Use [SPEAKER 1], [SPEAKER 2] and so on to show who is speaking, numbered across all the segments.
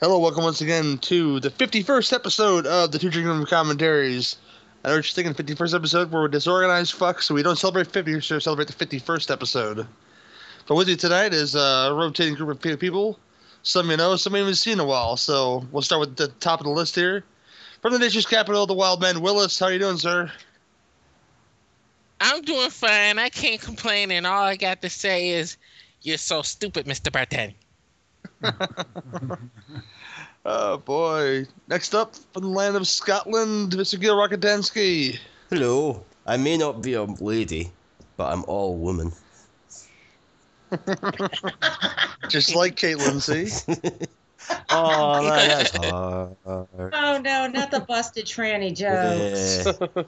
[SPEAKER 1] Hello, welcome once again to the 51st episode of the Two Drinking Commentaries. I know what you're thinking, 51st episode, we're disorganized fucks, so we don't celebrate 50, we should celebrate the 51st episode. But with you tonight is a rotating group of pe- people, some you know, some you haven't seen in a while. So we'll start with the top of the list here. From the nation's capital, the wild man Willis. How you doing, sir?
[SPEAKER 2] I'm doing fine. I can't complain, and all I got to say is, you're so stupid, Mr. Bartani.
[SPEAKER 1] Oh boy. Next up from the land of Scotland, Mr. Gil Rockatansky.
[SPEAKER 3] Hello. I may not be a lady, but I'm all woman.
[SPEAKER 1] Just like Caitlin, see?
[SPEAKER 3] Oh, that's hard.
[SPEAKER 4] Oh no, not the busted tranny joke.
[SPEAKER 3] Yeah.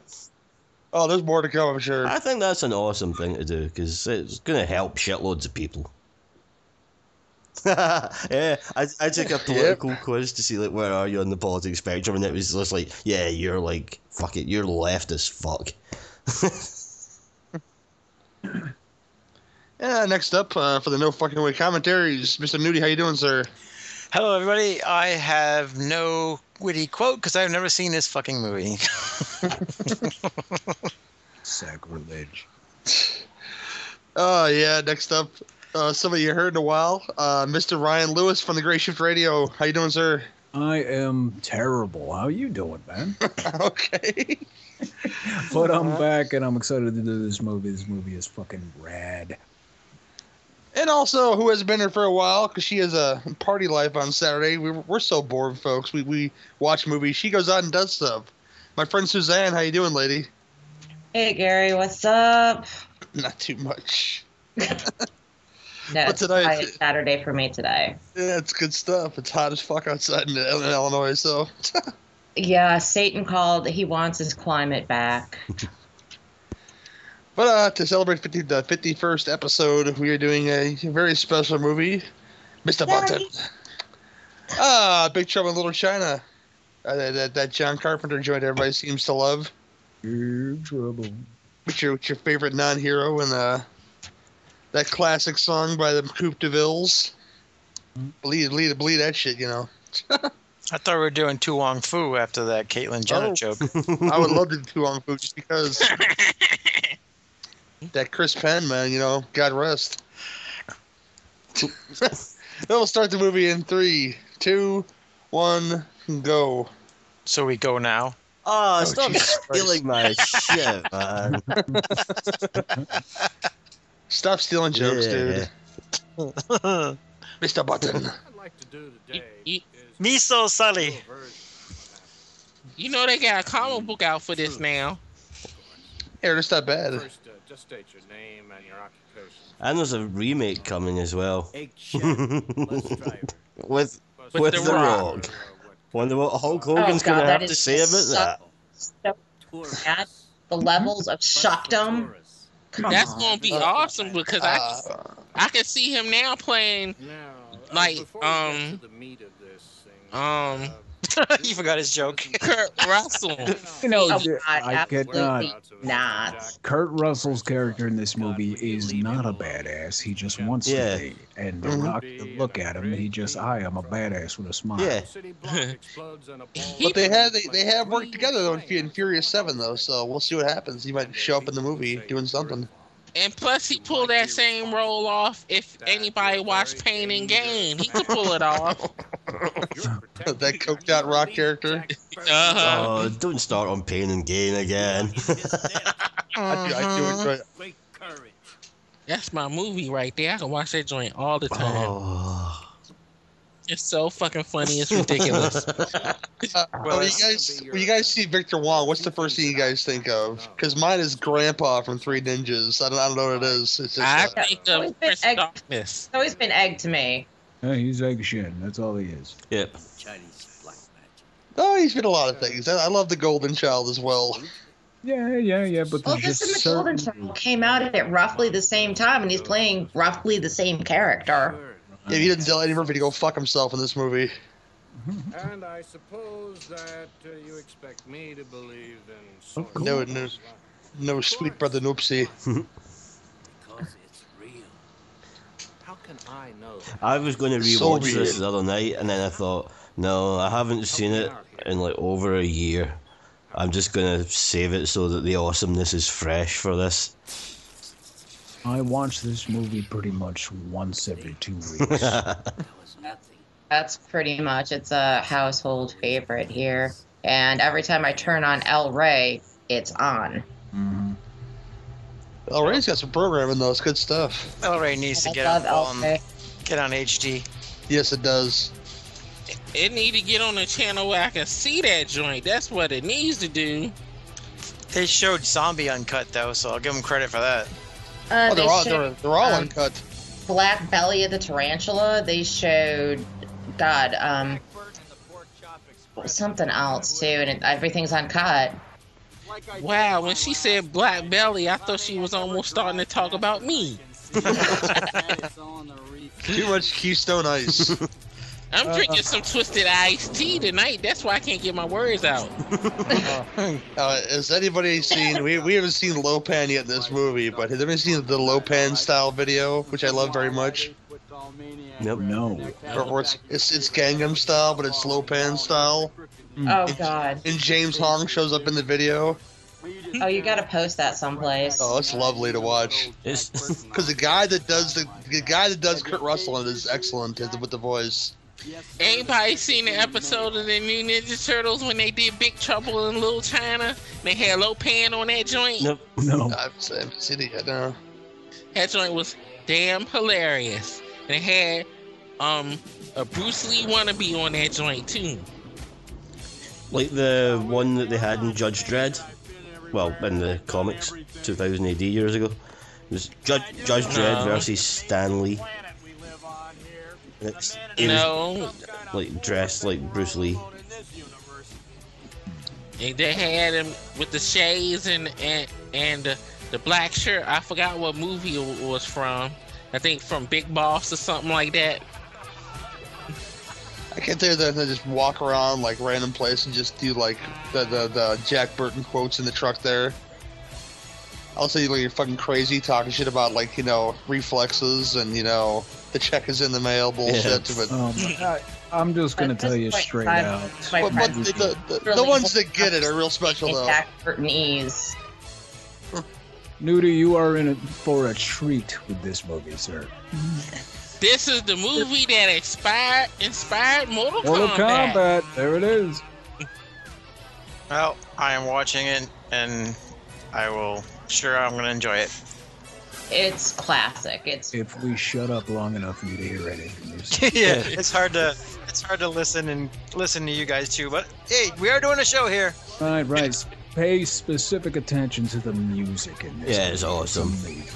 [SPEAKER 1] Oh, there's more to come, I'm sure.
[SPEAKER 3] I think that's an awesome thing to do because it's going to help shitloads of people. yeah, I, I took a political quiz to see like where are you on the politics spectrum, and it was just like, yeah, you're like fuck it, you're left as fuck.
[SPEAKER 1] Yeah, next up uh, for the No Fucking Way commentaries, Mr. Nudie, how you doing, sir?
[SPEAKER 5] Hello, everybody. I have no witty quote because I've never seen this fucking movie.
[SPEAKER 6] Sacrilege.
[SPEAKER 1] Oh, yeah, next up, uh, somebody you heard in a while, uh, Mr. Ryan Lewis from the Great Shift Radio. How you doing, sir?
[SPEAKER 6] I am terrible. How you doing, man?
[SPEAKER 1] okay.
[SPEAKER 6] But I'm back and I'm excited to do this movie. This movie is fucking rad.
[SPEAKER 1] And also, who has been here for a while, because she has a party life on Saturday. We, we're so bored, folks. We, we watch movies. She goes out and does stuff. My friend Suzanne, how you doing, lady?
[SPEAKER 4] Hey Gary, what's up?
[SPEAKER 1] Not too much.
[SPEAKER 4] No,
[SPEAKER 1] What's
[SPEAKER 4] it's a
[SPEAKER 1] today?
[SPEAKER 4] quiet Saturday for me today.
[SPEAKER 1] Yeah, it's good stuff. It's hot as fuck outside in, in Illinois, so
[SPEAKER 4] Yeah, Satan called. He wants his climate back.
[SPEAKER 1] But uh, to celebrate 50, the 51st episode, we are doing a very special movie, Mr. Bunton. Ah, Big Trouble in Little China. Uh, that, that, that John Carpenter joint everybody seems to love.
[SPEAKER 6] Big trouble.
[SPEAKER 1] What's your, what's your favorite non hero and uh, that classic song by the Coupe de Villes? Bleed, bleed, bleed that shit, you know.
[SPEAKER 5] I thought we were doing Tu Wong Fu after that Caitlyn Jenner
[SPEAKER 1] Oh.
[SPEAKER 5] joke.
[SPEAKER 1] I would love to do Too Long Fu just because that Chris Penn man, you know, God rest. then we'll start the movie in three, two, one, go.
[SPEAKER 5] So we go now.
[SPEAKER 3] Oh,
[SPEAKER 1] Oh,
[SPEAKER 3] stop
[SPEAKER 1] Jesus
[SPEAKER 3] stealing my shit, man.
[SPEAKER 1] Stop stealing jokes,
[SPEAKER 3] Yeah.
[SPEAKER 1] dude. Mr. Button.
[SPEAKER 7] I'd like to do
[SPEAKER 2] You,
[SPEAKER 7] today
[SPEAKER 2] you,
[SPEAKER 7] is
[SPEAKER 5] Me so Sully.
[SPEAKER 2] you know they got a comic book out for this now.
[SPEAKER 1] Here, that's not bad.
[SPEAKER 7] First, uh, just state your name and your occupation.
[SPEAKER 3] And there's a remake coming as well.
[SPEAKER 7] Egg
[SPEAKER 3] With
[SPEAKER 2] With The
[SPEAKER 7] Uh,
[SPEAKER 2] Rock.
[SPEAKER 3] wonder what Hulk Hogan's
[SPEAKER 4] Oh,
[SPEAKER 6] Oh,
[SPEAKER 4] God,
[SPEAKER 3] gonna
[SPEAKER 4] that
[SPEAKER 3] have to
[SPEAKER 4] is
[SPEAKER 3] say about that.
[SPEAKER 4] So bad. The levels of shockdom. Come
[SPEAKER 2] That's
[SPEAKER 4] on.
[SPEAKER 2] gonna be awesome because
[SPEAKER 1] Uh,
[SPEAKER 2] I I can see him now playing.
[SPEAKER 7] Now, uh,
[SPEAKER 2] Like,
[SPEAKER 7] before we get
[SPEAKER 2] um,
[SPEAKER 7] to the meat of this thing, uh,
[SPEAKER 2] um,
[SPEAKER 5] he forgot his joke.
[SPEAKER 2] Kurt
[SPEAKER 7] uh,
[SPEAKER 2] Russell.
[SPEAKER 6] You know,
[SPEAKER 4] Oh,
[SPEAKER 6] d-
[SPEAKER 4] God,
[SPEAKER 6] I could not.
[SPEAKER 4] absolutely not.
[SPEAKER 6] Kurt Russell's character in this movie is not a badass. He just wants
[SPEAKER 3] Yeah.
[SPEAKER 6] to be. And The
[SPEAKER 1] Mhm.
[SPEAKER 6] Rock, you look at him, he just, I am a badass with a smile.
[SPEAKER 3] Yeah.
[SPEAKER 1] but they had they, they have worked together though in Fu- in Furious Seven though, so we'll see what happens. He might show up in the movie doing something.
[SPEAKER 2] And plus, he pulled that same role off. If anybody watched Pain and Gain, he could pull it off.
[SPEAKER 1] That coked out rock character.
[SPEAKER 2] Uh-huh.
[SPEAKER 3] Oh, don't start on pain and gain again.
[SPEAKER 1] I do, I
[SPEAKER 5] Uh-huh.
[SPEAKER 1] do enjoy
[SPEAKER 7] Great courage.
[SPEAKER 2] That's my movie right there. I can watch that joint all the time.
[SPEAKER 3] oh.
[SPEAKER 2] It's so fucking funny. It's ridiculous.
[SPEAKER 1] Well, you guys, when you guys see Victor Wong, what's the first thing you guys think of? Because mine is Grandpa from Three Ninjas. I don't, I don't know what it is. It's
[SPEAKER 2] I
[SPEAKER 1] just, uh,
[SPEAKER 2] think of Prince Darkness.
[SPEAKER 4] It's always been egg to me.
[SPEAKER 6] Yeah, he's egg shit. That's all he is.
[SPEAKER 3] Yep.
[SPEAKER 7] Chinese black magic.
[SPEAKER 1] oh, he's been a lot of things. I, I love the Golden Child as well.
[SPEAKER 6] Yeah, yeah, yeah. But
[SPEAKER 4] Well, this
[SPEAKER 6] there's just
[SPEAKER 4] and the
[SPEAKER 6] certain...
[SPEAKER 4] Golden Child came out at roughly the same time, and he's playing roughly the same character.
[SPEAKER 1] If he didn't tell Eddie Murphy to go fuck himself in this movie,
[SPEAKER 7] And I suppose that uh, you expect me to believe in
[SPEAKER 6] Of
[SPEAKER 7] sorcery.
[SPEAKER 1] No, no. no sweet brother Noopsie.
[SPEAKER 7] Because it's real. How can I know?
[SPEAKER 3] I was going to
[SPEAKER 1] So
[SPEAKER 3] rewatch
[SPEAKER 1] weird.
[SPEAKER 3] this the other night, and then I thought, No, I haven't seen it in like over a year. I'm just gonna save it so that the awesomeness is fresh for this.
[SPEAKER 6] I watch this movie pretty much once every two weeks.
[SPEAKER 4] That's pretty much it's a household favorite here. And every time I turn on El Rey, it's on.
[SPEAKER 6] Mhm.
[SPEAKER 1] Oh, Ray's got some programming though. It's good stuff.
[SPEAKER 5] El Rey needs to
[SPEAKER 4] I
[SPEAKER 5] get
[SPEAKER 4] love
[SPEAKER 5] on,
[SPEAKER 4] El Rey.
[SPEAKER 5] on get on HD.
[SPEAKER 1] Yes, it does.
[SPEAKER 2] It need to get on a channel where I can see that joint. That's what it needs to do.
[SPEAKER 5] They showed Zombie Uncut though, so I'll give them credit for that.
[SPEAKER 4] Uh,
[SPEAKER 1] Oh,
[SPEAKER 4] they
[SPEAKER 1] they're all
[SPEAKER 4] showed
[SPEAKER 1] they're, they're all
[SPEAKER 4] um,
[SPEAKER 1] uncut.
[SPEAKER 4] Black Belly of the Tarantula. They showed, God, um, something else too, and it, everything's uncut.
[SPEAKER 2] Wow, when she said black belly, I thought she was almost starting to talk about me.
[SPEAKER 1] Too much Keystone Ice.
[SPEAKER 2] I'm drinking some twisted iced tea tonight. That's why I can't get my words out.
[SPEAKER 1] uh, has anybody seen? We, we haven't seen Lopan yet in this movie, but has anybody seen the Lopan style video, which I love very much?
[SPEAKER 3] Nope.
[SPEAKER 6] No.
[SPEAKER 1] Or, or it's, it's it's Gangnam style, but it's Lopan style.
[SPEAKER 4] Oh God.
[SPEAKER 1] And James Hong shows up in the video
[SPEAKER 4] Oh, you gotta post that someplace.
[SPEAKER 1] Oh, it's lovely to watch.
[SPEAKER 3] It's
[SPEAKER 1] because the guy that does the, the guy that does Kurt Russell in it is excellent is- with the voice.
[SPEAKER 2] Anybody seen the episode of the new Ninja Turtles when they did Big Trouble in Little China? They had Lopan on that joint.
[SPEAKER 3] nope.
[SPEAKER 6] No.
[SPEAKER 1] I've, I haven't seen it yet. No.
[SPEAKER 2] That joint was damn hilarious. And it had um a Bruce Lee wannabe on that joint too.
[SPEAKER 3] Like the one that they had in Judge Dredd. Well, in the comics, 2000 AD years ago. It was Judge, Judge Dredd
[SPEAKER 2] No.
[SPEAKER 3] versus Stan Lee. And It's, he was,
[SPEAKER 2] No,
[SPEAKER 3] like dressed like Bruce Lee.
[SPEAKER 2] and they had him with the shades and and and the, the black shirt. I forgot what movie it was from. I think from Big Boss or something like that.
[SPEAKER 1] I can't tell you that they just walk around like random place and just do like the the, the Jack Burton quotes in the truck there. Also, you like you're fucking crazy talking shit about like you know reflexes and you know the check is in the mail bullshit.
[SPEAKER 3] Yeah.
[SPEAKER 1] But
[SPEAKER 6] Um, I, I'm just gonna
[SPEAKER 4] At this
[SPEAKER 6] tell you
[SPEAKER 4] point in
[SPEAKER 6] straight
[SPEAKER 4] time,
[SPEAKER 6] out.
[SPEAKER 4] my
[SPEAKER 1] but, but
[SPEAKER 4] friend
[SPEAKER 1] the, the, the, the
[SPEAKER 4] Really?
[SPEAKER 1] ones that get it are real special
[SPEAKER 4] is
[SPEAKER 1] though.
[SPEAKER 4] Jack Burton ease.
[SPEAKER 6] Nudie, you are in it for a treat with this movie, sir.
[SPEAKER 2] This is the movie that inspired inspired Mortal,
[SPEAKER 6] Mortal
[SPEAKER 4] Oh,
[SPEAKER 2] Kombat.
[SPEAKER 6] Kombat, there it is.
[SPEAKER 5] Well, I am watching it and I will sure I'm gonna enjoy it.
[SPEAKER 4] It's classic. It's
[SPEAKER 6] If we shut up long enough for you to hear anything, you s-
[SPEAKER 5] yeah, it's hard to it's hard to listen and listen to you guys too, but hey, we are doing a show here.
[SPEAKER 6] right, right. s- Pay specific attention to the music in this.
[SPEAKER 3] Yeah, it's awesome.
[SPEAKER 6] amazing.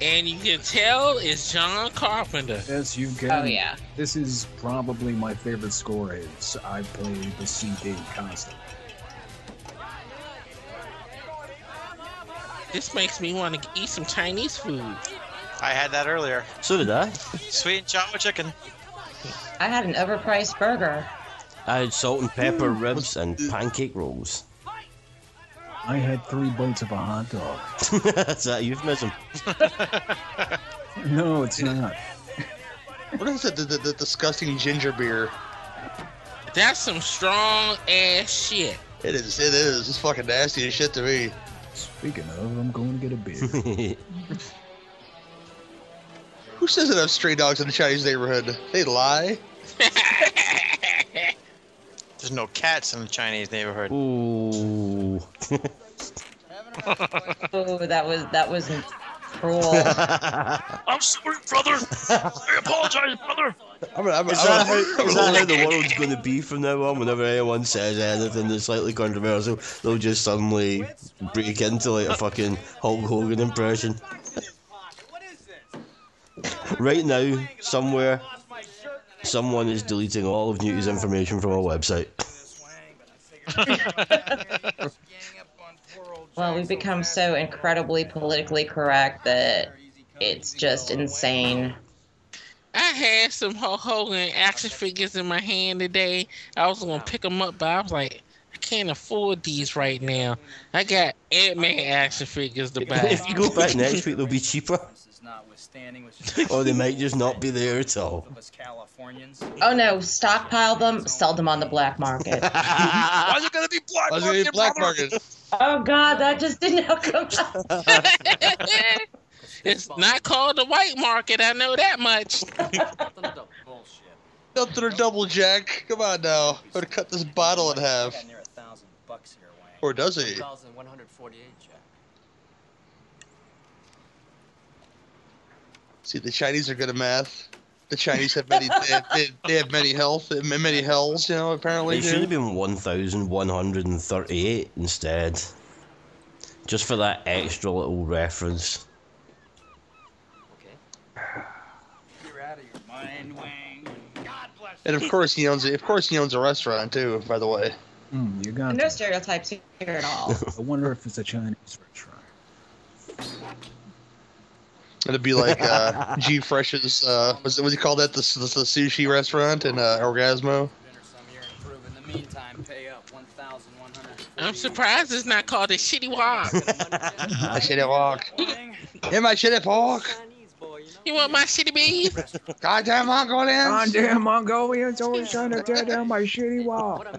[SPEAKER 2] And you can tell it's John Carpenter.
[SPEAKER 6] Yes, you can.
[SPEAKER 4] oh yeah.
[SPEAKER 6] This is probably my favorite score. Is I play the CD constantly.
[SPEAKER 2] This makes me want to eat some Chinese food.
[SPEAKER 5] I had that earlier.
[SPEAKER 3] So did I.
[SPEAKER 5] Sweet and chocolate chicken.
[SPEAKER 4] I had an overpriced burger.
[SPEAKER 3] I had salt and pepper ribs and pancake rolls.
[SPEAKER 6] I had three bites of a hot dog.
[SPEAKER 3] That's that euphemism.
[SPEAKER 6] No, it's not.
[SPEAKER 1] What is it? The, the, the disgusting ginger beer.
[SPEAKER 2] That's some strong ass shit.
[SPEAKER 1] It is. It is. It's fucking nasty as shit to me.
[SPEAKER 6] Speaking of, I'm going to get a beer.
[SPEAKER 1] Who says that have stray dogs in a Chinese neighborhood? They lie.
[SPEAKER 5] There's no cats in the Chinese neighborhood.
[SPEAKER 3] Ooh.
[SPEAKER 4] Oh, that was that was cruel.
[SPEAKER 8] I'm sorry, brother. I apologize, brother.
[SPEAKER 1] I'm, gonna- I'm,
[SPEAKER 3] Is
[SPEAKER 1] I'm,
[SPEAKER 3] that,
[SPEAKER 1] gonna-
[SPEAKER 3] how, is that how the world's going to be from now on? Whenever anyone says anything that's slightly controversial, they'll just suddenly break into like a fucking Hulk Hogan impression. Right now, somewhere, someone is deleting all of Newt's information from our website.
[SPEAKER 4] well, we've become so incredibly politically correct that it's just insane.
[SPEAKER 2] I had some Hulk Hogan action figures in my hand today. I was gonna pick them up, but I was like, I can't afford these right now. I got Ant Man action figures to buy.
[SPEAKER 3] if you go back next week, they'll be cheaper.
[SPEAKER 9] notwithstanding was
[SPEAKER 3] or they might just not be there at all.
[SPEAKER 9] us Californians.
[SPEAKER 4] Oh no, stockpile them, sell them on the black market.
[SPEAKER 3] Why
[SPEAKER 8] is it gonna be black
[SPEAKER 1] I was gonna
[SPEAKER 8] market,
[SPEAKER 1] say black
[SPEAKER 8] brother?
[SPEAKER 1] market.
[SPEAKER 4] oh god, that just didn't come out.
[SPEAKER 2] it's not called the white market. I know that much.
[SPEAKER 9] Bullshit.
[SPEAKER 1] Nothing or double jack. Come on now. Better cut this bottle in
[SPEAKER 9] I
[SPEAKER 1] half.
[SPEAKER 9] got near a thousand bucks here, Wayne.
[SPEAKER 1] Or does he?
[SPEAKER 9] 1,148, Jack.
[SPEAKER 1] See, the Chinese are good at math. The Chinese have many. They have, they, they have many health. Many hells. You know, apparently.
[SPEAKER 3] It should
[SPEAKER 1] dude.
[SPEAKER 3] have been 1,138 instead. Just for that extra little reference.
[SPEAKER 9] You're out of your mind, Wayne.
[SPEAKER 1] And of course he owns. Of course he owns a restaurant too. By the way.
[SPEAKER 6] Hmm, you're gone.
[SPEAKER 4] no stereotypes here at all.
[SPEAKER 6] I wonder if it's a Chinese restaurant.
[SPEAKER 1] It'd be like uh, G Fresh's. Uh, was it? What do you call that? The, s- the, the sushi restaurant in uh, Orgasmo.
[SPEAKER 9] Dinner some year and prove in the meantime, pay up 1,148.
[SPEAKER 2] I'm surprised it's not called a shitty walk.
[SPEAKER 1] I should have walk. Him, I should have walk.
[SPEAKER 2] You want my shitty beef?
[SPEAKER 1] Goddamn Mongolians.
[SPEAKER 6] Goddamn Mongolians always trying to tear down my shitty wall.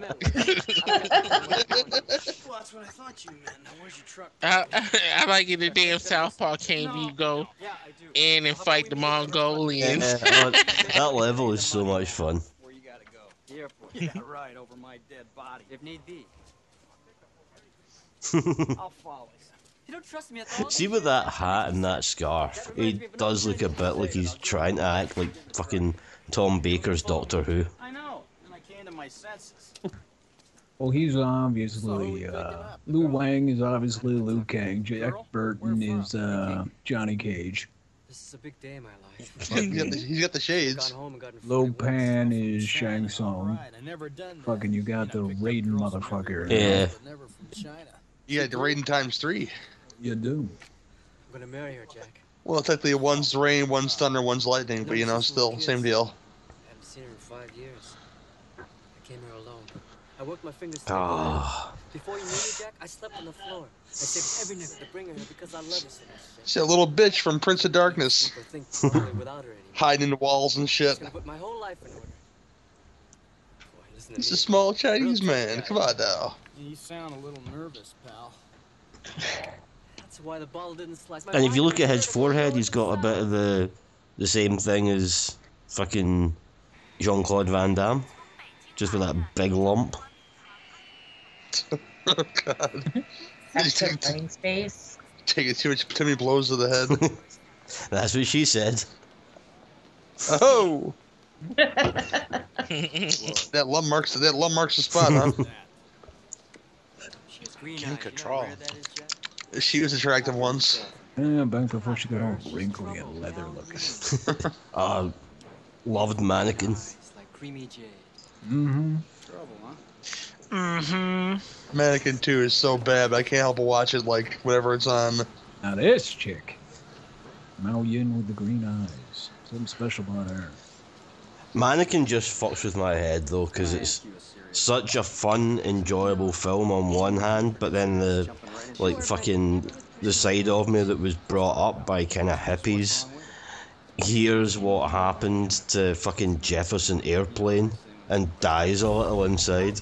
[SPEAKER 9] Well, that's what I thought you meant. Now, where's your truck?
[SPEAKER 2] I, I like it. The damn South Park game. You go
[SPEAKER 9] Yeah, I do.
[SPEAKER 2] in and fight the Mongolians.
[SPEAKER 3] Yeah, look, that level is so much fun.
[SPEAKER 9] Where you gotta go? The airport. Yeah, right, over my dead body. If need be, I'll follow you.
[SPEAKER 10] You don't trust me at all?
[SPEAKER 3] See, with that hat and that scarf, he does look a bit like he's trying to act like fucking Tom Baker's Doctor Who.
[SPEAKER 9] I know, and I came to my senses.
[SPEAKER 6] Well, Oh, he's obviously uh, Lou Wang is obviously Liu Kang. Jack Burton is uh, Johnny Cage.
[SPEAKER 10] This is a big day in my life.
[SPEAKER 1] He's got the- he's got the
[SPEAKER 10] Gone
[SPEAKER 1] shades.
[SPEAKER 10] home and gotten
[SPEAKER 6] Lo
[SPEAKER 10] forty wins.
[SPEAKER 6] Pan is Shang Tsung.
[SPEAKER 9] Right, I never done that.
[SPEAKER 6] Fucking, you got the Raiden motherfucker.
[SPEAKER 3] Yeah.
[SPEAKER 9] But never from China.
[SPEAKER 1] You got the rain times three.
[SPEAKER 6] You
[SPEAKER 10] I'm
[SPEAKER 6] do.
[SPEAKER 10] gonna marry her, Jack.
[SPEAKER 1] Well, technically, one's rain, one's thunder, one's lightning, but you know, still same deal.
[SPEAKER 10] I haven't seen her in five years. I came here alone. I worked my fingers to
[SPEAKER 3] Ah,
[SPEAKER 10] Before you knew me, Jack, I slept on the floor. I saved every nickel to bring her here because I love her so much, Jack.
[SPEAKER 1] See a little bitch from Prince of Darkness
[SPEAKER 10] People think properly without her anymore.
[SPEAKER 1] hiding in the walls and
[SPEAKER 10] I'm
[SPEAKER 1] shit.
[SPEAKER 10] gonna put my whole life in order. Boy, listen to
[SPEAKER 1] He's
[SPEAKER 10] me.
[SPEAKER 1] a small Chinese man. Come on now.
[SPEAKER 9] You sound a little nervous, pal.
[SPEAKER 10] That's why the ball didn't slice my
[SPEAKER 3] and if you
[SPEAKER 10] body.
[SPEAKER 3] look at his forehead, he's got a bit of the the same thing as fucking Jean Claude Van Damme, just with that big lump.
[SPEAKER 1] Oh God.
[SPEAKER 4] Extra brain space.
[SPEAKER 1] Taking too much, too many blows to the head.
[SPEAKER 3] That's what she said.
[SPEAKER 1] Oh, that lump marks that lump marks the spot, huh?
[SPEAKER 10] She has green
[SPEAKER 5] Kim
[SPEAKER 10] eyes. You know how
[SPEAKER 5] Cattrall.
[SPEAKER 10] rare that is, Jack?
[SPEAKER 1] she was attractive once.
[SPEAKER 6] Yeah, back before she got all wrinkly and leather looking.
[SPEAKER 3] Uh, loved mannequin.
[SPEAKER 10] It's like creamy jade.
[SPEAKER 6] Mm-hmm.
[SPEAKER 9] Trouble, huh?
[SPEAKER 2] Mm-hmm.
[SPEAKER 1] Mannequin 2 is so bad, but I can't help but watch it like whenever it's on.
[SPEAKER 6] Now this chick, Mao Yin with the green eyes. Something special about her.
[SPEAKER 3] Mannequin just fucks with my head though, because it's
[SPEAKER 9] You a serious
[SPEAKER 3] such a fun, enjoyable film on one hand, but then the
[SPEAKER 9] jumping right into
[SPEAKER 3] like fucking the side of me that was brought up by kind of hippies hears what happened to fucking Jefferson Airplane and dies a little inside.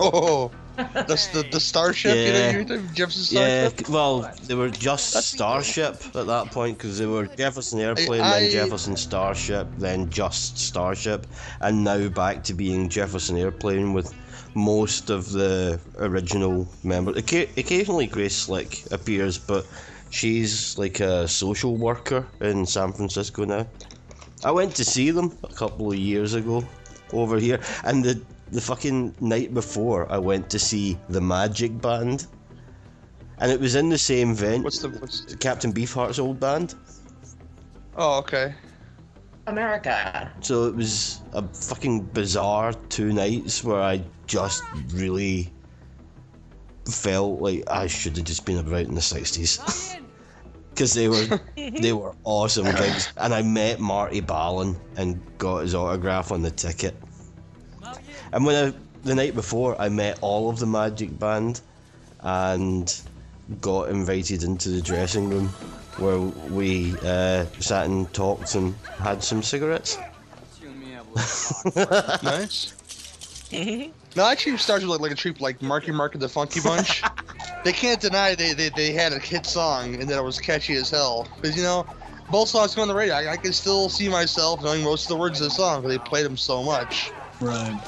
[SPEAKER 1] Oh, that's the the starship.
[SPEAKER 3] Yeah.
[SPEAKER 1] You know, you- Jefferson
[SPEAKER 3] Yeah,
[SPEAKER 1] starship.
[SPEAKER 3] c- well, they were just Starship at that point because they were Jefferson Airplane,
[SPEAKER 1] I-
[SPEAKER 3] then Jefferson Starship, then just Starship, and now back to being Jefferson Airplane with most of the original members. Occa- occasionally, Grace Slick appears, but she's like a social worker in San Francisco now. I went to see them a couple of years ago over here, and the the fucking night before, I went to see the Magic Band, and it was in the same venue.
[SPEAKER 1] What's the what's?
[SPEAKER 3] Captain Beefheart's old band?
[SPEAKER 1] Oh, okay.
[SPEAKER 4] America.
[SPEAKER 3] So it was a fucking bizarre two nights where I just really felt like I should have just been about in the sixties because they were they were awesome gigs, and I met Marty Ballin and got his autograph on the ticket. And when I the night before, I met all of the Magic Band, and got invited into the dressing room where we uh, sat and talked and had some cigarettes.
[SPEAKER 1] nice. No, actually, Stars look like a treat, like Marky Mark and the Funky Bunch. they can't deny they, they they had a hit song and that it was catchy as hell. Because you know, both songs go on the radio. I, I can still see myself knowing most of the words of the song because they played them so much.
[SPEAKER 6] Right.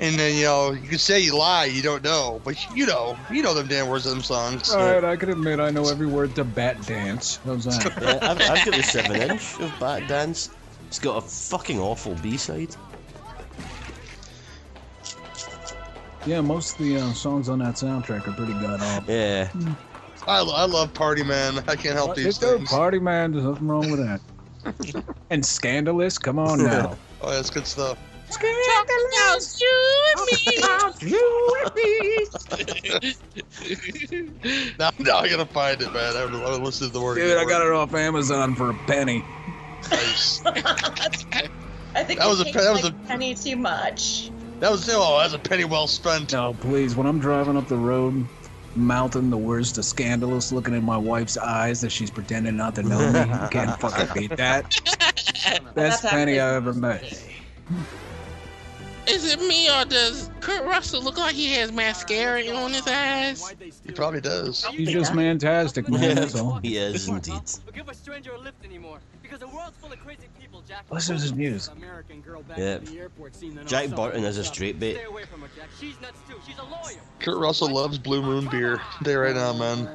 [SPEAKER 1] And then you know, you can say you lie, you don't know, but you know, you know them damn words of them songs.
[SPEAKER 6] All right, I can admit I know every word to bat dance. How's that?
[SPEAKER 3] Yeah, I've, I've got the seven inch of Bat Dance. It's got a fucking awful B side.
[SPEAKER 6] Yeah, most of the uh, songs on that soundtrack are pretty god awful.
[SPEAKER 3] Yeah.
[SPEAKER 1] I, lo- I love Party Man. I can't help these
[SPEAKER 6] They're
[SPEAKER 1] things.
[SPEAKER 6] Party man, there's nothing wrong with that. and scandalous, come on now.
[SPEAKER 1] Oh, that's good stuff. Now, now I gotta find it, man. I haven't, I haven't listened to the word.
[SPEAKER 6] Dude, I got it off Amazon for a penny.
[SPEAKER 1] Nice.
[SPEAKER 11] I think
[SPEAKER 1] That
[SPEAKER 11] it
[SPEAKER 1] was a
[SPEAKER 11] takes,
[SPEAKER 1] pe- that was
[SPEAKER 11] like, penny too much.
[SPEAKER 1] That was oh, that's a penny well spent.
[SPEAKER 6] No, please. When I'm driving up the road, mouthing the words to scandalous, looking in my wife's eyes that she's pretending not to know me, you can't fucking beat that. Best penny I ever made.
[SPEAKER 2] Is it me or does Kurt Russell look like he has mascara on his eyes?
[SPEAKER 1] He probably does.
[SPEAKER 6] He's just fantastic, man. That's all.
[SPEAKER 3] he is indeed.
[SPEAKER 10] give a stranger a lift anymore because the world's full of crazy people, Jack.
[SPEAKER 6] Listen to his music.
[SPEAKER 10] American girl back
[SPEAKER 3] Yep.
[SPEAKER 10] from the airport scene that
[SPEAKER 3] Jack
[SPEAKER 10] I'm
[SPEAKER 3] Burton is a
[SPEAKER 10] sorry.
[SPEAKER 3] straight bait.
[SPEAKER 10] Stay away from her, Jack. She's nuts too. She's a lawyer.
[SPEAKER 1] Kurt Russell loves Blue Moon beer. They right now, man.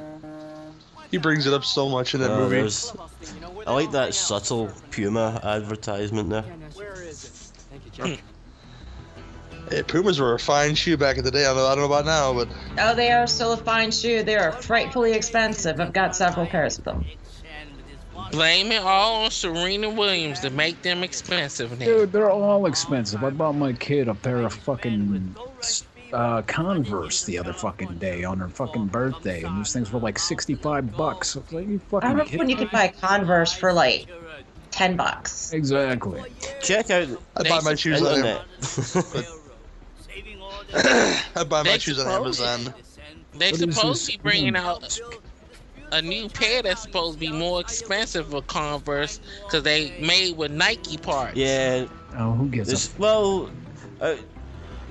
[SPEAKER 1] He brings it up so much in that
[SPEAKER 3] Oh,
[SPEAKER 1] movie.
[SPEAKER 3] there's- I like that subtle Puma advertisement there.
[SPEAKER 10] Where is it? Thank you, Jack.
[SPEAKER 1] Hey, Pumas were a fine shoe back in the day. I don't know, I don't know about now, but
[SPEAKER 4] Oh, they are still a fine shoe. They are frightfully expensive. I've got several pairs of them.
[SPEAKER 2] Blame it all on Serena Williams to make them expensive now.
[SPEAKER 6] Dude, they're all expensive. I bought my kid a pair of fucking uh, Converse the other fucking day on her fucking birthday, and these things were like 65 bucks. I was like, you
[SPEAKER 4] I
[SPEAKER 6] fucking
[SPEAKER 4] remember
[SPEAKER 6] kidding
[SPEAKER 4] when you
[SPEAKER 6] me?
[SPEAKER 4] could buy Converse for like ten bucks.
[SPEAKER 6] Exactly.
[SPEAKER 3] Check out
[SPEAKER 1] I buy my shoes on
[SPEAKER 3] internet.
[SPEAKER 1] Amazon. I buy my
[SPEAKER 2] They
[SPEAKER 1] shoes on
[SPEAKER 2] supposed-
[SPEAKER 1] Amazon.
[SPEAKER 2] They
[SPEAKER 6] What is
[SPEAKER 2] supposed
[SPEAKER 6] this? Mm-hmm.
[SPEAKER 2] to be bringing out a new pair that's supposed to be more expensive for Converse because they made with Nike parts.
[SPEAKER 3] yeah,
[SPEAKER 6] Oh, who gives a
[SPEAKER 3] This, well, uh,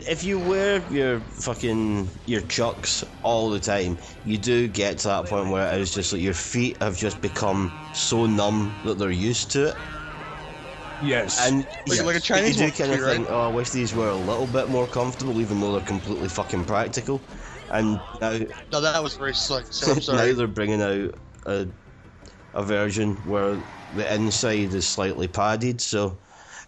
[SPEAKER 3] if you wear your fucking your chucks all the time, you do get to that point where it is just like your feet have just become so numb that they're used to it,
[SPEAKER 6] Yes.
[SPEAKER 3] and
[SPEAKER 1] Like- like a Chinese one,
[SPEAKER 3] you do kind of
[SPEAKER 1] right?
[SPEAKER 3] think, oh, I wish these were a little bit more comfortable, even though they're completely fucking practical. And now,
[SPEAKER 1] No, that was very slick. So I'm
[SPEAKER 3] now
[SPEAKER 1] sorry.
[SPEAKER 3] they're bringing out a a version where the inside is slightly padded, so.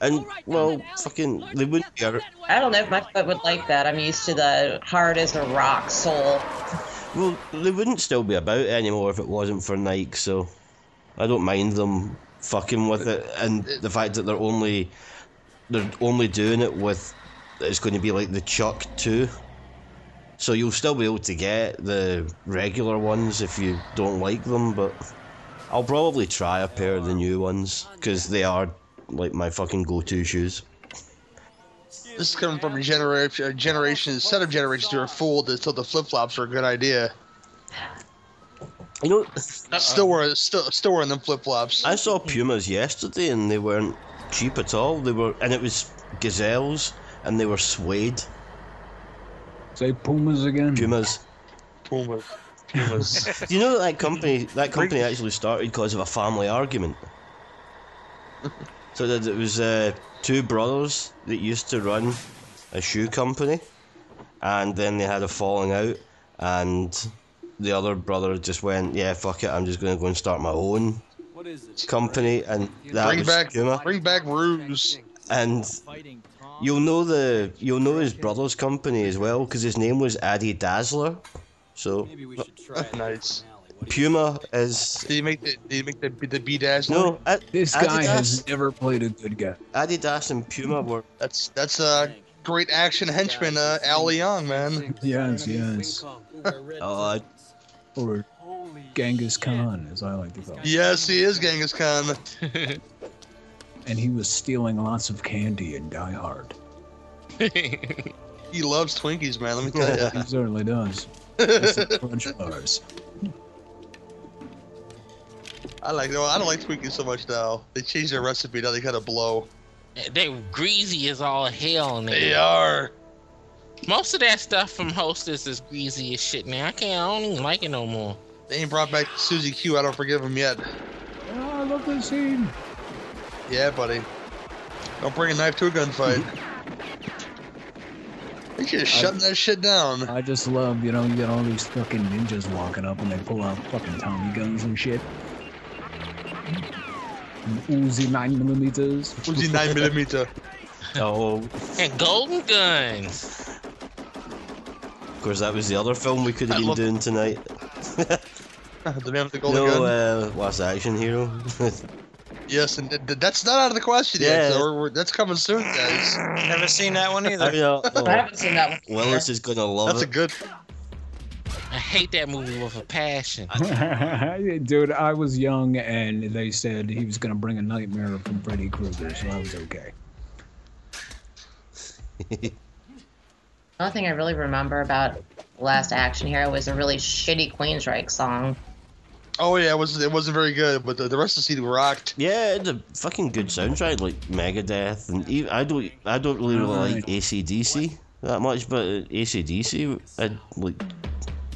[SPEAKER 3] And well, fucking, they wouldn't be out-
[SPEAKER 4] I don't know if my foot would like that. I'm used to the hard as a rock sole.
[SPEAKER 3] Well, they wouldn't still be about anymore if it wasn't for Nike, so I don't mind them fucking with it and the fact that they're only they're only doing it with it's going to be like the Chuck 2. So you'll still be able to get the regular ones if you don't like them, but I'll probably try a pair of the new ones because they are like my fucking go-to shoes.
[SPEAKER 1] This is coming from a generation, a generation, a set of generations who are fooled that thought the flip flops are a good idea.
[SPEAKER 3] You know,
[SPEAKER 1] Still wearing, still, still wearing them flip flops.
[SPEAKER 3] I saw Pumas yesterday and they weren't cheap at all. They were, and it was gazelles and they were suede
[SPEAKER 6] Say Pumas again.
[SPEAKER 3] Pumas.
[SPEAKER 1] Puma, Pumas.
[SPEAKER 3] Do you know that, that company that company actually started because of a family argument? So that it was uh, two brothers that used to run a shoe company, and then they had a falling out, and the other brother just went, "Yeah, fuck it, I'm just going to go and start my own
[SPEAKER 9] What is it?
[SPEAKER 3] company," and that
[SPEAKER 1] bring
[SPEAKER 3] was
[SPEAKER 1] back,
[SPEAKER 3] Puma.
[SPEAKER 1] bring back ruse.
[SPEAKER 3] and
[SPEAKER 9] Fighting Tom.
[SPEAKER 3] You'll know the you'll know his brother's company as well because his name was Addy Dazzler. So
[SPEAKER 9] Maybe we should try it.
[SPEAKER 1] Nice.
[SPEAKER 3] Puma is
[SPEAKER 1] Did you make the, did you make the the B dash?
[SPEAKER 3] no A-
[SPEAKER 6] This guy
[SPEAKER 3] Adidas,
[SPEAKER 6] has never played a good game.
[SPEAKER 3] Adidas and Puma were
[SPEAKER 1] That's that's uh, great action henchman, uh, Al Young, man.
[SPEAKER 6] Yes, yes.
[SPEAKER 1] Oh,
[SPEAKER 3] uh,
[SPEAKER 6] Or
[SPEAKER 10] Holy
[SPEAKER 6] Genghis Khan, as I like to call him.
[SPEAKER 1] Yes, he is Genghis Khan.
[SPEAKER 6] And he was stealing lots of candy in Die Hard.
[SPEAKER 1] He loves Twinkies, man. Let me tell
[SPEAKER 6] He
[SPEAKER 1] you.
[SPEAKER 6] certainly does. It's the Crunch bars.
[SPEAKER 1] I like. No, I don't like Twinkies so much now. They changed their recipe. Now they kind of blow.
[SPEAKER 2] They greasy as all hell now.
[SPEAKER 1] They are.
[SPEAKER 2] Most of that stuff from Hostess is greasy as shit now. I can't. I don't even like it no more.
[SPEAKER 1] They ain't brought back Susie Q. I don't forgive them yet.
[SPEAKER 6] Oh, I love that scene.
[SPEAKER 1] Yeah, buddy. Don't bring a knife to a gunfight. They should have shut that shit down.
[SPEAKER 6] I just love, you know, you got all these fucking ninjas walking up and they pull out fucking Tommy guns and shit. And Uzi 9 millimeters.
[SPEAKER 1] Uzi 9 millimeter.
[SPEAKER 3] Oh,
[SPEAKER 2] And golden guns.
[SPEAKER 3] of course, that was the other film we could have
[SPEAKER 1] I
[SPEAKER 3] been
[SPEAKER 1] love-
[SPEAKER 3] doing tonight.
[SPEAKER 1] the man with the golden
[SPEAKER 3] no,
[SPEAKER 1] gun.
[SPEAKER 3] uh, Last Action Hero.
[SPEAKER 1] Yes, and th- th- that's not out of the question yet.
[SPEAKER 3] Yeah.
[SPEAKER 1] So we're, we're, that's coming soon, guys.
[SPEAKER 5] Never seen that one
[SPEAKER 3] I
[SPEAKER 5] either.
[SPEAKER 3] know.
[SPEAKER 4] I haven't seen that one.
[SPEAKER 3] Oh, Willis is gonna love
[SPEAKER 1] That's a
[SPEAKER 3] it.
[SPEAKER 1] good.
[SPEAKER 2] I hate that movie with a passion.
[SPEAKER 6] Dude, I was young and they said he was going to bring a nightmare from Freddy Krueger, so I was okay.
[SPEAKER 4] The only thing I really remember about Last Action Hero was a really shitty Queensryche song.
[SPEAKER 1] Oh yeah, it was it wasn't very good, but the, the rest of the CD rocked.
[SPEAKER 3] Yeah, it's a fucking good soundtrack, like Megadeth, and even, I don't, I don't really, really like AC/DC that much, but uh, AC/DC, I like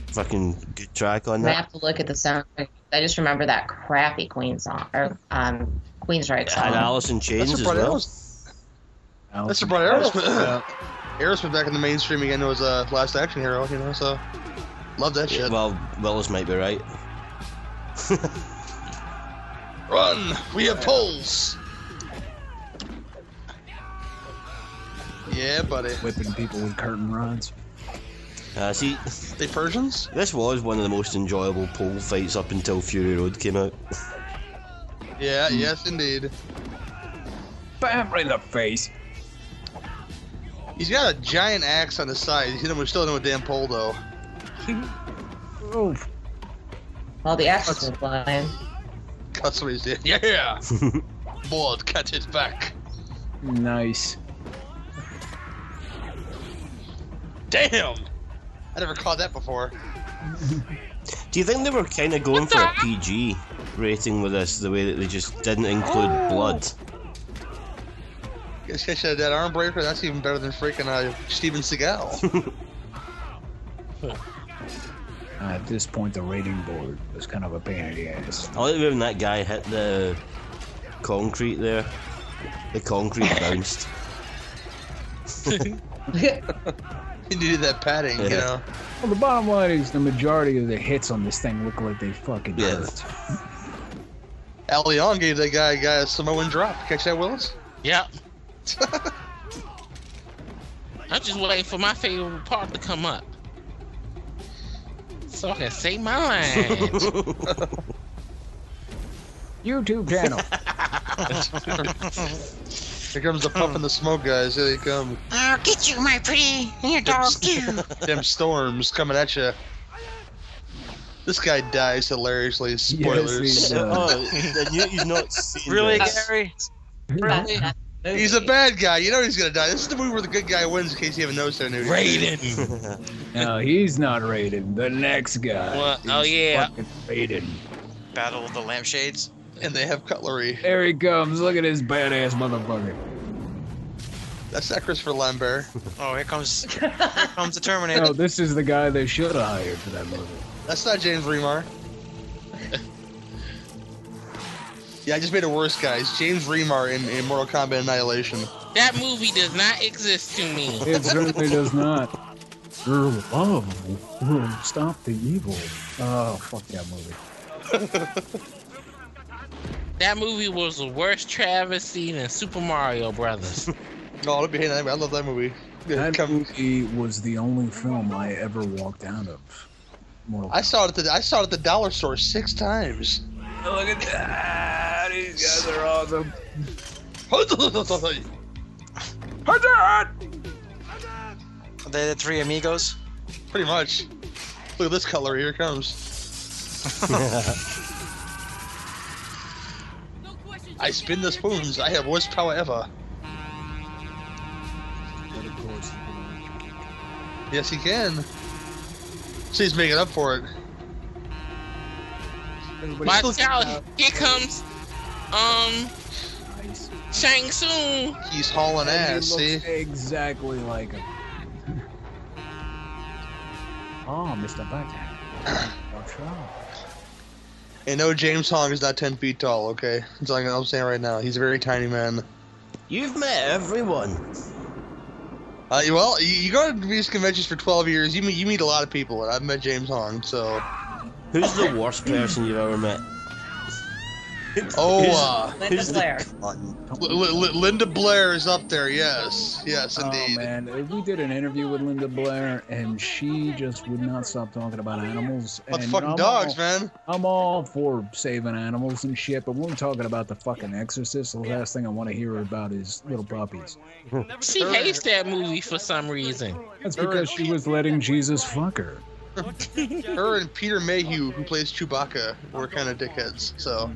[SPEAKER 3] fucking good track on
[SPEAKER 4] I
[SPEAKER 3] that.
[SPEAKER 4] have to look at the sound. I just remember that crappy Queen song or um, Queensryche
[SPEAKER 3] And
[SPEAKER 4] song.
[SPEAKER 3] Alice in Chains
[SPEAKER 1] That's
[SPEAKER 3] as
[SPEAKER 1] what brought
[SPEAKER 3] well.
[SPEAKER 1] Aeros- that's what brought Aerosmith. Aerosmith uh, back in the mainstream again was uh, Last Action Hero, you know. So love that shit.
[SPEAKER 3] Well, Willis might be right.
[SPEAKER 1] Run! We have poles. Yeah, buddy.
[SPEAKER 6] Whipping people with curtain rods.
[SPEAKER 3] Uh, see,
[SPEAKER 1] They Persians?
[SPEAKER 3] this was one of the most enjoyable pole fights up until Fury Road came out. Hmm.
[SPEAKER 1] Yeah. Yes, indeed.
[SPEAKER 6] Bam! Right in the face.
[SPEAKER 1] He's got a giant axe on his side. He's hitting him- still hitting him with damn pole though.
[SPEAKER 6] Oof.
[SPEAKER 4] Well, the actions were flying.
[SPEAKER 1] Cuts what he's doing. Yeah. Board, catch it back.
[SPEAKER 6] Nice.
[SPEAKER 1] Damn! I never caught that before.
[SPEAKER 3] Do you think they were kind of going for a PG rating with this, the way that they just didn't include blood?
[SPEAKER 1] Guess I should have that arm breaker. That's even better than freaking uh, Steven Seagal.
[SPEAKER 6] at this point, the rating board was kind of a pain in the ass.
[SPEAKER 3] I like when that guy hit the concrete there. The concrete bounced.
[SPEAKER 1] he needed that padding, you
[SPEAKER 3] Yeah.
[SPEAKER 1] know.
[SPEAKER 6] Well, the bottom line is the majority of the hits on this thing look like they fucking
[SPEAKER 3] Yeah.
[SPEAKER 6] hurt.
[SPEAKER 1] Al Leon gave that guy, guy a Samoan drop. Catch that, Willis?
[SPEAKER 2] Yep. I'm just waiting for my favorite part to come up. So I can say mine.
[SPEAKER 3] Oh,
[SPEAKER 6] YouTube channel.
[SPEAKER 1] Here comes the puff and the smoke, guys. Here they come.
[SPEAKER 12] I'll get you, my pretty, and your dog too.
[SPEAKER 1] Them storms coming at you. This guy dies hilariously. Spoilers.
[SPEAKER 6] he does.
[SPEAKER 3] oh, then you, you've not seen
[SPEAKER 5] Really,
[SPEAKER 3] this.
[SPEAKER 5] Gary?
[SPEAKER 4] That's-
[SPEAKER 5] Really?
[SPEAKER 4] that's the movie.
[SPEAKER 1] He's a bad guy. You know he's gonna die. This is the movie where the good guy wins, in case you haven't noticed. there, Nudie.
[SPEAKER 2] Raiden.
[SPEAKER 6] no, he's not rated. The next guy.
[SPEAKER 2] Well, oh,
[SPEAKER 6] is
[SPEAKER 2] yeah.
[SPEAKER 6] fucking Rated.
[SPEAKER 5] Battle of the Lampshades.
[SPEAKER 1] And they have cutlery.
[SPEAKER 6] There he comes. Look at this badass motherfucker.
[SPEAKER 1] That's not Christopher Lambert.
[SPEAKER 5] Oh, here comes, here comes the
[SPEAKER 6] No,
[SPEAKER 5] Terminator.
[SPEAKER 6] this is the guy they should have hired for that movie.
[SPEAKER 1] That's not James Remar. yeah, I just made it worse, guys. James Remar in, in Mortal Kombat Annihilation.
[SPEAKER 2] That movie does not exist to me.
[SPEAKER 6] It certainly does not. Your love will stop the evil. Oh, fuck that movie.
[SPEAKER 2] That movie was the worst travesty than Super Mario Brothers.
[SPEAKER 1] Oh, don't be hating that movie. I love that movie. Yeah,
[SPEAKER 6] That
[SPEAKER 1] come-
[SPEAKER 6] movie was the only film I ever walked out of. Mortal
[SPEAKER 1] I saw it at the I saw it at the dollar store six times.
[SPEAKER 6] Look at that! These guys are awesome.
[SPEAKER 1] Pretty
[SPEAKER 5] Are they the three amigos?
[SPEAKER 1] much. Look at this cutlery. Here it comes. I spin the spoons. I have worst power ever. Yes, he can. So he's making up for it.
[SPEAKER 2] Watch out! Here comes um Shang Tsung.
[SPEAKER 1] He's hauling
[SPEAKER 6] And he
[SPEAKER 1] ass. See,
[SPEAKER 6] looks Exactly like him. Oh, Mr. Butt. No trouble.
[SPEAKER 1] and no, James Hong is not ten feet tall. Okay, that's all I'm saying right now. He's a very tiny man.
[SPEAKER 3] You've met everyone.
[SPEAKER 1] Uh, you- well, you, you go to these conventions for twelve years. You meet you meet a lot of people, and I've met James Hong. So,
[SPEAKER 3] Who's the worst person you've ever met?
[SPEAKER 1] oh,
[SPEAKER 3] Who's-
[SPEAKER 1] uh,
[SPEAKER 3] Linda who's the Blair.
[SPEAKER 1] L- L- L- Linda Blair is up there. Yes, yes,
[SPEAKER 6] Oh
[SPEAKER 1] indeed.
[SPEAKER 6] man, Uh, we did an interview with Linda Blair, and she just would not stop talking about animals.
[SPEAKER 1] About the
[SPEAKER 6] and
[SPEAKER 1] fucking
[SPEAKER 6] I'm
[SPEAKER 1] dogs,
[SPEAKER 6] all-
[SPEAKER 1] man.
[SPEAKER 6] I'm all for saving animals and shit, but when we're talking about the fucking Exorcist, the last thing I want to hear about is little puppies.
[SPEAKER 2] She hates that movie for some reason.
[SPEAKER 6] That's because she was letting Jesus fuck her.
[SPEAKER 1] Her and Peter Mayhew, who plays Chewbacca, were kind of dickheads. So,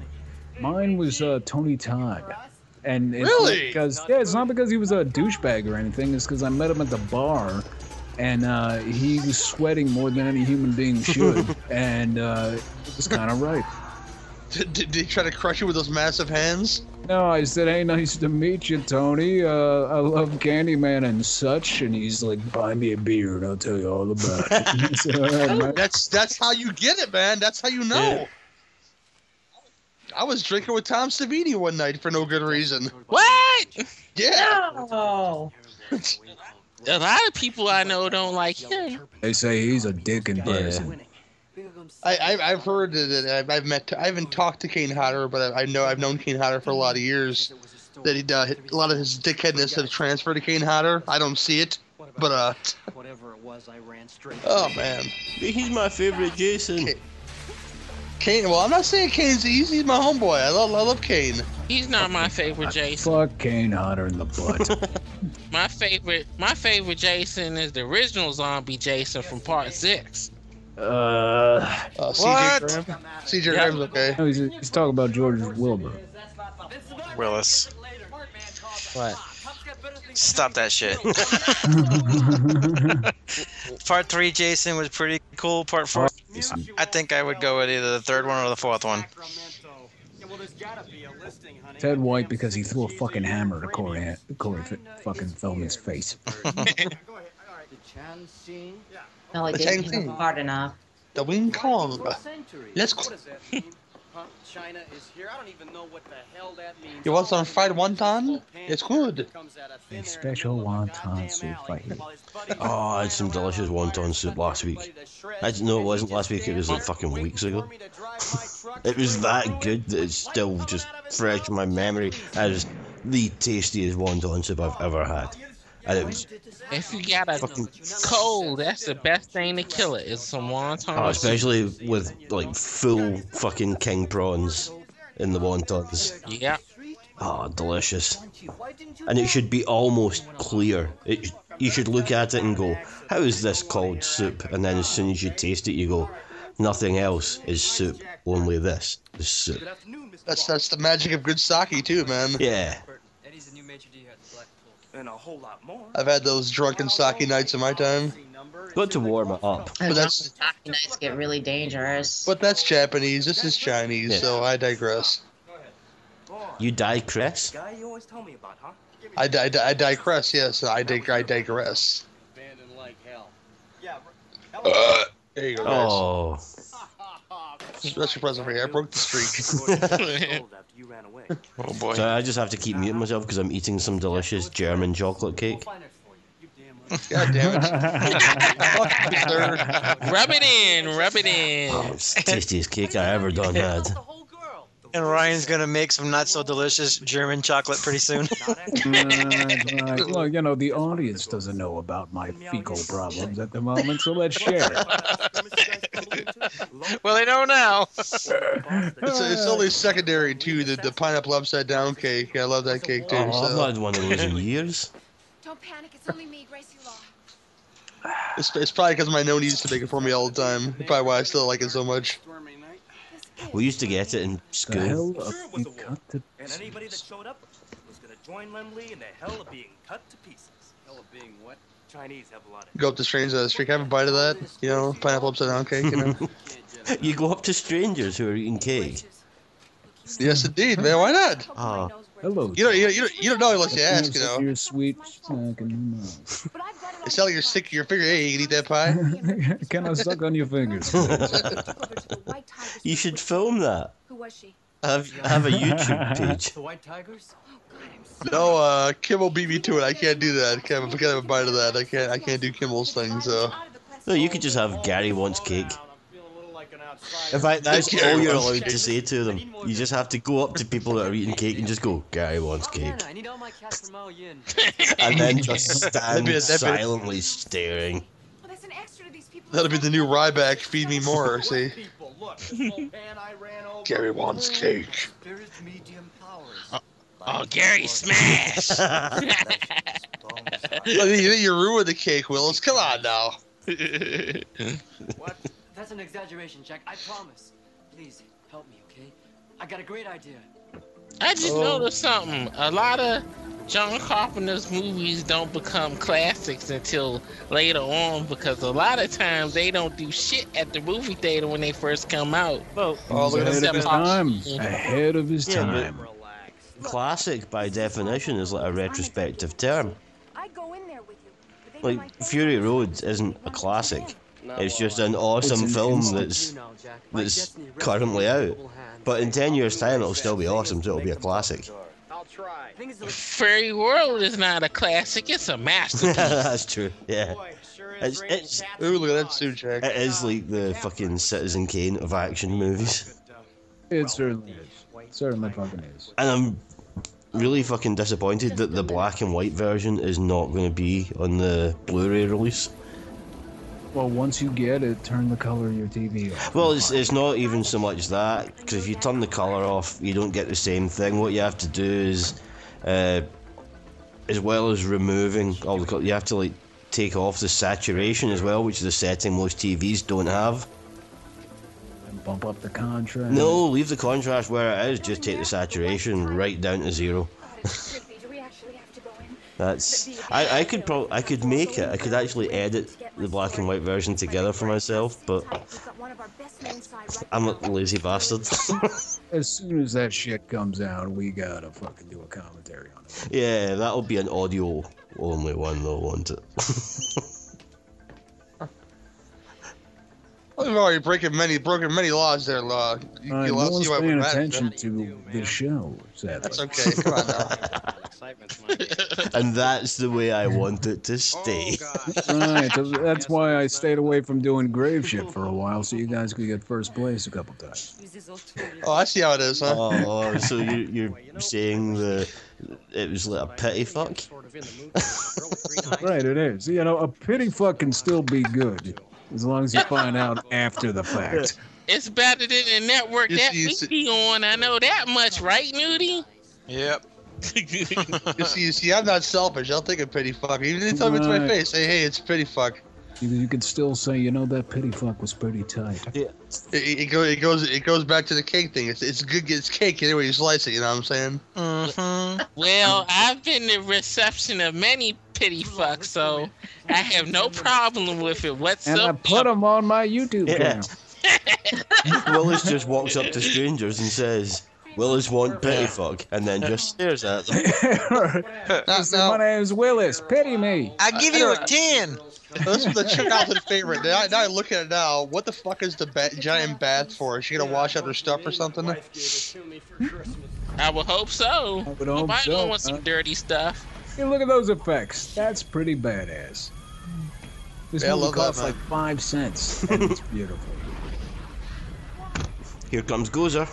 [SPEAKER 6] Mine was uh, Tony Todd. And it's
[SPEAKER 1] Really?
[SPEAKER 6] not because yeah, it's not because he was a douchebag or anything. It's because I met him at the bar, and uh, he was sweating more than any human being should, and uh, it was kind of right.
[SPEAKER 1] did, did they try to crush you with those massive hands?
[SPEAKER 6] No, I said, "Hey, nice to meet you, Tony. Uh, I love Candyman and such." And he's like, "Buy me a beer, and I'll tell you all about it." I said, "All right, man."
[SPEAKER 1] That's that's how you get it, man. That's how you know. I was drinking with Tom Savini one night for no good reason.
[SPEAKER 2] What?
[SPEAKER 1] Yeah.
[SPEAKER 4] Oh.
[SPEAKER 11] No.
[SPEAKER 2] A lot of people I know don't like him.
[SPEAKER 6] They say he's a dick in person.
[SPEAKER 1] I, I I've heard that I've, I've met I haven't talked to Kane Hodder, but I, I know I've known Kane Hodder for a lot of years. That he uh, a lot of his dickheadness have transferred to Kane Hodder. I don't see it, but uh,
[SPEAKER 9] Whatever it was, I ran straight.
[SPEAKER 1] oh man,
[SPEAKER 3] he's my favorite Jason.
[SPEAKER 1] Kane. Well, I'm not saying Kane's he's, he's my homeboy. I love I love Kane.
[SPEAKER 2] He's not my favorite Jason.
[SPEAKER 6] Fuck Kane Hodder in the butt.
[SPEAKER 2] My favorite, my favorite Jason is the original zombie Jason from Part Six.
[SPEAKER 6] uh,
[SPEAKER 1] Uh,
[SPEAKER 2] What?
[SPEAKER 1] CJ Graham. CJ Graham's okay.
[SPEAKER 6] no, he's, he's talking about George Wilbur.
[SPEAKER 5] Willis.
[SPEAKER 3] What?
[SPEAKER 5] Stop that shit. Part three, Jason was pretty cool. Part four,
[SPEAKER 9] Uh-huh.
[SPEAKER 5] I think I would go with either the third one or the fourth one.
[SPEAKER 6] Ted White because he threw a fucking hammer to Corey, Han- Corey F- fucking Feldman's face.
[SPEAKER 4] No, it
[SPEAKER 1] The
[SPEAKER 4] didn't
[SPEAKER 1] same
[SPEAKER 4] hit him
[SPEAKER 1] thing.
[SPEAKER 4] hard enough.
[SPEAKER 1] The Wing Kong. Let's go.
[SPEAKER 9] China is here. I don't even know what the hell that means.
[SPEAKER 1] You want some fried wonton? It's good.
[SPEAKER 6] A special wonton soup I hate.
[SPEAKER 3] Oh, I had some delicious wonton soup last week. I d- no, it wasn't last week. It was like fucking weeks ago. it was that good that it's still just fresh in my memory as the tastiest wonton soup I've ever had. And it was
[SPEAKER 2] If you got a cold, that's the best thing to kill it. Is some wonton.
[SPEAKER 3] oh, especially with like full fucking king prawns in the wontons.
[SPEAKER 2] Yeah.
[SPEAKER 3] Oh, delicious. And it should be almost clear. It, you should look at it and go, how is this called soup? And then as soon as you taste it, you go, nothing else is soup, only this is soup.
[SPEAKER 1] That's that's the magic of good sake too, man.
[SPEAKER 3] Yeah.
[SPEAKER 9] Eddie's the new major D here at the Blackpool. And a whole lot more.
[SPEAKER 1] I've had those drunken sake nights in my time.
[SPEAKER 3] Got to warm it up.
[SPEAKER 1] But that's
[SPEAKER 4] Nights get really dangerous.
[SPEAKER 1] but that's Japanese. This is Chinese,
[SPEAKER 3] Yeah.
[SPEAKER 1] so I digress.
[SPEAKER 3] You die, Chris?
[SPEAKER 9] Guy you always tell me about, huh?
[SPEAKER 1] I, di- I, di- I digress. Yes, I dig- I digress.
[SPEAKER 9] Abandoned like hell.
[SPEAKER 1] There you go, guys.
[SPEAKER 3] Oh.
[SPEAKER 1] Special present for you. I broke the streak.
[SPEAKER 9] After you ran away.
[SPEAKER 5] Oh boy.
[SPEAKER 3] So I just have to keep muting myself because I'm eating some delicious German chocolate cake.
[SPEAKER 1] God damn it!
[SPEAKER 2] Rub it in, rub it
[SPEAKER 3] Oh,
[SPEAKER 2] in.
[SPEAKER 3] it's the tastiest cake I ever done had.
[SPEAKER 5] And Ryan's gonna make some not so delicious German chocolate pretty soon.
[SPEAKER 3] Mm.
[SPEAKER 6] Right, right. Well, you know, the audience doesn't know about my fecal problems at the moment, so let's share it.
[SPEAKER 5] well, they know now.
[SPEAKER 1] It's, it's only secondary to the, the pineapple upside down cake. I love that cake too.
[SPEAKER 3] Oh, I've not
[SPEAKER 1] so.
[SPEAKER 3] had one of those in years.
[SPEAKER 13] Don't panic. It's only me, Gracie Law.
[SPEAKER 1] It's, it's probably because my noni used to make it for me all the time. Probably why I still like it so much.
[SPEAKER 3] We used to get it in
[SPEAKER 6] The
[SPEAKER 3] school.
[SPEAKER 6] hell of you got to
[SPEAKER 9] And anybody that showed up was gonna join Lem Lee in the hell of being cut to pieces. Hell of being what? Chinese have a lot of
[SPEAKER 1] Go up the strains of the streak. Have a bite of that. You know, pineapple upside down cake. You know.
[SPEAKER 3] You go up to strangers who are eating cake.
[SPEAKER 6] Hmm.
[SPEAKER 1] Yes, indeed, man. Why not?
[SPEAKER 3] Ah,
[SPEAKER 6] hello.
[SPEAKER 1] You don't, you, don't- you don't, you don't know unless you ask, you know.
[SPEAKER 6] Your sweet snack and
[SPEAKER 1] It's not like you're sick of your finger. Hey, you can eat that pie.
[SPEAKER 6] Can I suck on your fingers?
[SPEAKER 3] you should film that.
[SPEAKER 13] Who was she?
[SPEAKER 3] Have have a YouTube page.
[SPEAKER 9] The White Tigers?
[SPEAKER 1] No, uh, Kimmel beat me to it. I can't do that. Kim, if I can't have a bite of that, I can't. I can't do Kimmel's thing. So
[SPEAKER 3] No, you could just have Gary wants cake. In fact, that's
[SPEAKER 1] Gary
[SPEAKER 3] all you're
[SPEAKER 1] wants
[SPEAKER 3] allowed
[SPEAKER 1] cake.
[SPEAKER 3] to say to them. You just have to go up to people that are eating cake and just go, Gary wants cake.
[SPEAKER 9] I need all my cash from Mao Yin.
[SPEAKER 3] And then just
[SPEAKER 1] That'd
[SPEAKER 3] stand
[SPEAKER 1] be- that'd be-
[SPEAKER 3] silently staring.
[SPEAKER 1] that'll be the new Ryback. Feed me more. See,
[SPEAKER 9] Oh,
[SPEAKER 1] Gary wants cake.
[SPEAKER 2] Oh, Gary Smash!
[SPEAKER 1] Look, you, you ruined the cake, Willis. Come on now.
[SPEAKER 9] What? That's an exaggeration, Jack. I promise. Please help me, okay? I got a great idea.
[SPEAKER 2] I just
[SPEAKER 6] Oh.
[SPEAKER 2] noticed something. A lot of John Carpenter's movies don't become classics until later on because a lot of times they don't do shit at the movie theater when they first come out. Well,
[SPEAKER 6] He's ahead of his time. Ahead of his
[SPEAKER 3] Yeah, but-
[SPEAKER 6] time.
[SPEAKER 3] Classic, by definition, is like a retrospective term.
[SPEAKER 9] Oh
[SPEAKER 3] Like Fury Road isn't a classic. It's just an awesome
[SPEAKER 6] It's an
[SPEAKER 3] film
[SPEAKER 6] instant.
[SPEAKER 3] that's that's currently out. But in ten years' time, it'll still be awesome. So it'll be a classic.
[SPEAKER 2] Fairy World is not a classic, it's a masterpiece.
[SPEAKER 3] that's true. Yeah. It's it's.
[SPEAKER 1] Ooh, look at that suit, Jack.
[SPEAKER 3] It is like the fucking Citizen Kane of action movies.
[SPEAKER 6] It certainly is. Certainly fucking is.
[SPEAKER 3] And I'm really fucking disappointed that the black and white version is not going to be on the Blu-ray release.
[SPEAKER 6] Well, once you get it, turn the color of your TV off.
[SPEAKER 3] Well, it's, it's not even so much that, because if you turn the colour off, you don't get the same thing. What you have to do is, uh, as well as removing all the colour, you have to like take off the saturation as well, which is a setting most TVs don't have.
[SPEAKER 6] And bump up the contrast.
[SPEAKER 3] No, leave the contrast where it is, just take the saturation right down to zero. That's I, I could probably I could make it. I could actually edit the black and white version together for myself, but I'm a lazy bastard.
[SPEAKER 6] As soon as that shit comes out, we gotta fucking do a commentary on it.
[SPEAKER 3] yeah, that'll be an audio only one though, won't it?
[SPEAKER 1] Well, We've already broken many broken many laws there, Law. You,
[SPEAKER 6] Uh,
[SPEAKER 1] you
[SPEAKER 6] no
[SPEAKER 1] lost
[SPEAKER 6] one's
[SPEAKER 1] you out
[SPEAKER 6] paying
[SPEAKER 1] with that.
[SPEAKER 6] attention to the show, sadly.
[SPEAKER 1] That's okay. Come on now.
[SPEAKER 3] and that's the way I want it to stay.
[SPEAKER 14] Oh,
[SPEAKER 6] right, 'cause that's why I stayed away from doing grave shit for a while, so you guys could get first place a couple times.
[SPEAKER 1] Oh, I see how it is, huh?
[SPEAKER 3] Oh, so you, you're saying the it was like a pity fuck?
[SPEAKER 6] Right, it is. You know, a pity fuck can still be good as long as you find out after the fact.
[SPEAKER 2] it's better than the network
[SPEAKER 1] You
[SPEAKER 2] that
[SPEAKER 1] see- you
[SPEAKER 2] we
[SPEAKER 1] see-
[SPEAKER 2] be on. I know that much, right, Nudie?
[SPEAKER 1] Yep.
[SPEAKER 5] Mm-hmm.
[SPEAKER 1] you see, you see, I'm not selfish. I'll take a pity fuck. Even if they tell me it's my
[SPEAKER 6] Right.
[SPEAKER 1] face, say, hey, it's pity fuck.
[SPEAKER 6] You, you could still say, you know, that pity fuck was pretty tight.
[SPEAKER 3] Yeah.
[SPEAKER 1] It, it- it, go, it goes it goes back to the cake thing. It's it's good. It's cake anyway. You slice it. You know what I'm saying?
[SPEAKER 6] Mm.
[SPEAKER 2] Well, I've been the reception of many pity fucks, so I have no problem with it
[SPEAKER 6] And I
[SPEAKER 2] whatsoever.
[SPEAKER 6] put them on my YouTube
[SPEAKER 3] Yeah.
[SPEAKER 6] channel.
[SPEAKER 3] Willis just walks up to strangers and says, Willis want pity fuck, and then just stares at them.
[SPEAKER 6] Just say, My name's Willis. Pity me.
[SPEAKER 5] I give you a ten.
[SPEAKER 1] This is the childhood favorite. Now, I- now I look at it now. What the fuck is the ba- giant bath for? Is she gonna wash out her stuff or something?
[SPEAKER 2] I would hope so.
[SPEAKER 6] would hope
[SPEAKER 2] Nobody
[SPEAKER 6] so,
[SPEAKER 2] wants
[SPEAKER 6] huh?
[SPEAKER 2] some dirty stuff.
[SPEAKER 6] Hey, look at those effects. That's pretty badass. This
[SPEAKER 1] Yeah, I
[SPEAKER 6] movie
[SPEAKER 1] love that,
[SPEAKER 6] costs
[SPEAKER 1] man.
[SPEAKER 6] like five cents, and it's beautiful.
[SPEAKER 3] Here comes Gozer.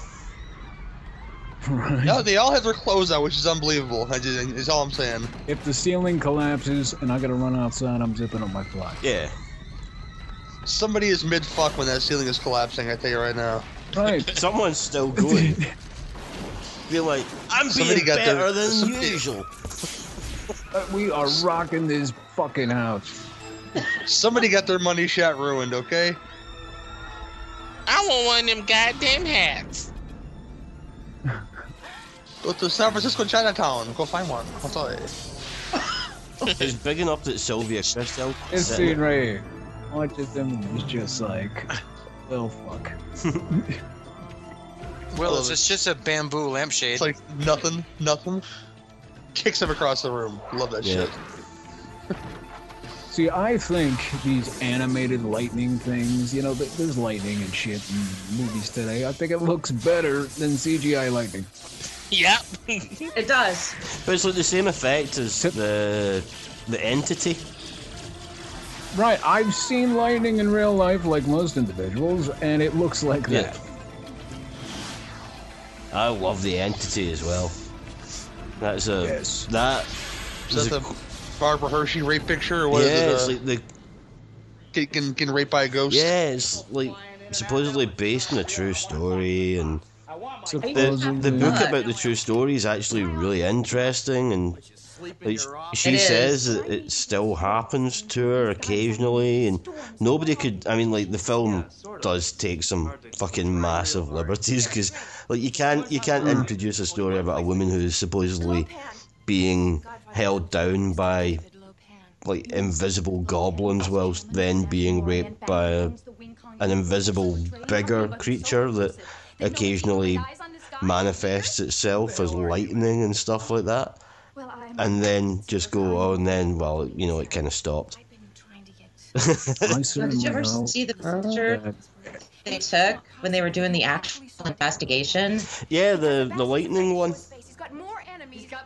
[SPEAKER 6] Right.
[SPEAKER 1] No, they all have their clothes out, which is unbelievable. I just, is all I'm saying.
[SPEAKER 6] If the ceiling collapses and I gotta run outside, I'm zipping up my fly.
[SPEAKER 3] Yeah.
[SPEAKER 1] Somebody is mid fuck when that ceiling is collapsing. I tell you right now.
[SPEAKER 6] Right.
[SPEAKER 3] Someone's still going. Be like, I'm
[SPEAKER 1] Somebody
[SPEAKER 3] being
[SPEAKER 1] got their-
[SPEAKER 3] better than
[SPEAKER 1] somebody-
[SPEAKER 3] usual.
[SPEAKER 6] we are rocking this fucking house.
[SPEAKER 1] Somebody got their money shot ruined. Okay.
[SPEAKER 2] I want one of them goddamn hats.
[SPEAKER 1] Go to San Francisco Chinatown. Go find one. I'll tell you.
[SPEAKER 3] It's big enough that Sylvia Christel.
[SPEAKER 6] This scene right here. Watches them and it's just like Oh fuck.
[SPEAKER 5] Willis, it's just a bamboo lampshade.
[SPEAKER 1] It's like nothing, nothing. Kicks him across the room. Love that
[SPEAKER 6] Yeah.
[SPEAKER 1] shit.
[SPEAKER 6] See, I think these animated lightning things, you know, th- there's lightning and shit in movies today. I think it looks better than CGI lightning.
[SPEAKER 2] Yep.
[SPEAKER 4] it does.
[SPEAKER 3] But it's like the same effect as the the entity.
[SPEAKER 6] Right, I've seen lightning in real life, like most individuals, and it looks like
[SPEAKER 3] Yeah.
[SPEAKER 6] that.
[SPEAKER 3] I love the entity as well. That's a
[SPEAKER 6] Yes.
[SPEAKER 3] that.
[SPEAKER 1] Is
[SPEAKER 3] is a-
[SPEAKER 1] that the Barbara Hershey rape picture or what is
[SPEAKER 3] yeah,
[SPEAKER 1] it?
[SPEAKER 3] it's
[SPEAKER 1] uh,
[SPEAKER 3] like the
[SPEAKER 1] get- getting, getting raped by a ghost.
[SPEAKER 3] yeah, it's like supposedly based on a true story, and the, the book about the true story is actually really interesting, and like, she
[SPEAKER 4] It is.
[SPEAKER 3] says that it still happens to her occasionally, and nobody could. I mean, like the film does take some fucking massive liberties because, like, you can't you can't introduce a story about a woman who is supposedly being held down by like invisible goblins whilst then being raped by a, an invisible bigger creature that occasionally manifests itself as lightning and stuff like that and then just go oh and then well you know it kind of stopped
[SPEAKER 11] Did you ever see the
[SPEAKER 4] Oh,
[SPEAKER 11] picture
[SPEAKER 4] They took when they were doing the actual investigation.
[SPEAKER 3] yeah the the lightning one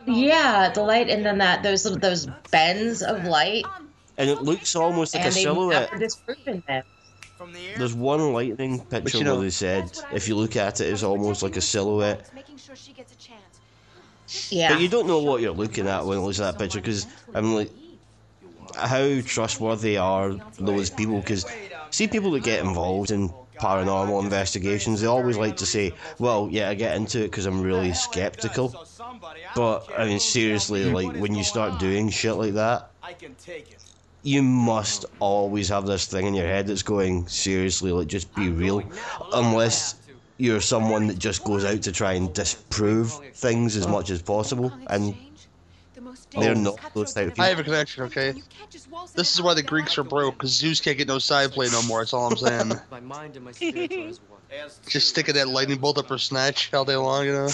[SPEAKER 4] Yeah, the light, and then that those little those bends of light,
[SPEAKER 3] and it looks almost like
[SPEAKER 4] and
[SPEAKER 3] a
[SPEAKER 4] they
[SPEAKER 3] silhouette
[SPEAKER 4] never disproven them.
[SPEAKER 3] There's one lightning picture
[SPEAKER 1] you know-
[SPEAKER 3] where they said if you look at it, it's almost like a silhouette.
[SPEAKER 4] Yeah.
[SPEAKER 3] But you don't know what you're looking at when it looks at that picture because I'm like, how trustworthy are those people? Because see, people that get involved in paranormal investigations, they always like to say, "Well, yeah, I get into it because I'm really skeptical." But I mean, seriously, like when you start doing shit like that, you must always have this thing in your head that's going seriously like just be real unless you're someone that just goes out to try and disprove things as much as possible and they're not those type of
[SPEAKER 1] I have a
[SPEAKER 3] people
[SPEAKER 1] connection, okay? This is why the Greeks are broke, because Zeus can't get no side play no more, that's all I'm saying.
[SPEAKER 9] My mind and my spiritual is one.
[SPEAKER 1] Just sticking that lightning bolt up her snatch all day long, you know?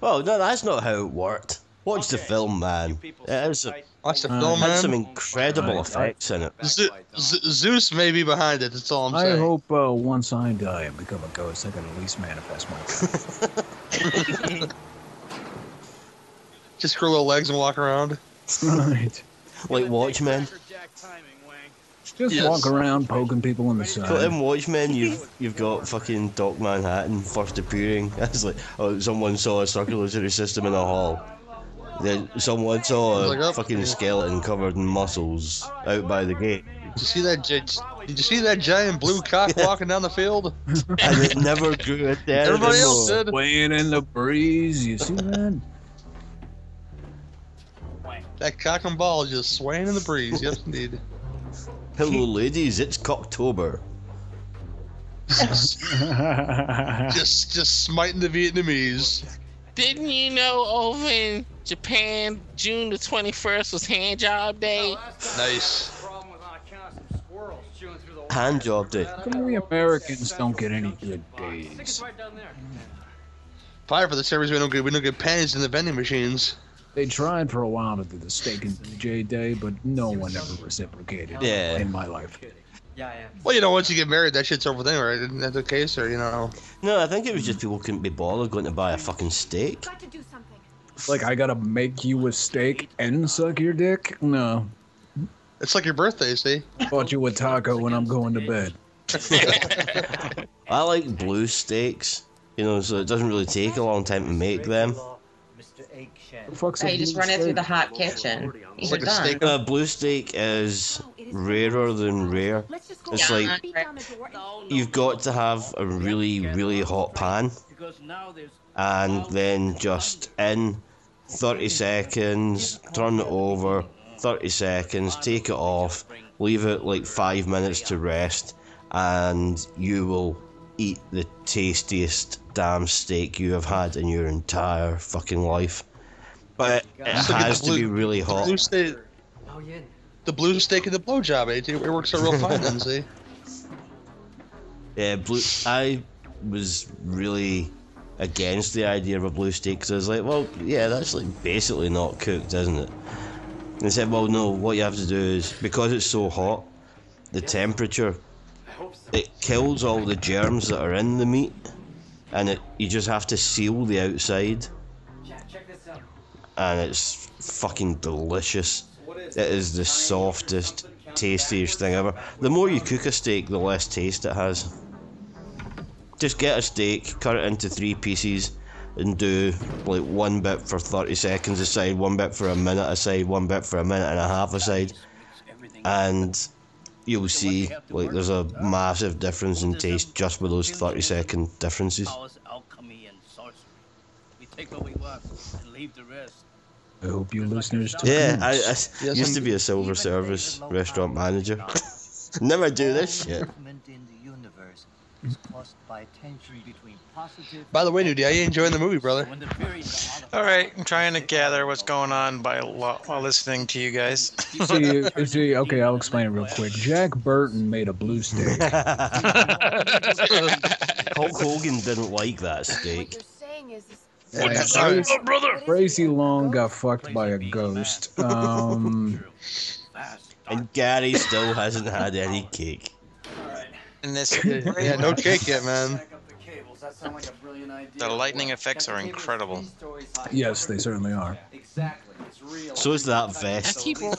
[SPEAKER 3] well no that's not how it worked watch the film man it is a,
[SPEAKER 1] Watch the
[SPEAKER 6] Uh,
[SPEAKER 3] it
[SPEAKER 1] film,
[SPEAKER 3] had
[SPEAKER 1] man.
[SPEAKER 3] some incredible effects in it
[SPEAKER 1] Ze- Ze- Zeus may be behind it, that's all I'm
[SPEAKER 6] I
[SPEAKER 1] saying.
[SPEAKER 6] hope uh, once I die and become a ghost, I can at least manifest my power.
[SPEAKER 1] Just grow little legs and walk around.
[SPEAKER 6] right.
[SPEAKER 3] like Watchmen
[SPEAKER 6] Just
[SPEAKER 1] Yes.
[SPEAKER 6] walk around poking people in the side.
[SPEAKER 3] But in Watchmen, you've you've got fucking Doc Manhattan first appearing. It's like, oh, someone saw a circulatory system in a hall. Then someone saw a fucking skeleton covered in muscles out by the gate,
[SPEAKER 1] Did you see that? gi- Did you see that giant blue cock walking down the field?
[SPEAKER 3] and it never grew a day.
[SPEAKER 1] Everybody else
[SPEAKER 3] anymore.
[SPEAKER 1] did.
[SPEAKER 6] Weighing in the breeze, you see that?
[SPEAKER 1] That cock and ball just swaying in the breeze. Yes, indeed.
[SPEAKER 3] Hello, ladies. It's Cocktober.
[SPEAKER 1] Just, just smiting the Vietnamese.
[SPEAKER 2] Didn't you know over in Japan, June the 21st was hand job
[SPEAKER 14] Oh,
[SPEAKER 2] day?
[SPEAKER 1] Nice.
[SPEAKER 3] Hand job day.
[SPEAKER 6] Come we Americans don't get any good days.
[SPEAKER 1] Fire for the service. We don't get, we don't get panties in the vending machines.
[SPEAKER 6] They tried for a while to do the steak and DJ day, but no one ever reciprocated
[SPEAKER 3] Yeah.
[SPEAKER 6] in my life.
[SPEAKER 9] Yeah, yeah.
[SPEAKER 1] Well, you know, once you get married, that shit's over with anyway. Isn't that the case, or you know?
[SPEAKER 3] No, I think it was just people couldn't be bothered going to buy a fucking steak.
[SPEAKER 6] Like, I gotta make you a steak and suck your dick? No.
[SPEAKER 1] It's like your birthday, see?
[SPEAKER 6] Bought you a taco when I'm going to bed.
[SPEAKER 3] I like blue steaks, you know, so it doesn't really take a long time to make them.
[SPEAKER 4] Yeah, you just run it through the hot kitchen. These are done.
[SPEAKER 3] Uh, blue steak is rarer than rare. It's like you've got to have a really, really hot pan, and then just in 30 seconds, turn it over, 30 seconds, take it off, leave it like five minutes to rest, and you will eat the tastiest damn steak you have had in your entire fucking life. But it
[SPEAKER 1] Just look at the
[SPEAKER 3] has to be
[SPEAKER 1] blue-
[SPEAKER 3] really
[SPEAKER 1] The blue
[SPEAKER 3] hot.
[SPEAKER 1] steak.
[SPEAKER 9] Oh,
[SPEAKER 1] The blue steak and the blowjob. It, it works out real fine, then, see?
[SPEAKER 3] Yeah, Uh, blue. I was really against the idea of a blue steak because I was like, well, yeah, that's like basically not cooked, isn't it? And they said, well, no. What you have to do is because it's so hot, the temperature it kills all the germs that are in the meat, and it you just have to seal the outside, and it's fucking delicious. It is the softest, tastiest thing ever. The more you cook a steak, the less taste it has. Just get a steak, cut it into three pieces, and do like one bit for 30 seconds aside, one bit for a minute aside, one bit for a minute and a half aside, and you'll see like there's a massive difference in taste just with those 30 second differences.
[SPEAKER 9] Oh,
[SPEAKER 14] alchemy and sorcery. We take what we want and leave the rest.
[SPEAKER 6] I hope you listeners. do.
[SPEAKER 3] Yeah, I, I s- used to be a silver service restaurant manager. Never do this shit.
[SPEAKER 14] Movement in the universe is caused by tension between positive.
[SPEAKER 1] By the way, dude, are you enjoying the movie, brother?
[SPEAKER 5] All right, I'm trying to gather what's going on by lo- while listening to you guys.
[SPEAKER 6] So you, so you- okay, I'll explain it real quick. Jack Burton made a blue steak.
[SPEAKER 3] Hulk Hogan didn't like that steak.
[SPEAKER 6] And Grace- Gracie Long got fucked by a ghost. Um,
[SPEAKER 3] And Gary still hasn't had any cake.
[SPEAKER 5] And this,
[SPEAKER 1] yeah, no cake yet,
[SPEAKER 3] Um,
[SPEAKER 1] man.
[SPEAKER 5] The lightning effects are incredible.
[SPEAKER 6] yes, they certainly are.
[SPEAKER 3] So is that
[SPEAKER 2] I
[SPEAKER 3] vest.
[SPEAKER 2] keep on.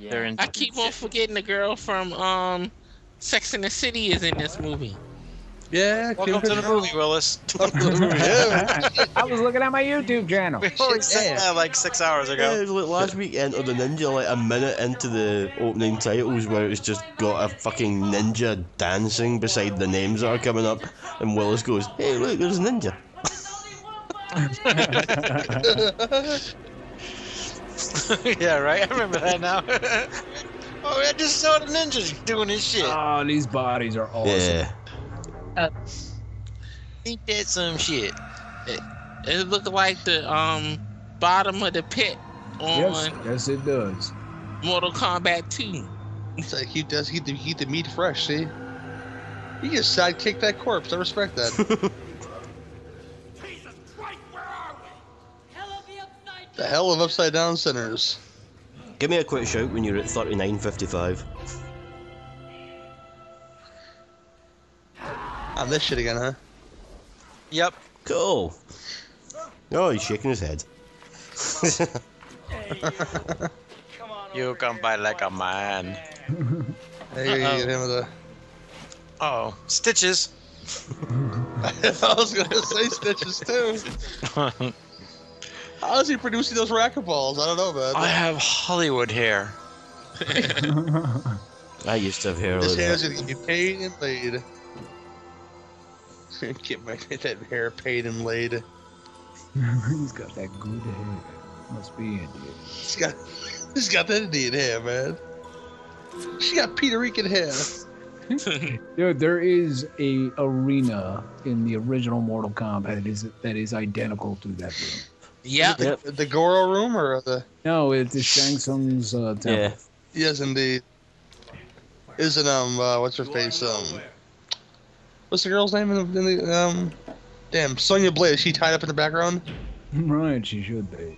[SPEAKER 5] They're in-
[SPEAKER 2] I keep on forgetting the girl from um, Sex and the City is in this movie.
[SPEAKER 1] Yeah,
[SPEAKER 5] welcome to the movie, Willis.
[SPEAKER 6] I was looking at my YouTube channel.
[SPEAKER 5] We only said that like six hours
[SPEAKER 3] Yeah,
[SPEAKER 5] ago.
[SPEAKER 3] like last week, Enter the Ninja, like a minute into the opening titles, where it's just got a fucking ninja dancing beside the names that are coming up, and Willis goes, "Hey, look, there's a ninja."
[SPEAKER 5] yeah, right. I remember that now. oh, I just saw the ninjas doing his shit.
[SPEAKER 6] Oh, these bodies are awesome.
[SPEAKER 3] Yeah,
[SPEAKER 5] He did some shit.
[SPEAKER 2] It looked like the um bottom of the pit on
[SPEAKER 6] Yes, yes, it does.
[SPEAKER 2] Mortal Kombat 2.
[SPEAKER 1] It's like he does keep the, keep the meat fresh, see? He just sidekicked that corpse. I respect that. the hell of upside down sinners.
[SPEAKER 3] give me a quick shout when you're at thirty-nine fifty-five.
[SPEAKER 1] On this shit again, huh?
[SPEAKER 5] Yep.
[SPEAKER 3] Cool. Oh, he's shaking his head.
[SPEAKER 5] You come by like a man.
[SPEAKER 1] There you
[SPEAKER 5] Uh-oh.
[SPEAKER 1] get him with the.
[SPEAKER 5] Oh, stitches.
[SPEAKER 1] I was gonna say stitches too. How is he producing those racket balls? I don't know, man.
[SPEAKER 5] I have Hollywood hair.
[SPEAKER 3] I used to have hair like
[SPEAKER 1] This hair's
[SPEAKER 3] that.
[SPEAKER 1] gonna get paid and laid. Get my that hair paid and laid.
[SPEAKER 6] He's got that good hair. Must be Indian.
[SPEAKER 1] He's got, he's got that Indian hair, man. She got Puerto Rican hair.
[SPEAKER 6] Dude, there is a arena in the original Mortal Kombat that is that is identical to that room.
[SPEAKER 2] Yeah.
[SPEAKER 1] The, the Goro room or the?
[SPEAKER 6] No, it's it's Shang Tsung's uh, temple.
[SPEAKER 3] Yeah.
[SPEAKER 1] Yes, indeed. Isn't um uh, what's her face um? What's the girl's name in the, in the um? Damn, Sonya Blade. Is she tied up in the background?
[SPEAKER 6] Right, she should be.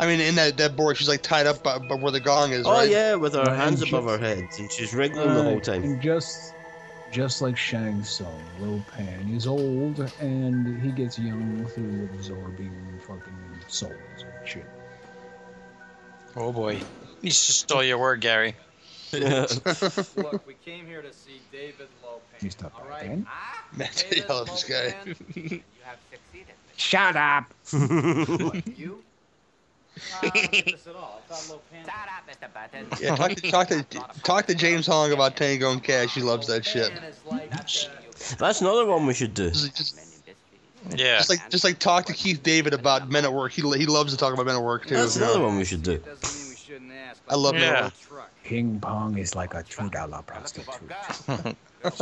[SPEAKER 1] I mean, in that that board, she's like tied up by, by where the gong is.
[SPEAKER 3] Oh
[SPEAKER 1] right?
[SPEAKER 3] yeah, with her
[SPEAKER 6] Right,
[SPEAKER 3] hands
[SPEAKER 6] she's-
[SPEAKER 3] above her head, and she's wriggling the whole
[SPEAKER 6] Right,
[SPEAKER 3] time.
[SPEAKER 6] and just just like Shang Tsung, Lo Pan is old and he gets young through absorbing fucking souls and shit.
[SPEAKER 5] Oh boy. You just stole your word, Gary.
[SPEAKER 11] Look, we came here to see David Lopan.
[SPEAKER 6] He's not
[SPEAKER 11] All
[SPEAKER 6] bad
[SPEAKER 11] right.
[SPEAKER 6] then.
[SPEAKER 11] Ah,
[SPEAKER 1] Matt,
[SPEAKER 11] David
[SPEAKER 1] I love this guy.
[SPEAKER 11] Lopan, you have succeeded.
[SPEAKER 6] Shut up.
[SPEAKER 11] What, you? Uh, I don't get this at all. I thought Lopan. Shut up, Mr. Button.
[SPEAKER 1] Yeah, talk to, talk to talk to James Hong about Tango and Cash. He loves that shit.
[SPEAKER 3] That's another one we should do.
[SPEAKER 5] Yeah.
[SPEAKER 1] Just like just like talk to Keith David about Men at Work. He he loves to talk about Men at Work too.
[SPEAKER 3] That's another one we should do.
[SPEAKER 1] I love Men at
[SPEAKER 5] Yeah.
[SPEAKER 1] Work.
[SPEAKER 6] King Pong is like a two dollar prostitute.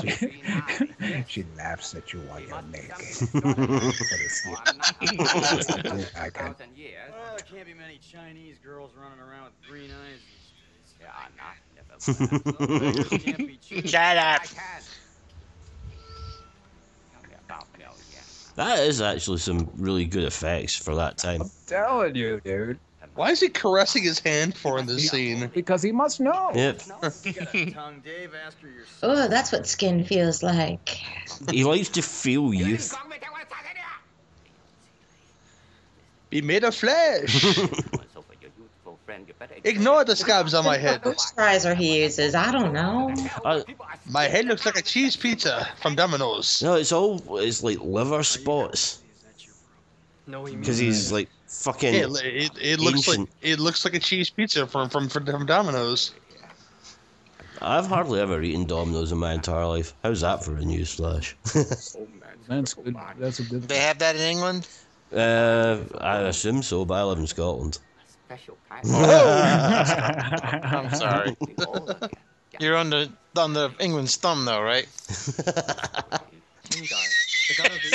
[SPEAKER 6] she, she laughs at you while you're naked. But it's not- it's not good, I can-
[SPEAKER 9] altså.
[SPEAKER 11] Well, there can't be many Chinese girls running around with green eyes these days. Yeah, I'm not. Never mind. Beggars can't be choosers.
[SPEAKER 12] Shut up.
[SPEAKER 11] I can. Okay, about- no, yeah.
[SPEAKER 3] That is actually some really good effects for that time.
[SPEAKER 6] telling you, dude.
[SPEAKER 1] Why is he caressing his hand for in this scene?
[SPEAKER 6] Because he must know.
[SPEAKER 3] Yep.
[SPEAKER 4] Oh, that's what skin feels like.
[SPEAKER 3] he likes to feel youth.
[SPEAKER 1] Be made of flesh.
[SPEAKER 11] Well, friend, you better
[SPEAKER 1] Ignore the scabs on my head.
[SPEAKER 4] Moisturizer he uses, I don't know.
[SPEAKER 1] My head looks like a cheese pizza from Domino's.
[SPEAKER 3] No, it's all it's like liver spots
[SPEAKER 11] No, he
[SPEAKER 3] because
[SPEAKER 5] Mm.
[SPEAKER 3] he's like fucking.
[SPEAKER 1] Yeah, it, it, it looks like
[SPEAKER 3] ancient.
[SPEAKER 1] it looks like a cheese pizza from from from, from Domino's.
[SPEAKER 3] I've hardly ever eaten Domino's in my entire life. How's that for a newsflash?
[SPEAKER 6] That's good. That's a good.
[SPEAKER 5] They have that in England.
[SPEAKER 3] uh, I assume so, but I live in Scotland.
[SPEAKER 11] special
[SPEAKER 5] I'm sorry. You're on the on the England's thumb though, right?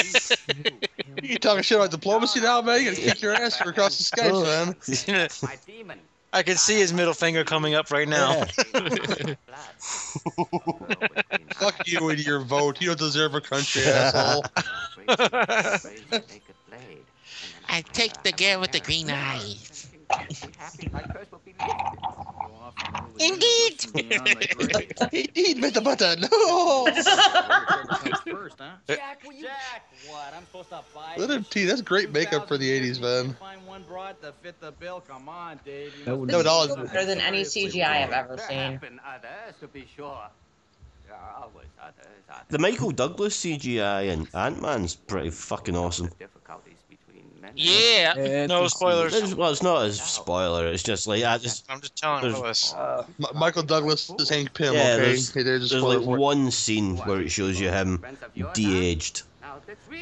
[SPEAKER 1] You talking shit about diplomacy now, man? You gotta kick your ass from across the sky, man.
[SPEAKER 5] I can see his middle finger coming up right now.
[SPEAKER 1] Fuck you and your vote. You don't deserve a country, asshole.
[SPEAKER 2] I take the girl with the green eyes.
[SPEAKER 12] Indeed.
[SPEAKER 1] Indeed, Mr. Butter. No.
[SPEAKER 14] First, huh?
[SPEAKER 11] Jack, will you?
[SPEAKER 14] What? I'm supposed to buy
[SPEAKER 1] Let him tee. That's great makeup for the '80s, man.
[SPEAKER 14] one broad to fit the bill. Come on, Dave. You
[SPEAKER 1] That would-
[SPEAKER 14] must-
[SPEAKER 1] That would all-
[SPEAKER 4] Better than any CGI I've ever seen.
[SPEAKER 11] There have been others, to be sure. There are always others, others.
[SPEAKER 3] The Michael Douglas CGI and Ant Man's pretty fucking awesome.
[SPEAKER 11] Difficulties between men.
[SPEAKER 2] Yeah.
[SPEAKER 5] No spoilers.
[SPEAKER 3] It's- well, it's not a spoiler. It's just like I just.
[SPEAKER 5] I'm just telling
[SPEAKER 3] There's-
[SPEAKER 5] Willis.
[SPEAKER 1] M- Michael Douglas is Hank Pym.
[SPEAKER 3] yeah,
[SPEAKER 1] okay,
[SPEAKER 3] there's,
[SPEAKER 1] Hey, there's a
[SPEAKER 3] there's
[SPEAKER 1] spoiler
[SPEAKER 3] like
[SPEAKER 1] for it.
[SPEAKER 3] one scene where it shows you him de-aged,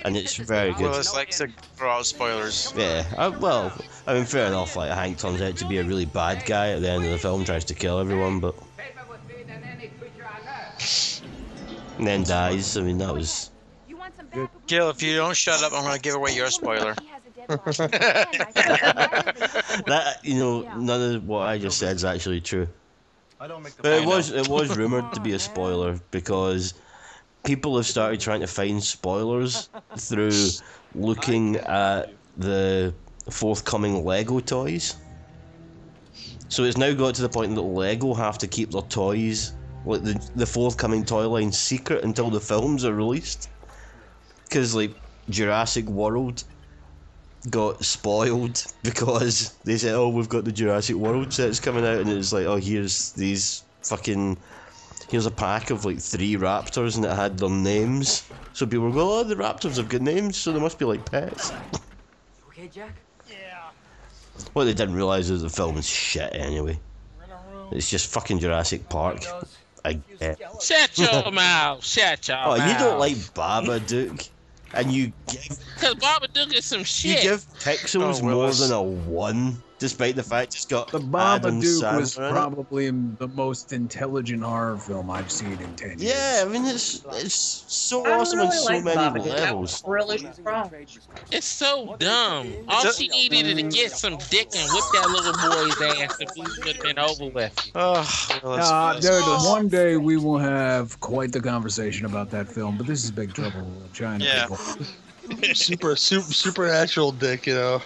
[SPEAKER 3] and it's very good.
[SPEAKER 5] Willis likes to throw out spoilers.
[SPEAKER 3] Yeah, I, well, I mean, fair enough. Like Hank turns out to be a really bad guy at the end of the film, tries to kill everyone, but and then dies. I mean, that was
[SPEAKER 5] Gil, if you don't shut up, I'm gonna give away your spoiler.
[SPEAKER 3] that. You know, none of what I just said is actually true. But it was it was rumored to be a spoiler because people have started trying to find spoilers through looking at the forthcoming Lego toys. So it's now got to the point that Lego have to keep their toys, like the the forthcoming toy line, secret until the films are released. Because like Jurassic World got spoiled because they said, "Oh, we've got the Jurassic World sets coming out," and it was like, "Oh, here's these fucking." Here's a pack of like three raptors and it had their names. So people were going, oh, the raptors have good names, so they must be like pets.
[SPEAKER 11] Okay, Jack. Yeah.
[SPEAKER 3] What they didn't realise is the film is shit anyway. It's just fucking Jurassic Park. I get.
[SPEAKER 2] Shut your mouth. Shut your
[SPEAKER 3] Oh,
[SPEAKER 2] mouth.
[SPEAKER 3] you don't like Babadook, and you give
[SPEAKER 2] Because Babadook is some
[SPEAKER 3] you
[SPEAKER 2] shit.
[SPEAKER 3] give Pixels
[SPEAKER 5] Oh,
[SPEAKER 3] more
[SPEAKER 5] Willis.
[SPEAKER 3] than a one, despite the fact it's got
[SPEAKER 6] The
[SPEAKER 3] Adam
[SPEAKER 6] Babadook was
[SPEAKER 3] Sandler in it.
[SPEAKER 6] probably the most intelligent horror film I've seen in ten years.
[SPEAKER 3] Yeah, I mean it's it's so
[SPEAKER 4] I
[SPEAKER 3] awesome on
[SPEAKER 4] really
[SPEAKER 3] so
[SPEAKER 4] like
[SPEAKER 3] many
[SPEAKER 4] Babadook. That
[SPEAKER 3] levels.
[SPEAKER 4] was really strong.
[SPEAKER 2] It's so dumb. All
[SPEAKER 5] Is it-
[SPEAKER 2] she needed is to get some dick and whip that little boy's ass if he would have been over with.
[SPEAKER 5] Oh, Willis.
[SPEAKER 6] Ah,
[SPEAKER 5] Willis.
[SPEAKER 6] dude, one day we will have quite the conversation about that film, but this is Big Trouble in China.
[SPEAKER 5] Yeah.
[SPEAKER 6] people.
[SPEAKER 1] super, super supernatural dick, you know.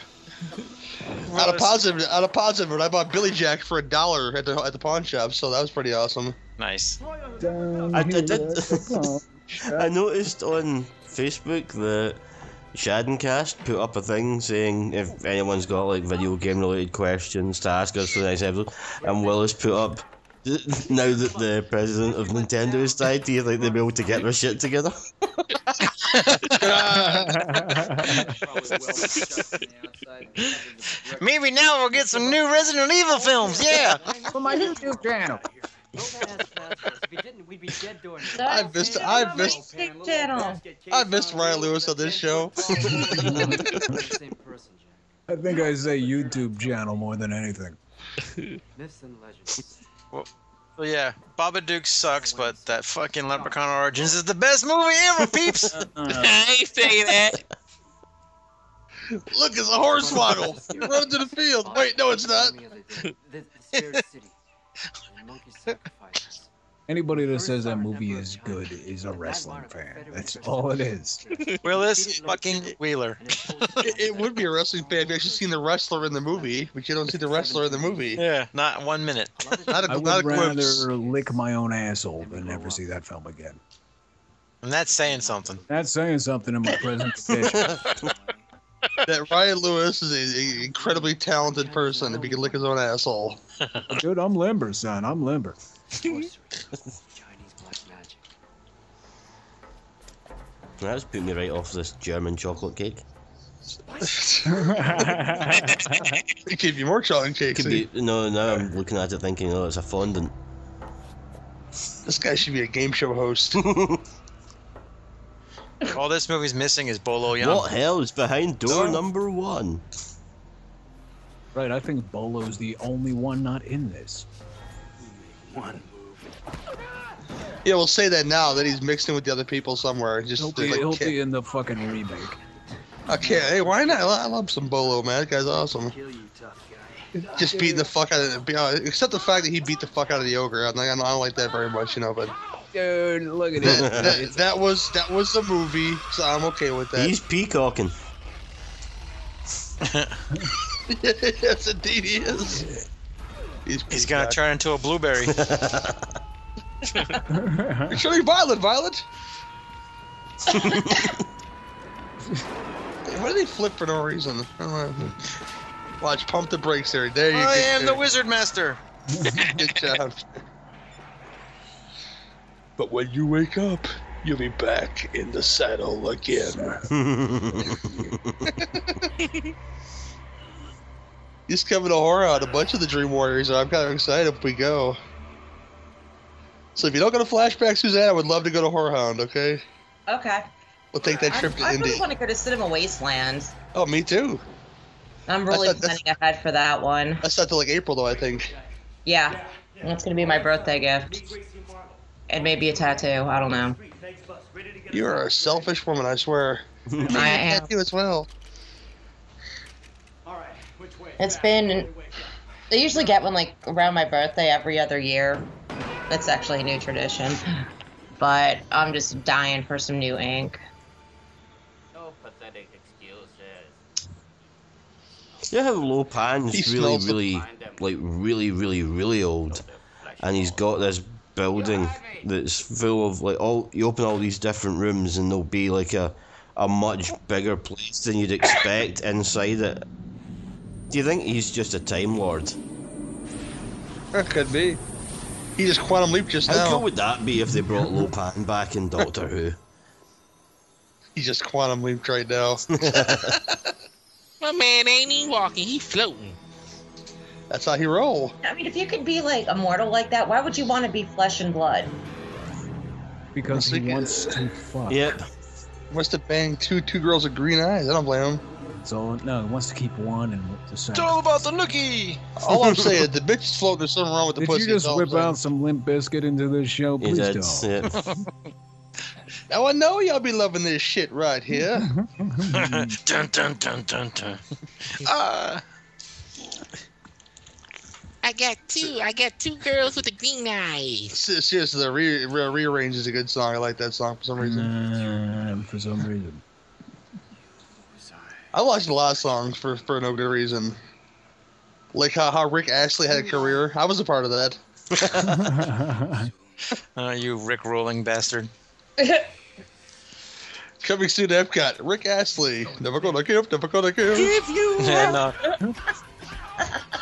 [SPEAKER 1] Out of positive, out of positive, but I bought Billy Jack for a dollar at the at the pawn shop, so that was pretty awesome.
[SPEAKER 5] Nice.
[SPEAKER 3] I, I did. I noticed on Facebook that Shadencast put up a thing saying if anyone's got like video game related questions to ask us for the next episode, and Willis put up. Now that the president of Nintendo has died, do you think they'll be able to get their shit together?
[SPEAKER 5] Maybe now we'll get some new Resident Evil films. Yeah.
[SPEAKER 6] For my YouTube channel.
[SPEAKER 11] If he didn't, we'd be dead during this.
[SPEAKER 1] I missed, I missed,
[SPEAKER 4] Stick channel.
[SPEAKER 1] I missed Ryan Lewis on this show.
[SPEAKER 11] Same person, Jack.
[SPEAKER 6] I think I say YouTube channel more than anything.
[SPEAKER 11] Myths and legends.
[SPEAKER 5] Well, yeah, Babadook sucks, but that fucking Leprechaun Origins is the best movie ever, peeps.
[SPEAKER 2] I ain't say that.
[SPEAKER 1] Look, it's a horse waddle. He runs in the field. Wait, no, it's not.
[SPEAKER 11] Tell me as I did. The, the spirit city.
[SPEAKER 9] Monkey sacrifices.
[SPEAKER 6] Anybody that says that movie is good is a wrestling fan. That's all it is.
[SPEAKER 1] Willis fucking Wheeler. it, it would be a wrestling fan if you actually seen the wrestler in the movie, but you don't see the wrestler in the movie.
[SPEAKER 5] Yeah, not one minute.
[SPEAKER 1] not a,
[SPEAKER 6] I
[SPEAKER 1] not
[SPEAKER 6] would
[SPEAKER 1] a glimpse.
[SPEAKER 6] rather lick my own asshole than never see that film again.
[SPEAKER 5] And that's saying something.
[SPEAKER 6] That's saying something in my present condition.
[SPEAKER 1] That Ryan Lewis is an incredibly talented person if he can lick his own asshole.
[SPEAKER 6] Dude, I'm limber, son. I'm limber.
[SPEAKER 3] That's put me right off this German chocolate cake.
[SPEAKER 1] it could be more chocolate cake.
[SPEAKER 3] Could
[SPEAKER 1] see?
[SPEAKER 3] be, no, now I'm looking at it thinking, oh, it's a fondant.
[SPEAKER 1] This guy should be a game show host.
[SPEAKER 5] All this movie's missing is Bolo Young.
[SPEAKER 3] What hell is behind door number one?
[SPEAKER 6] Right, I think Bolo's the only one not in this.
[SPEAKER 1] One Yeah, we'll say that now that he's mixed in with the other people somewhere. Just
[SPEAKER 6] He'll
[SPEAKER 1] just
[SPEAKER 6] be,
[SPEAKER 1] like,
[SPEAKER 6] he'll
[SPEAKER 1] kick.
[SPEAKER 6] be in the fucking remake.
[SPEAKER 1] Okay, hey, why not? I love some Bolo, man. That guy's awesome. Just beating the fuck out of the, uh, except the fact that he beat the fuck out of the ogre. I don't, I don't like that very much, you know. But
[SPEAKER 6] Dude, look at
[SPEAKER 1] that,
[SPEAKER 6] this.
[SPEAKER 1] that, that was that was the movie, so I'm okay with that.
[SPEAKER 3] He's peacocking.
[SPEAKER 1] yes, indeed he is. He's,
[SPEAKER 5] He's gonna turn into a blueberry.
[SPEAKER 1] You're showing Violet, Violet. Why do they flip for no reason? I don't know. Watch, pump the brakes there. There you go.
[SPEAKER 5] I am the wizard master.
[SPEAKER 1] Good job. But when you wake up, you'll be back in the saddle again. He's coming to horror on a bunch of the Dream Warriors, and I'm kind of excited if we go. So if you don't go to Flashback Suzanne, I would love to go to Horror Hound, okay?
[SPEAKER 4] Okay.
[SPEAKER 1] We'll take that trip to
[SPEAKER 4] I, I
[SPEAKER 1] Indy.
[SPEAKER 4] really want to go to Cinema Wasteland.
[SPEAKER 1] Oh, me too.
[SPEAKER 4] I'm really
[SPEAKER 1] That's not-
[SPEAKER 4] planning ahead for that one.
[SPEAKER 1] That's not till like April, though, I think.
[SPEAKER 4] Yeah. That's going to be my birthday gift. And maybe a tattoo. I don't know.
[SPEAKER 1] You are a selfish woman, I swear.
[SPEAKER 4] I am.
[SPEAKER 1] You as well.
[SPEAKER 4] It's been. They usually get one like around my birthday every other year. That's actually a new tradition. But I'm just dying for some new ink.
[SPEAKER 11] No pathetic excuses.
[SPEAKER 3] You know how low pan's
[SPEAKER 1] He
[SPEAKER 3] really,
[SPEAKER 1] smells the-
[SPEAKER 3] really, like really, really, really old, and he's got this building that's full of like all. You open all these different rooms, and there'll be like a, a much bigger place than you'd expect inside it. Do you think he's just a time lord?
[SPEAKER 1] That could be. He just quantum leaped just
[SPEAKER 3] How
[SPEAKER 1] now.
[SPEAKER 3] cool would that be if they brought Lopan back in Doctor Who?
[SPEAKER 1] He just quantum leaped right now.
[SPEAKER 2] My man ain't even walking, he floating.
[SPEAKER 1] That's how he roll.
[SPEAKER 4] I mean, if you could be like immortal like that, why would you want to be flesh and blood?
[SPEAKER 6] Because he wants to fuck.
[SPEAKER 3] Yep.
[SPEAKER 1] Must have banged two two girls with green eyes. I don't blame him.
[SPEAKER 6] So, no, he wants to keep one and whip the
[SPEAKER 5] It's
[SPEAKER 6] second.
[SPEAKER 5] all about the nookie.
[SPEAKER 1] All I'm saying, the bitch is floating. There's something wrong with the
[SPEAKER 6] Did
[SPEAKER 1] pussy.
[SPEAKER 6] you just
[SPEAKER 1] that's all I'm
[SPEAKER 6] whip
[SPEAKER 1] saying.
[SPEAKER 6] out some Limp Biscuit into this show?
[SPEAKER 3] He
[SPEAKER 6] Please
[SPEAKER 3] did,
[SPEAKER 6] don't.
[SPEAKER 3] yeah.
[SPEAKER 1] Now I know y'all be loving this shit right here.
[SPEAKER 5] dun dun dun dun dun. Ah.
[SPEAKER 2] I got two. I got two girls with the green eyes.
[SPEAKER 1] Se- Seriously, the re- re- rearrange is a good song. I like that song for some reason.
[SPEAKER 6] Um, for some reason.
[SPEAKER 1] I watched a lot of songs for, for no good reason. Like how, how Rick Ashley had a career. I was a part of that.
[SPEAKER 5] Oh, you Rick rolling bastard.
[SPEAKER 1] Coming soon to Epcot, Rick Astley. Never gonna give, never gonna give.
[SPEAKER 4] If you
[SPEAKER 5] Yeah, no.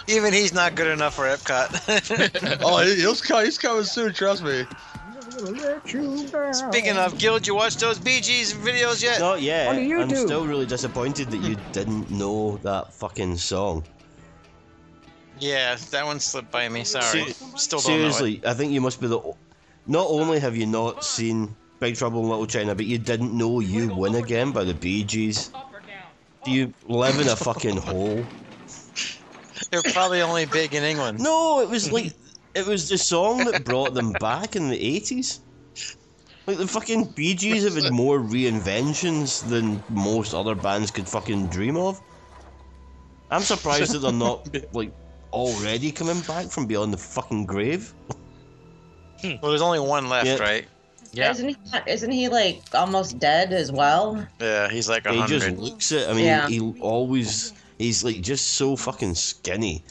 [SPEAKER 5] Even he's not good enough for Epcot.
[SPEAKER 1] oh, he- he'll, co- he's coming soon, trust me.
[SPEAKER 5] Speaking of Guild, you watch those Bee Gees videos yet?
[SPEAKER 3] Not yet.
[SPEAKER 6] What do you
[SPEAKER 3] I'm
[SPEAKER 6] do?
[SPEAKER 3] still really disappointed that you didn't know that fucking song.
[SPEAKER 5] Yeah, that one slipped by me. Sorry.
[SPEAKER 3] Se-
[SPEAKER 5] Still don't know.
[SPEAKER 3] Seriously, I think you must be the. o- Not only have you not seen Big Trouble in Little China, but you didn't know you win again by the Bee Gees. Do you live in a fucking hole?
[SPEAKER 5] It. They're probably only big in England.
[SPEAKER 3] No, it was like it was the song that brought them back in the eighties. Like the fucking Bee Gees have had more reinventions than most other bands could fucking dream of. I'm surprised that they're not like already coming back from beyond the fucking grave?
[SPEAKER 5] Well, there's only one left, right?
[SPEAKER 4] Isn't he? Isn't he like almost dead as well?
[SPEAKER 5] Yeah, he's like a
[SPEAKER 3] He just
[SPEAKER 5] hundred.
[SPEAKER 3] looks it. I mean,
[SPEAKER 4] Yeah.
[SPEAKER 3] he always he's like just so fucking skinny.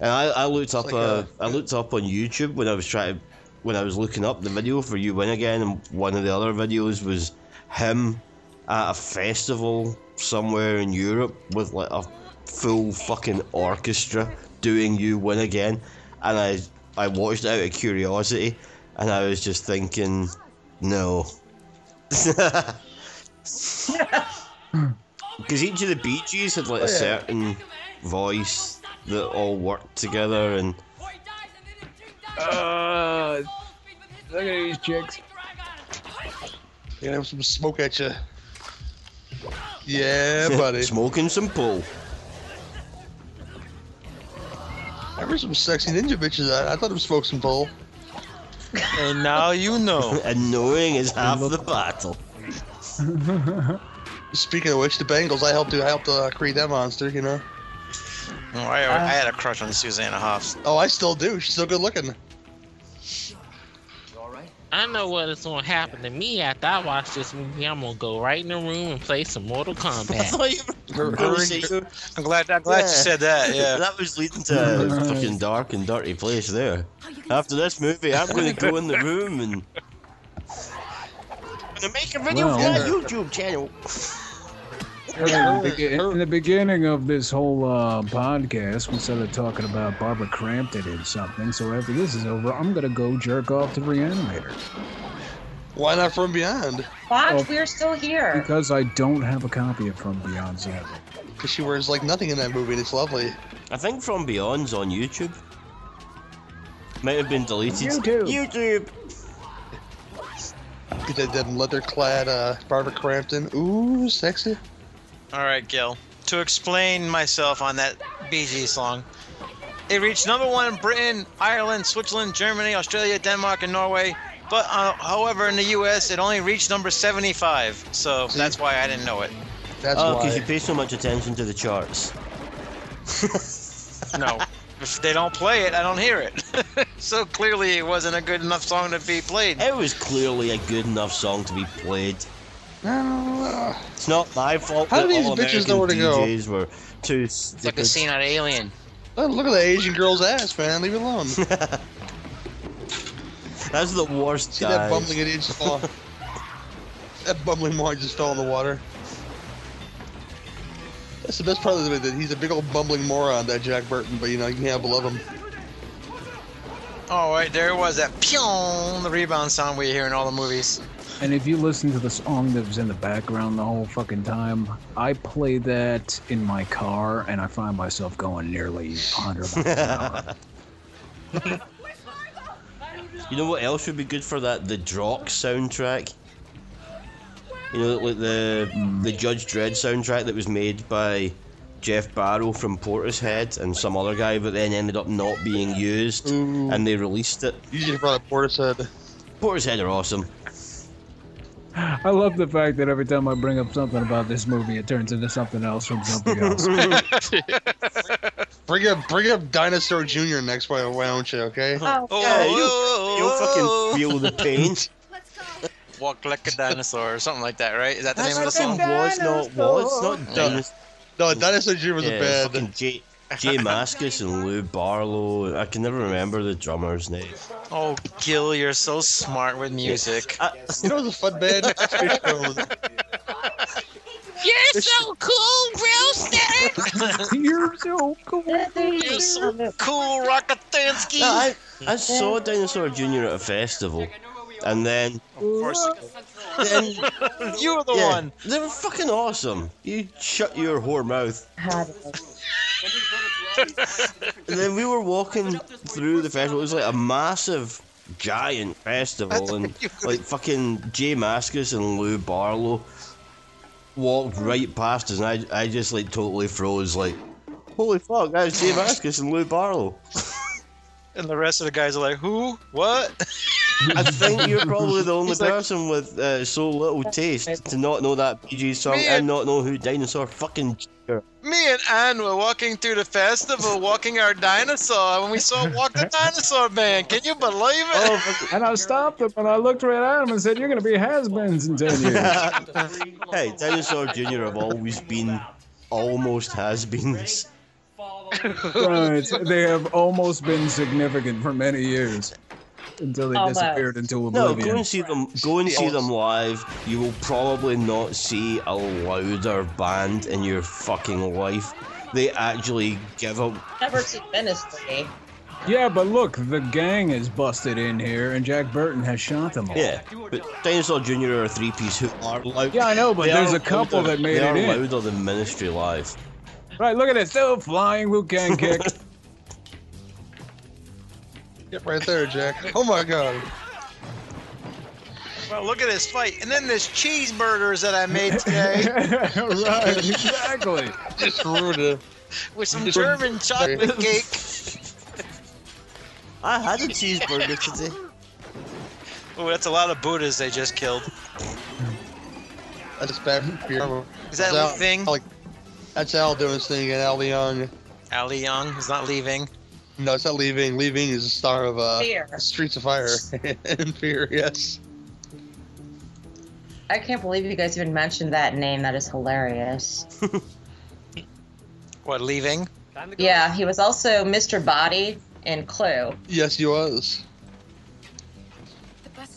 [SPEAKER 3] And I, I looked up uh, I looked up on YouTube when I was trying when I was looking up the video for you win again, and one of the other videos was him at a festival somewhere in Europe with like a full fucking orchestra doing you win again, and I I watched it out of curiosity, and I was just thinking, no. Because each of the Bee Gees had
[SPEAKER 1] Oh,
[SPEAKER 3] like a certain voice that all worked together, and
[SPEAKER 6] Uh, look at these chicks.
[SPEAKER 1] Gonna have some smoke at you. Yeah, buddy.
[SPEAKER 3] smoking some pool.
[SPEAKER 1] I heard some sexy ninja bitches. I, I thought him smoked some pole.
[SPEAKER 5] And now you know.
[SPEAKER 3] and knowing is half the battle.
[SPEAKER 1] Speaking of which, the Bengals. I helped. I helped uh, create that monster. You know.
[SPEAKER 5] Oh, I, I had a crush on Susanna Hoffs.
[SPEAKER 1] Oh, I still do. She's so good looking.
[SPEAKER 2] I know what is going to happen to me after I watch this movie. I'm going to go right in the room and play some Mortal Kombat.
[SPEAKER 5] I'm glad. I'm glad you said that. Yeah.
[SPEAKER 3] that was leading to a fucking dark and dirty place there. After this movie, I'm going to go in the room and
[SPEAKER 2] to make a
[SPEAKER 3] video
[SPEAKER 6] Well-
[SPEAKER 3] for our YouTube channel.
[SPEAKER 6] In the, begi- in the beginning of this whole uh, podcast, we started talking about Barbara Crampton and something. So after this is over, I'm gonna go jerk off to Reanimator
[SPEAKER 1] Why not from beyond?
[SPEAKER 4] Fox,
[SPEAKER 6] Oh.
[SPEAKER 4] we're still here.
[SPEAKER 6] because I don't have a copy of From Beyond Zero.
[SPEAKER 1] Because she wears like nothing in that movie, and it's lovely.
[SPEAKER 3] I think From Beyond's on YouTube. Might have been deleted. YouTube.
[SPEAKER 1] Get that, that leather-clad uh, Barbara Crampton. Ooh, sexy.
[SPEAKER 5] All right, Gil. To explain myself on that BG song, it reached number one in Britain, Ireland, Switzerland, Germany, Australia, Denmark, and Norway. But uh, however, in the U.S., it only reached number 75. So that's why I didn't know it.
[SPEAKER 1] That's
[SPEAKER 3] oh,
[SPEAKER 1] why.
[SPEAKER 3] because you pay so much attention to the charts.
[SPEAKER 5] No, if they don't play it, I don't hear it. so clearly, it wasn't a good enough song to be played.
[SPEAKER 3] It was clearly a good enough song to be played.
[SPEAKER 1] No.
[SPEAKER 3] It's not my fault
[SPEAKER 1] How do
[SPEAKER 3] that
[SPEAKER 1] these
[SPEAKER 3] all
[SPEAKER 1] bitches
[SPEAKER 3] American
[SPEAKER 1] know where to go?
[SPEAKER 3] DJs were too stupid.
[SPEAKER 11] out of Alien.
[SPEAKER 1] Oh, look at that Asian girl's ass, man. Leave it alone. See
[SPEAKER 3] That's the worst.
[SPEAKER 1] that
[SPEAKER 3] dive.
[SPEAKER 1] bumbling idiot just fall. that bumbling moron just fell in the water. That's the best part of it. That he's a big old bumbling moron, that Jack Burton. But you know, you can't help but love him.
[SPEAKER 5] All right, there it was that pyong, the rebound sound we hear in all the movies.
[SPEAKER 6] And if you listen to the song that was in the background the whole fucking time, I play that in my car and I find myself going nearly 100 miles an hour.
[SPEAKER 3] You know what else would be good for that? The Drock soundtrack. You know, like the the Judge Dredd soundtrack that was made by Jeff Barrow from Portishead and some other guy, but then ended up not being used, and they released it.
[SPEAKER 1] You should have brought up uh, Portishead.
[SPEAKER 3] Portishead are awesome.
[SPEAKER 6] I love the fact that every time I bring up something about this movie, it turns into something else from something else.
[SPEAKER 1] Bring up, bring up Dinosaur Jr. next, why, why don't you? Okay.
[SPEAKER 4] Oh,
[SPEAKER 3] You'll fucking feel the pain.
[SPEAKER 5] Oh. Walk like a dinosaur or something like that, right? Is that the
[SPEAKER 3] That's
[SPEAKER 5] name of the song?
[SPEAKER 3] fucking was not was not done.
[SPEAKER 1] No, Dinosaur Jr. was
[SPEAKER 3] Yeah,
[SPEAKER 1] a bad.
[SPEAKER 3] fucking Jay, Jay Maskus and Lou Barlow. I can never remember the drummer's name.
[SPEAKER 5] Oh, Gil, you're so smart with music.
[SPEAKER 1] You know, it was a fun band. Space Tones.
[SPEAKER 2] You're so cool, Brewster!
[SPEAKER 6] You're so cool.
[SPEAKER 2] You're so
[SPEAKER 5] cool, Rockatansky!
[SPEAKER 3] No, I, I saw Dinosaur Jr. at a festival, and then
[SPEAKER 5] Of course.
[SPEAKER 3] then
[SPEAKER 5] you were the
[SPEAKER 3] yeah,
[SPEAKER 5] one.
[SPEAKER 3] They were fucking awesome. You shut your whore mouth. And then we were walking through the festival. It was like a massive, giant festival, and like fucking Jay Maskus and Lou Barlow walked right past us, and I, I just like totally froze. Like, holy fuck, that's Jay Maskus and Lou Barlow.
[SPEAKER 5] And the rest of the guys are like, who? What?
[SPEAKER 3] I think you're probably the only
[SPEAKER 1] He's like-
[SPEAKER 3] person with uh, so little taste to not know that PG song
[SPEAKER 5] Me
[SPEAKER 3] and not know who Dinosaur fucking. Jr.
[SPEAKER 5] Me and Anne were walking through the festival, walking our dinosaur, when we saw Walk the Dinosaur Band. Can you believe it?
[SPEAKER 6] and I stopped him and I looked right at him and said, "You're going to be has-beens in ten years."
[SPEAKER 3] hey, Dinosaur Jr. have always been almost has beens.
[SPEAKER 6] right. They have almost been significant for many years until they
[SPEAKER 3] Almost.
[SPEAKER 6] disappeared into
[SPEAKER 3] No,
[SPEAKER 6] oblivion.
[SPEAKER 3] go and see them. Go and see them live. You will probably not see a louder band in your fucking life. They actually give up.
[SPEAKER 4] Never seen Venice for me.
[SPEAKER 6] Yeah, but look, the gang is busted in here, and Jack Burton has shot them all.
[SPEAKER 3] Yeah, but Dinosaur Jr. are a three-piece who are loud.
[SPEAKER 6] Yeah, I know, but
[SPEAKER 3] They
[SPEAKER 6] there's
[SPEAKER 3] are
[SPEAKER 6] a couple
[SPEAKER 3] louder-
[SPEAKER 6] that made
[SPEAKER 3] they
[SPEAKER 6] it
[SPEAKER 3] are
[SPEAKER 6] in.
[SPEAKER 3] louder than Ministry Live.
[SPEAKER 6] Right. Look at this. Still flying. Who can kick?
[SPEAKER 1] Yep, right there, Jack. Oh my god.
[SPEAKER 5] Well, look at this fight. And then there's cheeseburgers that I made today
[SPEAKER 6] right. Exactly.
[SPEAKER 1] Just ruined it.
[SPEAKER 5] with some German chocolate cake.
[SPEAKER 3] I had a cheeseburger today.
[SPEAKER 5] Oh, that's a lot of Buddhas they just killed.
[SPEAKER 1] That's bad for your
[SPEAKER 5] Is that
[SPEAKER 1] Al,
[SPEAKER 5] Luke thing?
[SPEAKER 1] Like, that's Al doing his thing, and Al Young.
[SPEAKER 5] Ali Young is not leaving.
[SPEAKER 1] No, it's not leaving. Leaving is the star of uh,
[SPEAKER 4] Fear.
[SPEAKER 1] Streets of Fire and Fear. Yes.
[SPEAKER 4] I can't believe you guys even mentioned that name. That is hilarious.
[SPEAKER 5] What, leaving?
[SPEAKER 4] yeah, he was also Mr. Body in Clue.
[SPEAKER 1] Yes, he was.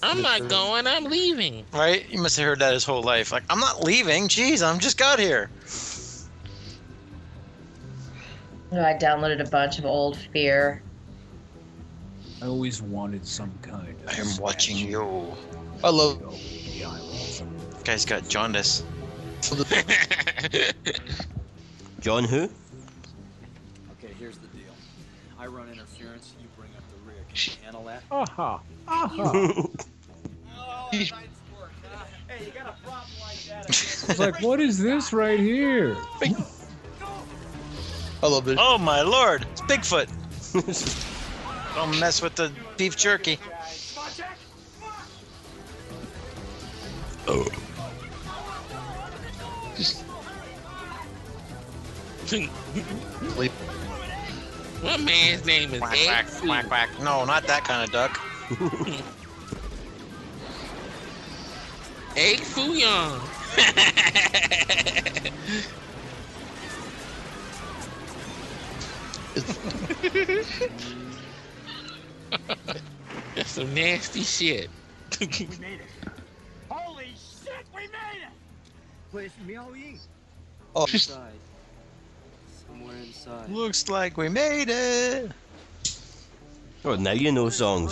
[SPEAKER 2] I'm not going. I'm leaving.
[SPEAKER 5] Right? You must have heard that his whole life. Like, I'm not leaving. Jeez, I'm just got here.
[SPEAKER 4] Oh, I downloaded a bunch of old fear.
[SPEAKER 6] I always wanted some kind. Of I am
[SPEAKER 5] watching you.
[SPEAKER 1] I love.
[SPEAKER 5] Guy's got jaundice.
[SPEAKER 3] John who?
[SPEAKER 14] Okay, here's the deal. I run interference, you bring up the rear. Can you handle that?
[SPEAKER 6] Aha. Aha.
[SPEAKER 3] It's
[SPEAKER 14] Hey, you got a problem like that?
[SPEAKER 6] like, what is this right here?
[SPEAKER 1] I love this.
[SPEAKER 5] Oh my lord, it's Bigfoot. Don't mess with the beef jerky.
[SPEAKER 2] My man's name is
[SPEAKER 5] Quack,
[SPEAKER 2] Egg
[SPEAKER 5] quack, quack, quack. No, not that kind of duck.
[SPEAKER 2] Egg Foo Young. That's some nasty shit.
[SPEAKER 8] Holy shit, we made it!
[SPEAKER 14] Where's Miao Ying?
[SPEAKER 1] Oh,
[SPEAKER 14] Inside. Somewhere inside.
[SPEAKER 5] Looks like we made it.
[SPEAKER 3] Oh, now you know songs.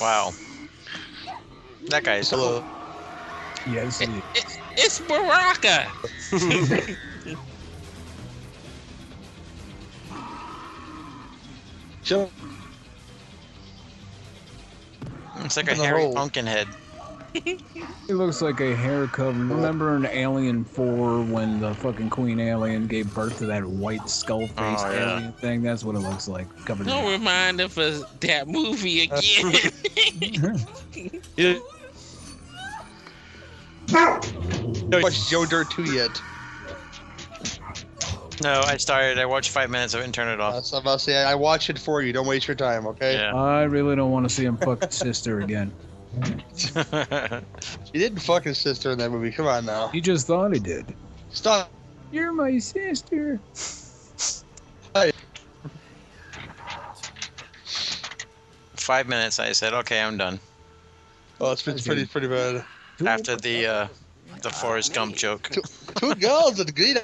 [SPEAKER 5] Wow. That guy's
[SPEAKER 1] hello.
[SPEAKER 6] Yes. it is.
[SPEAKER 2] It's Baraka.
[SPEAKER 1] Jump
[SPEAKER 5] It's like a
[SPEAKER 6] In the
[SPEAKER 5] hairy
[SPEAKER 6] hole.
[SPEAKER 5] pumpkin head.
[SPEAKER 6] He looks like a hair cover. Remember in Alien 4 when the fucking Queen Alien gave birth to that white skull faced
[SPEAKER 2] Oh, yeah.
[SPEAKER 6] alien thing? That's what it looks like. Covered in
[SPEAKER 2] Don't remind us of that movie again.
[SPEAKER 1] Yeah. No, watched Joe Dirt 2 yet.
[SPEAKER 5] No, I started. I watched five minutes of it and turned it
[SPEAKER 1] Uh,
[SPEAKER 5] off.
[SPEAKER 1] so I'm about to say, I watch it for you. Don't waste your time, okay?
[SPEAKER 6] I really don't want to see him fuck his sister again.
[SPEAKER 1] He didn't fuck his sister in that movie. Come on now.
[SPEAKER 6] He just thought he did.
[SPEAKER 1] Stop.
[SPEAKER 6] You're my sister.
[SPEAKER 5] Five minutes. I said, okay, I'm done.
[SPEAKER 1] Oh, it's been pretty, pretty bad.
[SPEAKER 5] After the uh, the Forrest Gump joke.
[SPEAKER 1] Two girls and green.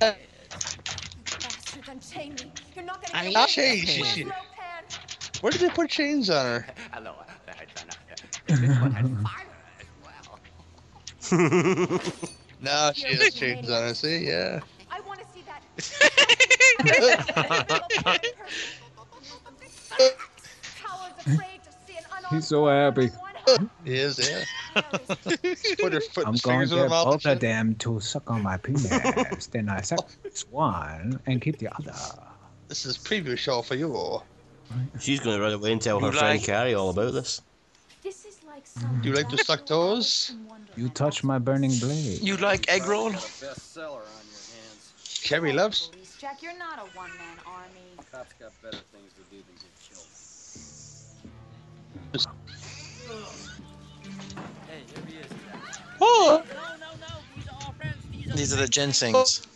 [SPEAKER 13] Bastard, unchain me. You're not gonna
[SPEAKER 1] I
[SPEAKER 13] make
[SPEAKER 1] ain't
[SPEAKER 13] it.
[SPEAKER 1] changed
[SPEAKER 13] Where's
[SPEAKER 1] shit.
[SPEAKER 13] Lo
[SPEAKER 1] Where did they put chains on her?
[SPEAKER 8] Hello.
[SPEAKER 1] no, she has chains on her. See, yeah.
[SPEAKER 13] Pan? I want to see that. Howard's afraid to see an unarmed
[SPEAKER 6] He's so happy.
[SPEAKER 1] he is, yeah. put her foot
[SPEAKER 6] I'm
[SPEAKER 1] and
[SPEAKER 6] going
[SPEAKER 1] fingers
[SPEAKER 6] to
[SPEAKER 1] in her
[SPEAKER 6] get
[SPEAKER 1] mouth.
[SPEAKER 6] both of them to suck on my penis. then I suck this one and keep the other.
[SPEAKER 1] This is preview show for you.
[SPEAKER 3] She's going to run away and tell
[SPEAKER 1] You
[SPEAKER 3] her friend
[SPEAKER 1] like-
[SPEAKER 3] Carrie all about this.
[SPEAKER 13] This is like some
[SPEAKER 1] Do you like to suck toes?
[SPEAKER 6] You touch my burning blade.
[SPEAKER 1] You like egg roll? Carrie loves.
[SPEAKER 13] police, Jack. You're not a one-man army.
[SPEAKER 14] Cops got better things to do than get killed.
[SPEAKER 9] Hey, here he is.
[SPEAKER 5] Oh.
[SPEAKER 9] No, no, no. These are all friends. These are
[SPEAKER 5] These are the ginseng's.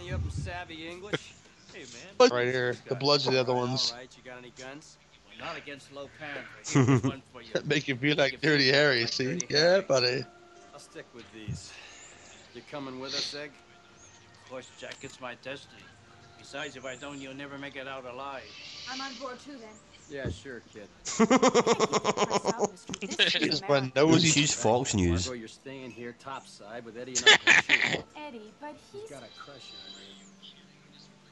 [SPEAKER 9] Any of them savvy English? Hey, man.
[SPEAKER 1] Right here. The bloods are the other ones.
[SPEAKER 9] All right, you got any guns? Well, not against low pound, but here's one for you.
[SPEAKER 1] Make you feel like Dirty Harry, see? Yeah, buddy.
[SPEAKER 14] I'll stick with these. You coming with us, Egg?
[SPEAKER 9] Of course, Jack, it's my destiny. Besides, if I don't, you'll never make it out alive.
[SPEAKER 13] I'm on board too then.
[SPEAKER 14] Yeah, sure, kid.
[SPEAKER 3] She's one nosy- She's Fox News.
[SPEAKER 14] Margot, you're staying here topside with Eddie and I. He's
[SPEAKER 13] Eddie, but he's.
[SPEAKER 14] got a crush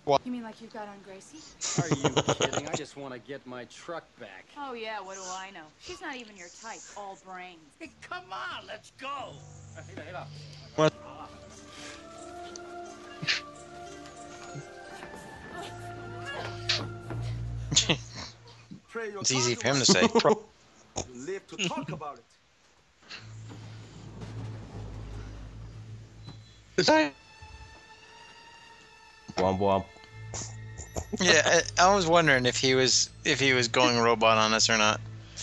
[SPEAKER 14] on
[SPEAKER 13] You mean like you've got on Gracie?
[SPEAKER 14] you. Are you kidding? I just want to get my truck back.
[SPEAKER 13] Oh yeah, what do I know? She's not even your type. All brains.
[SPEAKER 9] come on, let's go.
[SPEAKER 1] What?
[SPEAKER 5] It's easy for him to say.
[SPEAKER 15] live to talk about it.
[SPEAKER 3] Womp womp.
[SPEAKER 5] yeah, I, I was wondering if he was if he was going robot on us or not.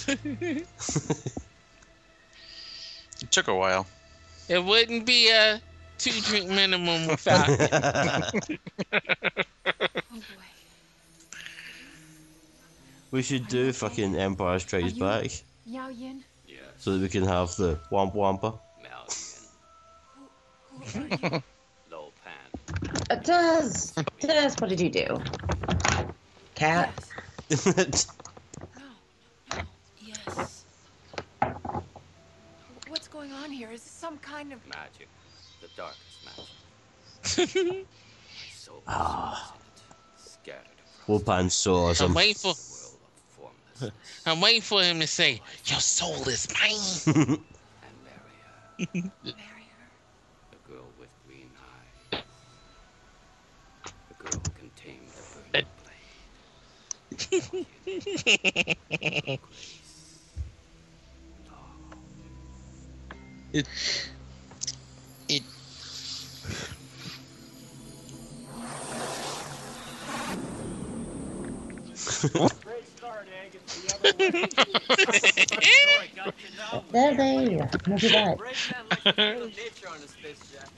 [SPEAKER 5] It took a while.
[SPEAKER 2] It wouldn't be a two drink minimum without it.
[SPEAKER 3] We should do fucking Empire Strikes Back
[SPEAKER 13] Yao Yin.
[SPEAKER 3] so that we can have the womp womper.
[SPEAKER 9] Low pan.
[SPEAKER 4] It does. It does. What did you do? Cat.
[SPEAKER 13] Yes. What's going on here? Is this some kind of
[SPEAKER 9] Magic. The darkest magic. My soul was
[SPEAKER 3] Ah.
[SPEAKER 9] scattered
[SPEAKER 3] Wopan saw us.
[SPEAKER 2] I'm waiting for. I'm waiting for him to say, "Your soul is mine."
[SPEAKER 9] and
[SPEAKER 2] Marry
[SPEAKER 9] the girl with green eyes. The girl who can tame the
[SPEAKER 2] That-
[SPEAKER 9] burning blade.
[SPEAKER 2] her.
[SPEAKER 1] It.
[SPEAKER 5] It.
[SPEAKER 9] Great start, Egg. It's
[SPEAKER 4] There they are. Look at that.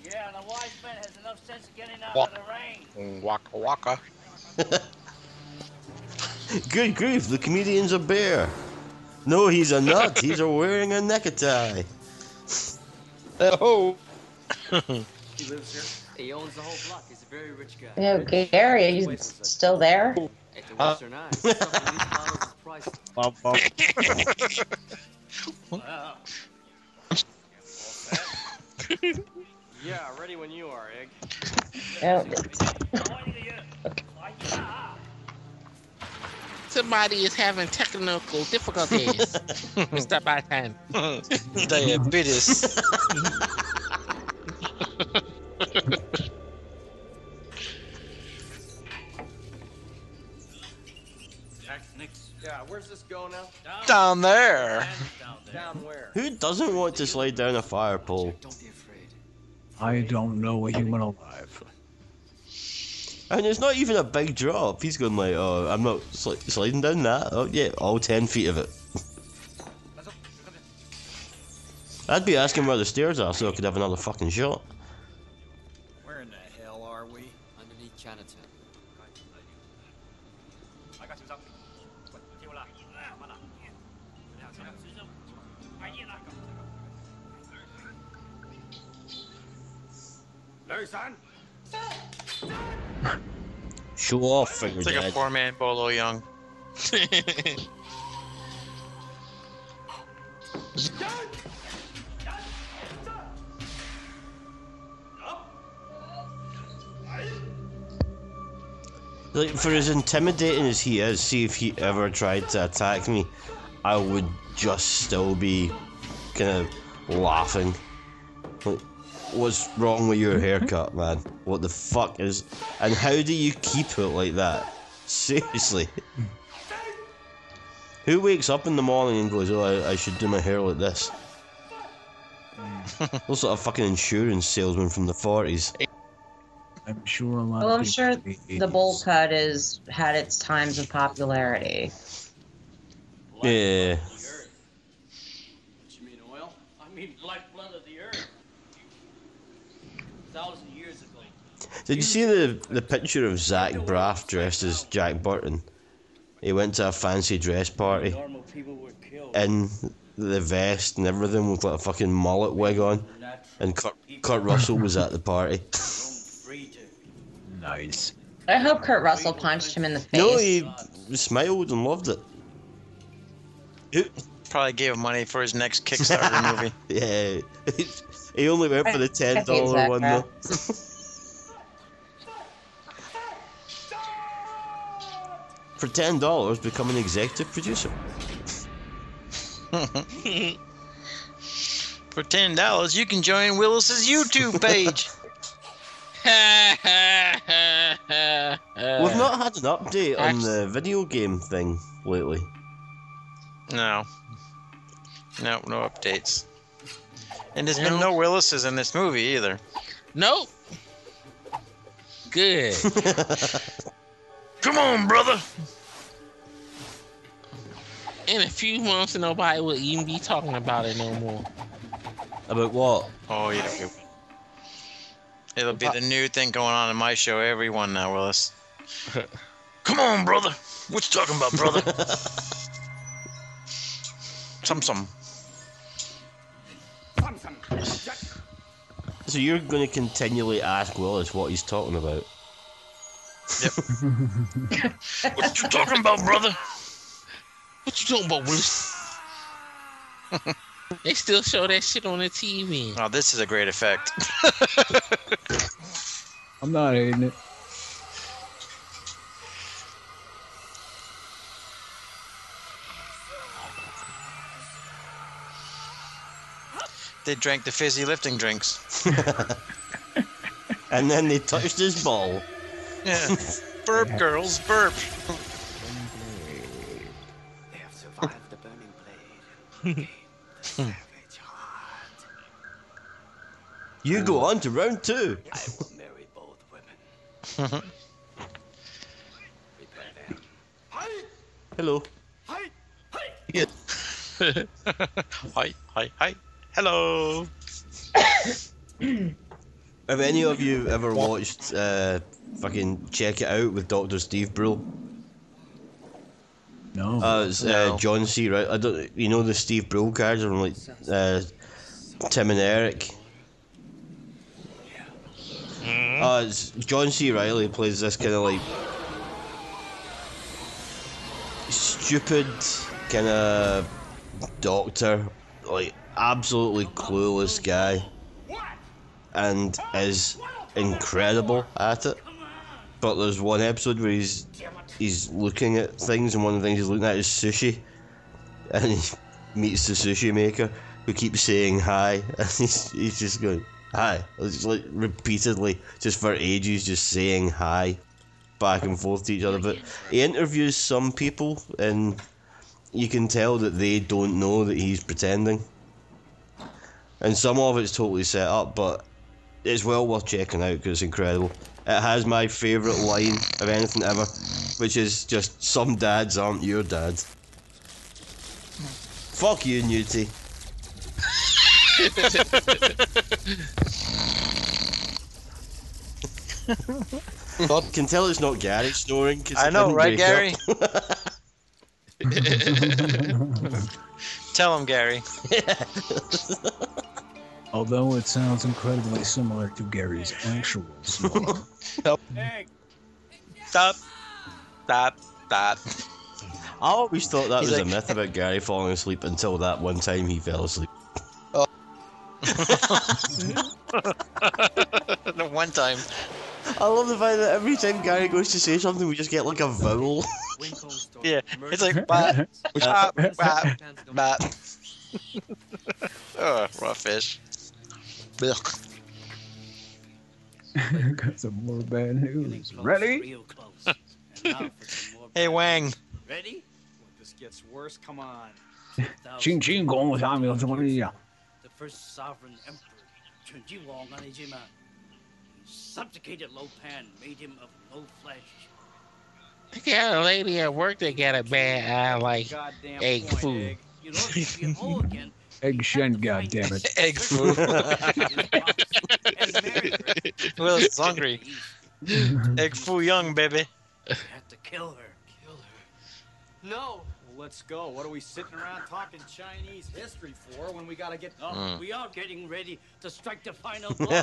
[SPEAKER 9] Yeah, and a wise man has enough sense of getting out
[SPEAKER 5] Walk.
[SPEAKER 9] of the rain.
[SPEAKER 5] Waka waka.
[SPEAKER 3] Good grief, the comedian's a bear. No, he's a nut. he's a wearing a necktie.
[SPEAKER 1] Oh.
[SPEAKER 9] He lives here. He owns the whole block. He's a very rich guy.
[SPEAKER 4] You know, Gary, are you still there?
[SPEAKER 9] At the
[SPEAKER 4] Huh?
[SPEAKER 9] Western
[SPEAKER 5] Uh.
[SPEAKER 9] Eye, something these bottles is priceless. Wow. yeah, ready when you are, Egg.
[SPEAKER 4] Oh.
[SPEAKER 2] Somebody is having technical difficulties. Mr. Batan.
[SPEAKER 5] Diabetes.
[SPEAKER 14] Yeah, where's this go now?
[SPEAKER 5] Down there.
[SPEAKER 14] Down where?
[SPEAKER 3] Who doesn't want to slide down a fire pole?
[SPEAKER 6] I don't know a human alive.
[SPEAKER 3] And it's not even a big drop. He's going like, oh, I'm not sli- sliding down that. Oh yeah, all ten feet of it. I'd be asking where the stairs are so I could have another fucking shot.
[SPEAKER 14] Where in the hell are we?
[SPEAKER 9] Underneath Chinatown.
[SPEAKER 3] Show off, figure
[SPEAKER 5] It's like a
[SPEAKER 3] dad.
[SPEAKER 5] poor man Bolo Young.
[SPEAKER 3] Like for as intimidating as he is, see if he ever tried to attack me, I would just still be kind of laughing. Like, what's wrong with your haircut, man? What the fuck is? And how do you keep it like that? Seriously. Who wakes up in the morning and goes, "Oh, I, I should do my hair like this"? Those sort of fucking insurance salesman from the forties.
[SPEAKER 6] I'm sure a lot.
[SPEAKER 4] Well,
[SPEAKER 6] of
[SPEAKER 4] I'm
[SPEAKER 6] people
[SPEAKER 4] sure
[SPEAKER 6] hate
[SPEAKER 4] the bowl cut has had its times of popularity.
[SPEAKER 3] Yeah.
[SPEAKER 11] What you mean oil? I mean black blood of the earth. Thousand years ago.
[SPEAKER 3] Did you see the the picture of Zach Braff dressed as Jack Burton? He went to a fancy dress party
[SPEAKER 11] Normal people were killed.
[SPEAKER 3] in the vest and everything with like a fucking mullet wig on, and Kurt, Kurt Russell was at the party.
[SPEAKER 6] Nice.
[SPEAKER 4] I hope Kurt Russell punched him in the face.
[SPEAKER 3] No, he smiled and loved it.
[SPEAKER 5] Probably gave him money for his next Kickstarter movie.
[SPEAKER 3] Yeah, he only went for the ten dollar
[SPEAKER 5] Zach
[SPEAKER 3] one
[SPEAKER 5] Braff.
[SPEAKER 3] though. For ten dollars, become an executive producer.
[SPEAKER 5] For ten dollars, you can join Willis's YouTube page.
[SPEAKER 2] Uh,
[SPEAKER 3] We've not had an update on the video game thing lately.
[SPEAKER 5] No. No, no updates. And there's been no Willis's in this movie either.
[SPEAKER 2] Nope. Good.
[SPEAKER 5] Come on, brother.
[SPEAKER 2] In a few months, nobody will even be talking about it no more.
[SPEAKER 3] About what?
[SPEAKER 5] Oh yeah. It'll be the new thing going on in my show. Everyone now, Willis. Come on, brother. What you talking about, brother? some some.
[SPEAKER 3] So you're going to continually ask Willis what he's talking about.
[SPEAKER 8] What you talking about, brother?
[SPEAKER 2] What you talking about, Willis? they still show that shit on the TV.
[SPEAKER 5] Oh, this is a great effect.
[SPEAKER 6] I'm not hating it.
[SPEAKER 5] They drank the fizzy lifting drinks.
[SPEAKER 3] and then they touched his ball.
[SPEAKER 5] Yeah. burp, girls, burp.
[SPEAKER 11] They have survived the burning
[SPEAKER 3] blade. you go on to round two. Hello.
[SPEAKER 5] Yeah. hi, hi, hi. Hello.
[SPEAKER 3] Have any of you ever watched uh, fucking Check It Out with Doctor Steve Brill?
[SPEAKER 6] No.
[SPEAKER 3] Uh, it's, uh, John C. Right. I don't. You know the Steve Brill character from like uh, Tim and Eric. Uh, it's John C. Riley plays this kind of like stupid kind of doctor, like absolutely clueless guy, and is incredible at it. But there's one episode where he's he's looking at things, and one of the things he's looking at is sushi, and he meets the sushi maker who keeps saying hi, and he's, he's just going hi, it's like repeatedly, just for ages, just saying hi, back and forth to each other. But he interviews some people, and you can tell that they don't know that he's pretending, and some of it's totally set up, but it's well worth checking out because it's incredible. It has my favourite line of anything ever, which is just some dads aren't your dad. Fuck you, Newty. God, can tell it's not Gary snoring. 'cause
[SPEAKER 5] I
[SPEAKER 3] it
[SPEAKER 5] know,
[SPEAKER 3] didn't
[SPEAKER 5] right, Gary?
[SPEAKER 3] wake up.
[SPEAKER 5] Tell him, Gary.
[SPEAKER 6] Although it sounds incredibly similar to Gary's actual snore.
[SPEAKER 5] Stop. Stop. Stop. Stop.
[SPEAKER 3] I always thought that
[SPEAKER 5] He's
[SPEAKER 3] was a
[SPEAKER 5] like-
[SPEAKER 3] myth about Gary falling asleep until that one time he fell asleep.
[SPEAKER 5] the one time.
[SPEAKER 3] I love the fact that every time Gary goes to say something, we just get like a vowel.
[SPEAKER 5] Yeah, it's like bop, bop, bop, bop. oh, raw fish. Ugh.
[SPEAKER 6] Got some more bad news. Ready?
[SPEAKER 5] Hey, Wang.
[SPEAKER 11] Ready?
[SPEAKER 14] gets worse. Come on.
[SPEAKER 6] Ching ching gong xiang miao zhong li ya.
[SPEAKER 10] The first sovereign emperor, Chun Jiwang Anejima, subjugated Lo Pan, made him of low flesh.
[SPEAKER 2] I got a lady at work that got a bad eye like
[SPEAKER 14] Goddamn
[SPEAKER 2] egg
[SPEAKER 14] point,
[SPEAKER 2] food.
[SPEAKER 10] You know, if you whole again,
[SPEAKER 6] Egg shen, god damn it.
[SPEAKER 2] Egg food.
[SPEAKER 5] Will is hungry. Egg foo young, baby.
[SPEAKER 10] to kill her. Kill
[SPEAKER 14] her. No. Let's go. What are we sitting around talking Chinese history for when we gotta get?
[SPEAKER 10] Oh,
[SPEAKER 14] Mm.
[SPEAKER 10] We are getting ready to strike the final blow.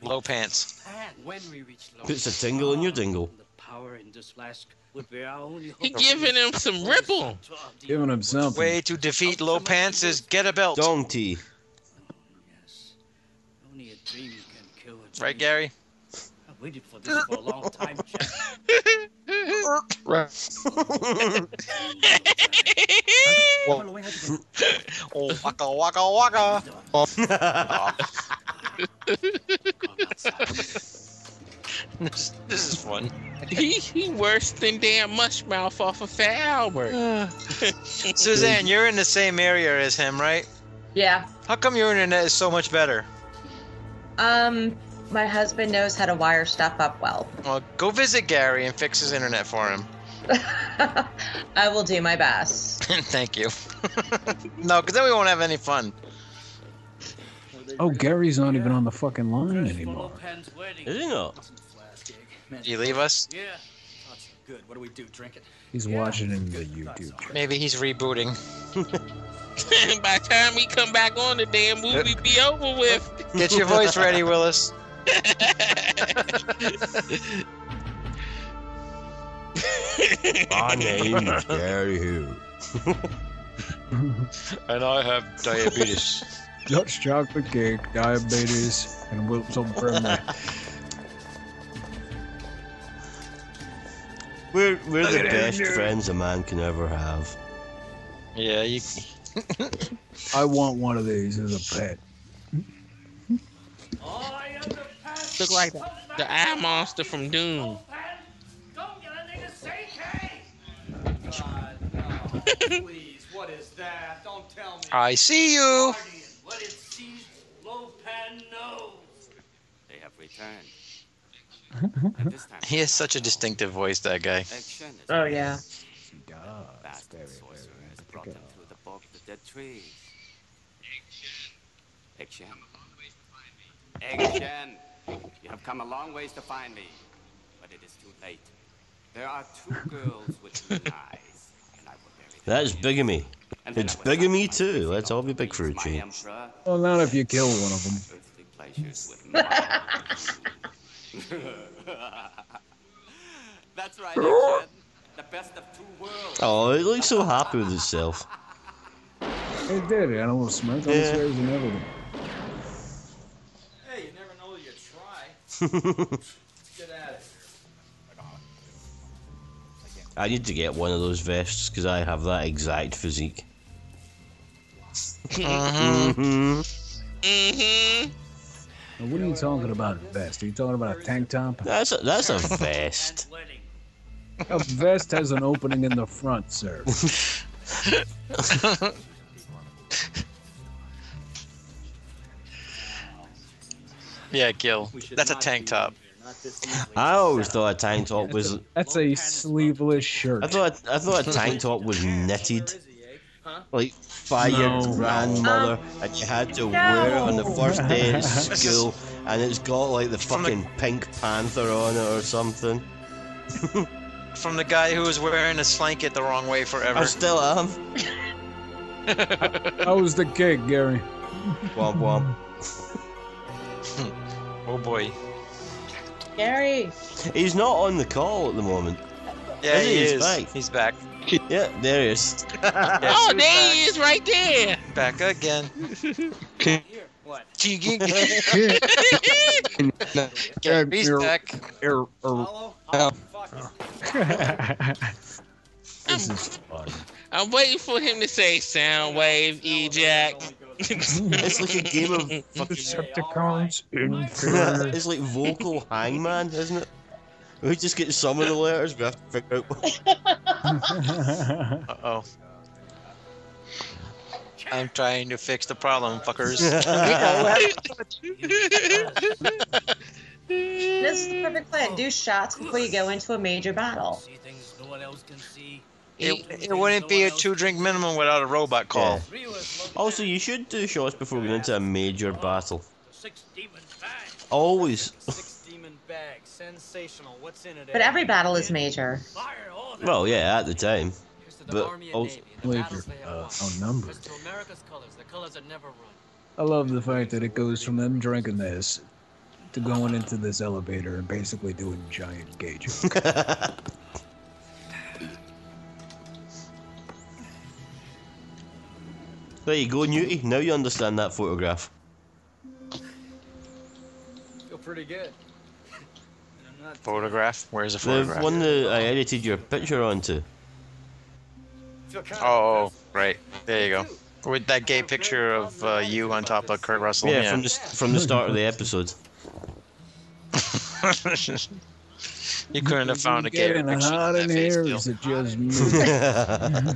[SPEAKER 5] Low pants.
[SPEAKER 10] and when we reach Lo
[SPEAKER 3] Puts a tingle in your dingle.
[SPEAKER 10] power in this flask would be our only hope.
[SPEAKER 2] He giving him some ripple.
[SPEAKER 6] Giving him something.
[SPEAKER 5] Way to defeat low pants is get a belt.
[SPEAKER 3] Dong tea.
[SPEAKER 10] Only a dream can kill a
[SPEAKER 5] Right, Gary?
[SPEAKER 10] I waited for this for a long time, Jack.
[SPEAKER 5] Oh, waka waka waka. this, this is fun.
[SPEAKER 2] he he worse than damn mushmouth off of Fat Albert.
[SPEAKER 5] Suzanne, you're in the same area as him, right?
[SPEAKER 4] Yeah.
[SPEAKER 5] How come your internet is so much better?
[SPEAKER 4] Um, my husband knows how to wire stuff up well.
[SPEAKER 5] Well, go visit Gary and fix his internet for him.
[SPEAKER 4] I will do my best.
[SPEAKER 5] Thank you. no, because then we won't have any fun.
[SPEAKER 6] Oh, Gary's not even on the fucking line anymore.
[SPEAKER 3] Is he not?
[SPEAKER 5] Did you leave us?
[SPEAKER 10] Yeah.
[SPEAKER 14] That's good. What do we do? Drink it.
[SPEAKER 6] He's watching in the YouTube. channel.
[SPEAKER 5] Maybe he's rebooting.
[SPEAKER 2] By the time we come back on, the damn movie be over with.
[SPEAKER 5] Get your voice ready, Willis.
[SPEAKER 3] My name is Gary Who.
[SPEAKER 8] And I have diabetes.
[SPEAKER 6] Dutch chocolate cake, diabetes, and Wilson Brimley.
[SPEAKER 3] We're we're
[SPEAKER 5] Look
[SPEAKER 3] the
[SPEAKER 5] at him,
[SPEAKER 3] best
[SPEAKER 5] dude.
[SPEAKER 3] friends a man can ever have.
[SPEAKER 5] Yeah, you.
[SPEAKER 6] I want one of these as a pet.
[SPEAKER 2] Look like the eye monster from Doom.
[SPEAKER 14] Please, what is that? Don't tell me.
[SPEAKER 5] I see you.
[SPEAKER 10] What it sees, Lopan knows.
[SPEAKER 11] They have returned. This time,
[SPEAKER 5] He has such a distinctive voice, that guy.
[SPEAKER 11] action is
[SPEAKER 4] Oh, yeah.
[SPEAKER 11] Bastard sorcerer has brought them through the bulk of the dead trees. Action. Action. You have come a long ways to find me, but it is too late. There are two girls with blue eyes, and I will bury them.
[SPEAKER 3] That's bigamy. It's bigamy too. Let's all be big for a change.
[SPEAKER 11] Emperor,
[SPEAKER 6] Well, not if you kill one of them.
[SPEAKER 11] earthly pleasures with mine. That's right, Action. The best of two worlds.
[SPEAKER 3] Oh, it looks so happy with itself.
[SPEAKER 6] It did. It had a little smirk on his
[SPEAKER 3] Yeah.
[SPEAKER 6] face and everything.
[SPEAKER 14] Hey, you never know till you try. Let's get at it.
[SPEAKER 3] I need to get one of those vests because I have that exact physique. hmm
[SPEAKER 2] Mm-hmm.
[SPEAKER 6] Now, what are you talking about, a vest? Are you talking about a tank top?
[SPEAKER 3] That's a, that's a vest.
[SPEAKER 6] A vest has an opening in the front, sir.
[SPEAKER 5] Yeah, Gil. That's a tank top.
[SPEAKER 3] I always thought a tank top was.
[SPEAKER 6] That's a sleeveless shirt.
[SPEAKER 3] I thought I thought a tank top was knitted. Like by
[SPEAKER 6] No.
[SPEAKER 3] your grandmother, and you had to wear it on the first day at school, and it's got like the fucking Pink Panther on it or something.
[SPEAKER 5] From the guy who was wearing a slanket the wrong way forever.
[SPEAKER 3] I still am.
[SPEAKER 6] How's the cake, Gary?
[SPEAKER 3] Womp womp.
[SPEAKER 5] Oh boy.
[SPEAKER 4] Gary.
[SPEAKER 3] He's not on the call at the moment.
[SPEAKER 5] Yeah,
[SPEAKER 3] Is he?
[SPEAKER 5] he
[SPEAKER 3] He's
[SPEAKER 5] is.
[SPEAKER 3] back. Ah.
[SPEAKER 5] He's back.
[SPEAKER 3] Yeah, there he is.
[SPEAKER 5] Yeah,
[SPEAKER 2] Oh,
[SPEAKER 5] he's
[SPEAKER 2] there he is right there.
[SPEAKER 5] back again.
[SPEAKER 14] What?
[SPEAKER 5] He's back.
[SPEAKER 14] Follow? Oh, fuck.
[SPEAKER 6] This is fun.
[SPEAKER 2] I'm waiting for him to say sound wave, eject.
[SPEAKER 3] It's like a game of fucking.
[SPEAKER 6] Decepticons in
[SPEAKER 3] it's like vocal hangman, isn't it? We just get some of the letters. We have to figure out. What...
[SPEAKER 5] Uh oh. I'm trying to fix the problem, fuckers.
[SPEAKER 4] This is the perfect plan. Do shots before you go into a major battle.
[SPEAKER 10] Things no one else can see.
[SPEAKER 5] It, it wouldn't be a two drink minimum without a robot call. Oh,
[SPEAKER 3] Also, you should do shots before going into a major battle.
[SPEAKER 10] Six demon bags.
[SPEAKER 3] Always.
[SPEAKER 14] Six demon bags. Sensational. What's in it?
[SPEAKER 4] But every battle is major.
[SPEAKER 10] Fire all that.
[SPEAKER 3] Well, yeah, at the time. But
[SPEAKER 10] Army and
[SPEAKER 3] also,
[SPEAKER 10] Navy. And the
[SPEAKER 6] Wait,
[SPEAKER 10] battles they have
[SPEAKER 6] uh,
[SPEAKER 10] won.
[SPEAKER 6] outnumbered.
[SPEAKER 10] To America's colors. The colors are never run.
[SPEAKER 6] I love the fact that it goes from them drinking this to going into this elevator and basically doing giant gauges.
[SPEAKER 3] there you go, Newty. Now you understand that photograph.
[SPEAKER 14] Feel pretty good. And I'm not
[SPEAKER 5] Photograph? Where's the
[SPEAKER 3] The
[SPEAKER 5] photograph?
[SPEAKER 3] one that I edited your picture onto.
[SPEAKER 14] feel kind
[SPEAKER 5] Oh, right. There you go. With that gay picture of uh, you on top of Kurt Russell.
[SPEAKER 3] yeah, from the from the start of the episode.
[SPEAKER 5] you couldn't have found a gay
[SPEAKER 6] Getting
[SPEAKER 5] picture.
[SPEAKER 6] hot in here, is it just me?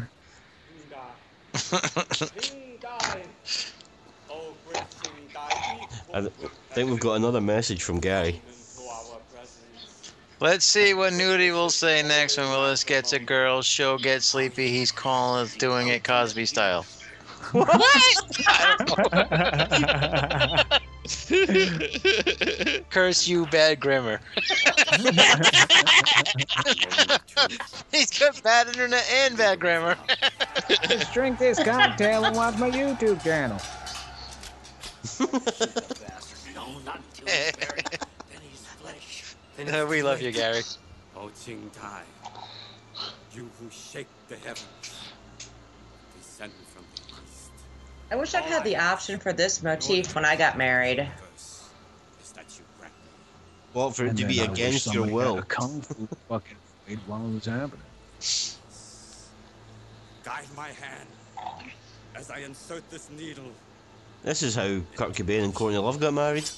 [SPEAKER 3] I th- think we've got another message from Gary.
[SPEAKER 5] Let's see what Nudie will say next when Willis gets a girl. She'll get sleepy. He's calling us doing it Cosby style. Curse you, bad grammar. He's got bad internet and bad grammar.
[SPEAKER 6] Just drink this cocktail and watch my YouTube channel.
[SPEAKER 10] No, not until he's buried. then he's flesh. Then he's
[SPEAKER 5] uh, we love you, Gary.
[SPEAKER 11] O Ching Oh, Tai, you who shake the heavens, descend from the east.
[SPEAKER 4] I wish I'd had the option for this motif when I got married.
[SPEAKER 11] Curse is that you grant me.
[SPEAKER 3] What for it to
[SPEAKER 6] And
[SPEAKER 3] be
[SPEAKER 6] then I wish
[SPEAKER 3] against your
[SPEAKER 6] somebody had
[SPEAKER 3] will?
[SPEAKER 6] a Kung Fu fucking fight while it was happening.
[SPEAKER 11] Guide my hand as I insert this needle.
[SPEAKER 3] This is how Kurt Cobain and Courtney Love got married.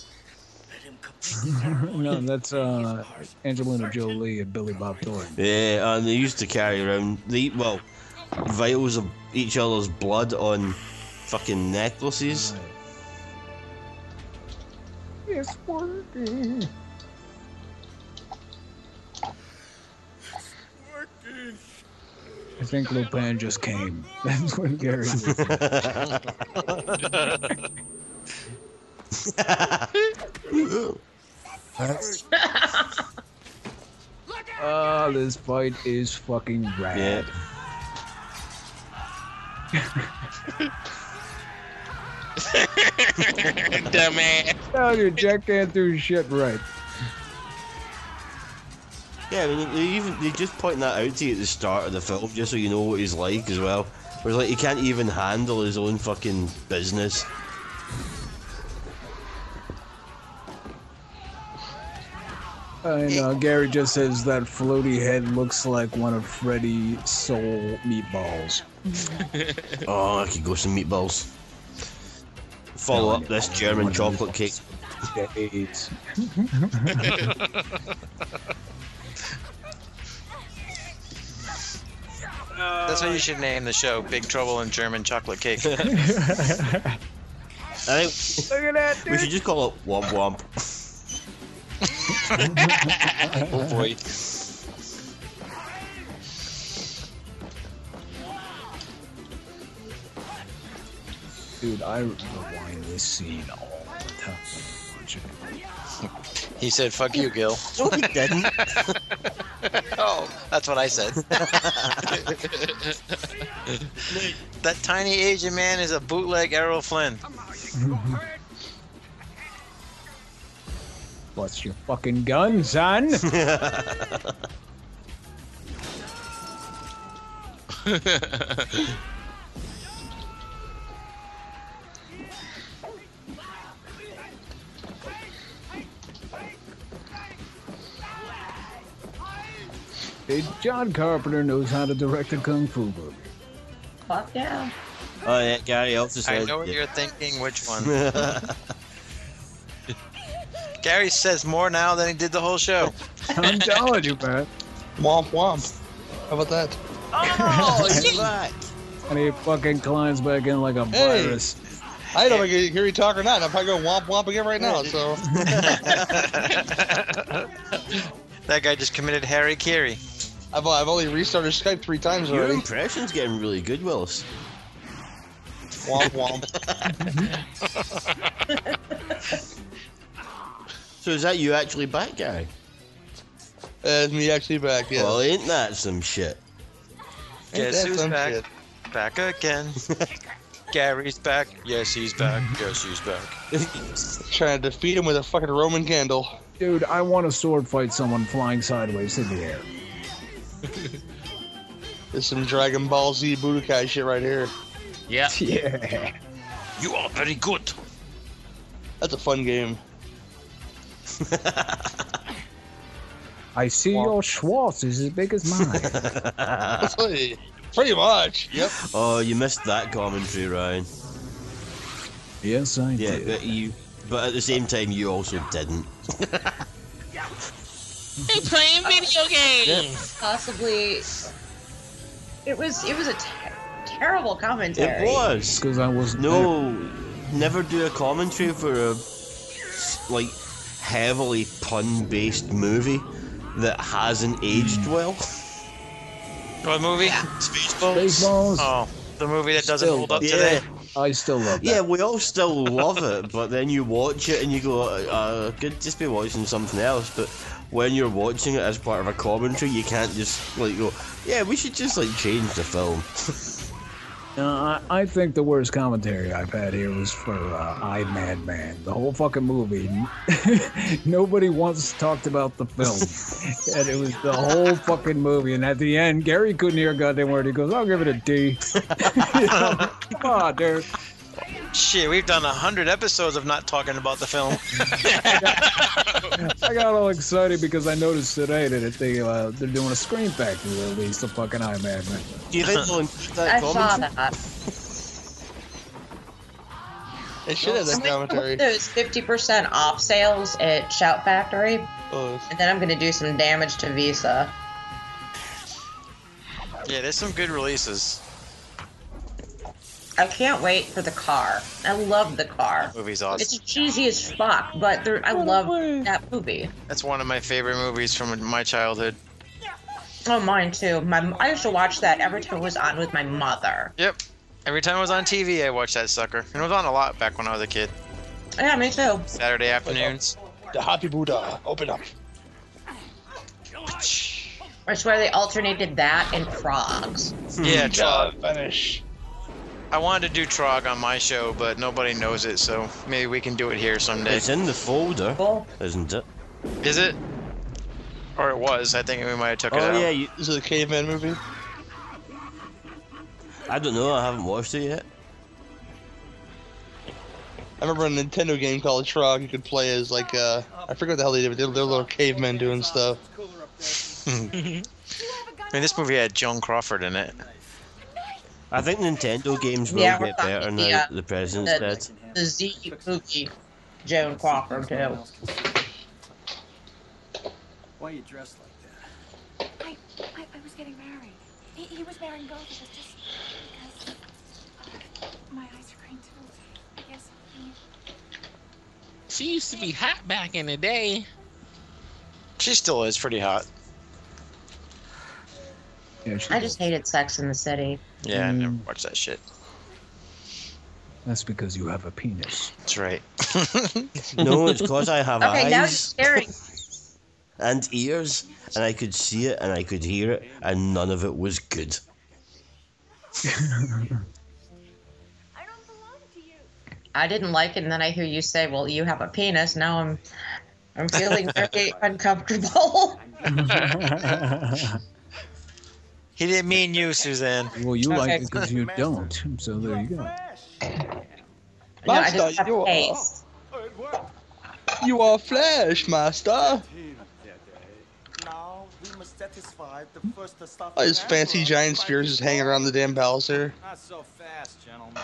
[SPEAKER 10] Let him complete
[SPEAKER 6] no, that's uh, Angelina Jolie and Billy Bob Thornton.
[SPEAKER 3] Yeah, and they used to carry around the well vials of each other's blood on fucking necklaces.
[SPEAKER 6] It's working.
[SPEAKER 11] Working.
[SPEAKER 6] I think Lupin just came. That's when Gary. was. Ah, this fight is fucking
[SPEAKER 3] yeah.
[SPEAKER 6] rad.
[SPEAKER 2] Dumbass.
[SPEAKER 6] Oh, dude, Jack can't do shit right.
[SPEAKER 3] Yeah, I mean, they even they just point that out to you at the start of the film, just so you know what he's like as well. Whereas, like, he can't even handle his own fucking business.
[SPEAKER 6] And uh, Gary just says that floaty head looks like one of Freddy Soul meatballs.
[SPEAKER 3] Oh, I could go some meatballs. Follow up this German chocolate cake.
[SPEAKER 6] Days.
[SPEAKER 5] That's what you should name the show Big Trouble in German Chocolate Cake.
[SPEAKER 3] I think
[SPEAKER 6] Look at that,
[SPEAKER 3] we should just call it Womp Womp.
[SPEAKER 5] oh boy.
[SPEAKER 6] Dude, I rewind this scene all the time. Watch it.
[SPEAKER 5] He said, fuck you, Gil.
[SPEAKER 3] No, he didn't.
[SPEAKER 5] Oh, that's what I said. that tiny Asian man is a bootleg Errol Flynn.
[SPEAKER 6] What's your fucking gun, son? Hey, John Carpenter knows how to direct a kung fu movie.
[SPEAKER 4] Fuck yeah.
[SPEAKER 3] Oh yeah, Gary also
[SPEAKER 5] I
[SPEAKER 3] said.
[SPEAKER 5] know what you're thinking, which one? Gary says more now than he did the whole show.
[SPEAKER 6] I'm telling you, man.
[SPEAKER 1] Womp womp. How about that?
[SPEAKER 5] Oh, he's back.
[SPEAKER 6] And he fucking climbs back in like a
[SPEAKER 1] Hey.
[SPEAKER 6] virus.
[SPEAKER 1] I don't know if I can hear you talk or not. I'm probably going womp womp again right now. So
[SPEAKER 5] That guy just committed Harry Carey.
[SPEAKER 1] I've, I've only restarted Skype three times
[SPEAKER 3] Your
[SPEAKER 1] already.
[SPEAKER 3] impression's getting really good, Willis.
[SPEAKER 1] Womp womp.
[SPEAKER 3] So is that you actually back, guy?
[SPEAKER 1] Uh, me actually back. Yeah.
[SPEAKER 3] Well, ain't that some shit?
[SPEAKER 5] Guess who's back? Back again. Gary's back. Yes, he's back. Yes, he's back.
[SPEAKER 1] Trying to defeat him with a fucking Roman candle.
[SPEAKER 6] Dude, I want to sword fight someone flying sideways in the air.
[SPEAKER 1] This is some Dragon Ball Z Budokai shit right here.
[SPEAKER 2] Yeah.
[SPEAKER 6] Yeah.
[SPEAKER 2] You are very good.
[SPEAKER 1] That's a fun game.
[SPEAKER 6] I see your Schwartz is as big as mine.
[SPEAKER 3] Ah.
[SPEAKER 1] Hey, Pretty much. Yep.
[SPEAKER 3] Oh, you missed that commentary, Ryan.
[SPEAKER 6] Yes, I
[SPEAKER 3] yeah, But you, but at the same time, you also didn't.
[SPEAKER 2] They playing video games.
[SPEAKER 4] Possibly. It was it was a ter- terrible commentary.
[SPEAKER 3] It was
[SPEAKER 6] because I was
[SPEAKER 3] no. Never do a commentary for a like heavily pun-based movie that hasn't aged well.
[SPEAKER 5] What movie? Spaceballs.
[SPEAKER 6] Spaceballs.
[SPEAKER 5] Oh, the movie that doesn't
[SPEAKER 3] Still
[SPEAKER 5] hold up
[SPEAKER 3] does.
[SPEAKER 5] today.
[SPEAKER 6] I still love that.
[SPEAKER 3] Yeah, we all still love it, but then you watch it and you go, uh, I could just be watching something else. But when you're watching it as part of a commentary, you can't just like go, yeah, we should just like change the film.
[SPEAKER 6] Uh, I, I think the worst commentary I've had here was for uh, I Madman. The whole fucking movie. Nobody once talked about the film. and it was the whole fucking movie. And at the end, Gary couldn't hear a goddamn word. He goes, I'll give it a D. You know, Come on, dude.
[SPEAKER 5] Shit, we've done a hundred episodes of not talking about the film.
[SPEAKER 6] I got all excited because I noticed today that if they, uh, they're doing a Screen Factory release of fucking I Madman.
[SPEAKER 3] Do you think they'll include that
[SPEAKER 4] I saw
[SPEAKER 3] commentary?
[SPEAKER 4] that.
[SPEAKER 1] It should have that
[SPEAKER 4] I'm gonna
[SPEAKER 1] commentary.
[SPEAKER 4] put Those fifty percent off sales at Shout Factory,
[SPEAKER 1] Oh,
[SPEAKER 4] and then I'm gonna do some damage to Visa.
[SPEAKER 5] yeah, there's some good releases.
[SPEAKER 4] I can't wait for the car. I love the car.
[SPEAKER 5] Movie's awesome.
[SPEAKER 4] It's cheesy as fuck, but there- I love that movie.
[SPEAKER 5] That's one of my favorite movies from my childhood.
[SPEAKER 4] Oh, mine too. My I used to watch that every time it was on with my mother.
[SPEAKER 5] Yep. Every time it was on TV, I watched that sucker. And it was on a lot back when I was a kid.
[SPEAKER 4] Yeah, me too.
[SPEAKER 5] Saturday afternoons.
[SPEAKER 1] The Happy Buddha, open up.
[SPEAKER 4] I swear they alternated that and frogs.
[SPEAKER 5] Yeah,
[SPEAKER 1] God,
[SPEAKER 5] Trog.
[SPEAKER 1] Finish.
[SPEAKER 5] I wanted to do Trog on my show, but nobody knows it, so maybe we can do it here someday.
[SPEAKER 3] It's in the folder,
[SPEAKER 4] Well,
[SPEAKER 3] isn't it?
[SPEAKER 5] Is it? Or it was. I think we might have took it out.
[SPEAKER 3] Oh yeah, you,
[SPEAKER 1] This is a caveman movie.
[SPEAKER 3] I don't know. I haven't watched it yet.
[SPEAKER 1] I remember a Nintendo game called Trog you could play as like uh I forget what the hell they did, but they were they were little cavemen doing stuff.
[SPEAKER 5] I mean, this movie had Joan Crawford in it.
[SPEAKER 3] I think Nintendo games will
[SPEAKER 4] Yeah, we're
[SPEAKER 3] get
[SPEAKER 4] talking-
[SPEAKER 3] better now
[SPEAKER 4] yeah.
[SPEAKER 3] that the president's dead.
[SPEAKER 4] uh, The, the Z movie, Joan Crawford too.
[SPEAKER 14] Why are you dressed like that?
[SPEAKER 12] I, I, I was getting married. He, he was marrying both of us just because uh, my eyes are green too. Yes,
[SPEAKER 2] She used to be hot back in the day.
[SPEAKER 5] She still is pretty hot.
[SPEAKER 6] Yeah, she
[SPEAKER 4] I
[SPEAKER 6] did.
[SPEAKER 4] just hated Sex in the City.
[SPEAKER 5] Yeah, I never watched that shit.
[SPEAKER 6] That's because you have a penis.
[SPEAKER 5] That's right.
[SPEAKER 3] No, it's because I have
[SPEAKER 4] Okay, now you're
[SPEAKER 3] eyes
[SPEAKER 4] scaring.
[SPEAKER 3] and ears, and I could see it and I could hear it, and none of it was good.
[SPEAKER 4] I didn't like it, and then I hear you say, "Well, you have a penis." Now I'm, I'm feeling very uncomfortable.
[SPEAKER 6] well,
[SPEAKER 5] He didn't mean you, Suzanne.
[SPEAKER 6] you like it because you don't. So there you go.
[SPEAKER 4] No, I
[SPEAKER 1] Master,
[SPEAKER 4] just have
[SPEAKER 1] you are-
[SPEAKER 4] taste.
[SPEAKER 1] You are Flash, master.
[SPEAKER 15] Now we must satisfy the first stop.
[SPEAKER 1] All these fancy giant spears just hanging around the damn palace here.
[SPEAKER 15] Not so fast, gentlemen.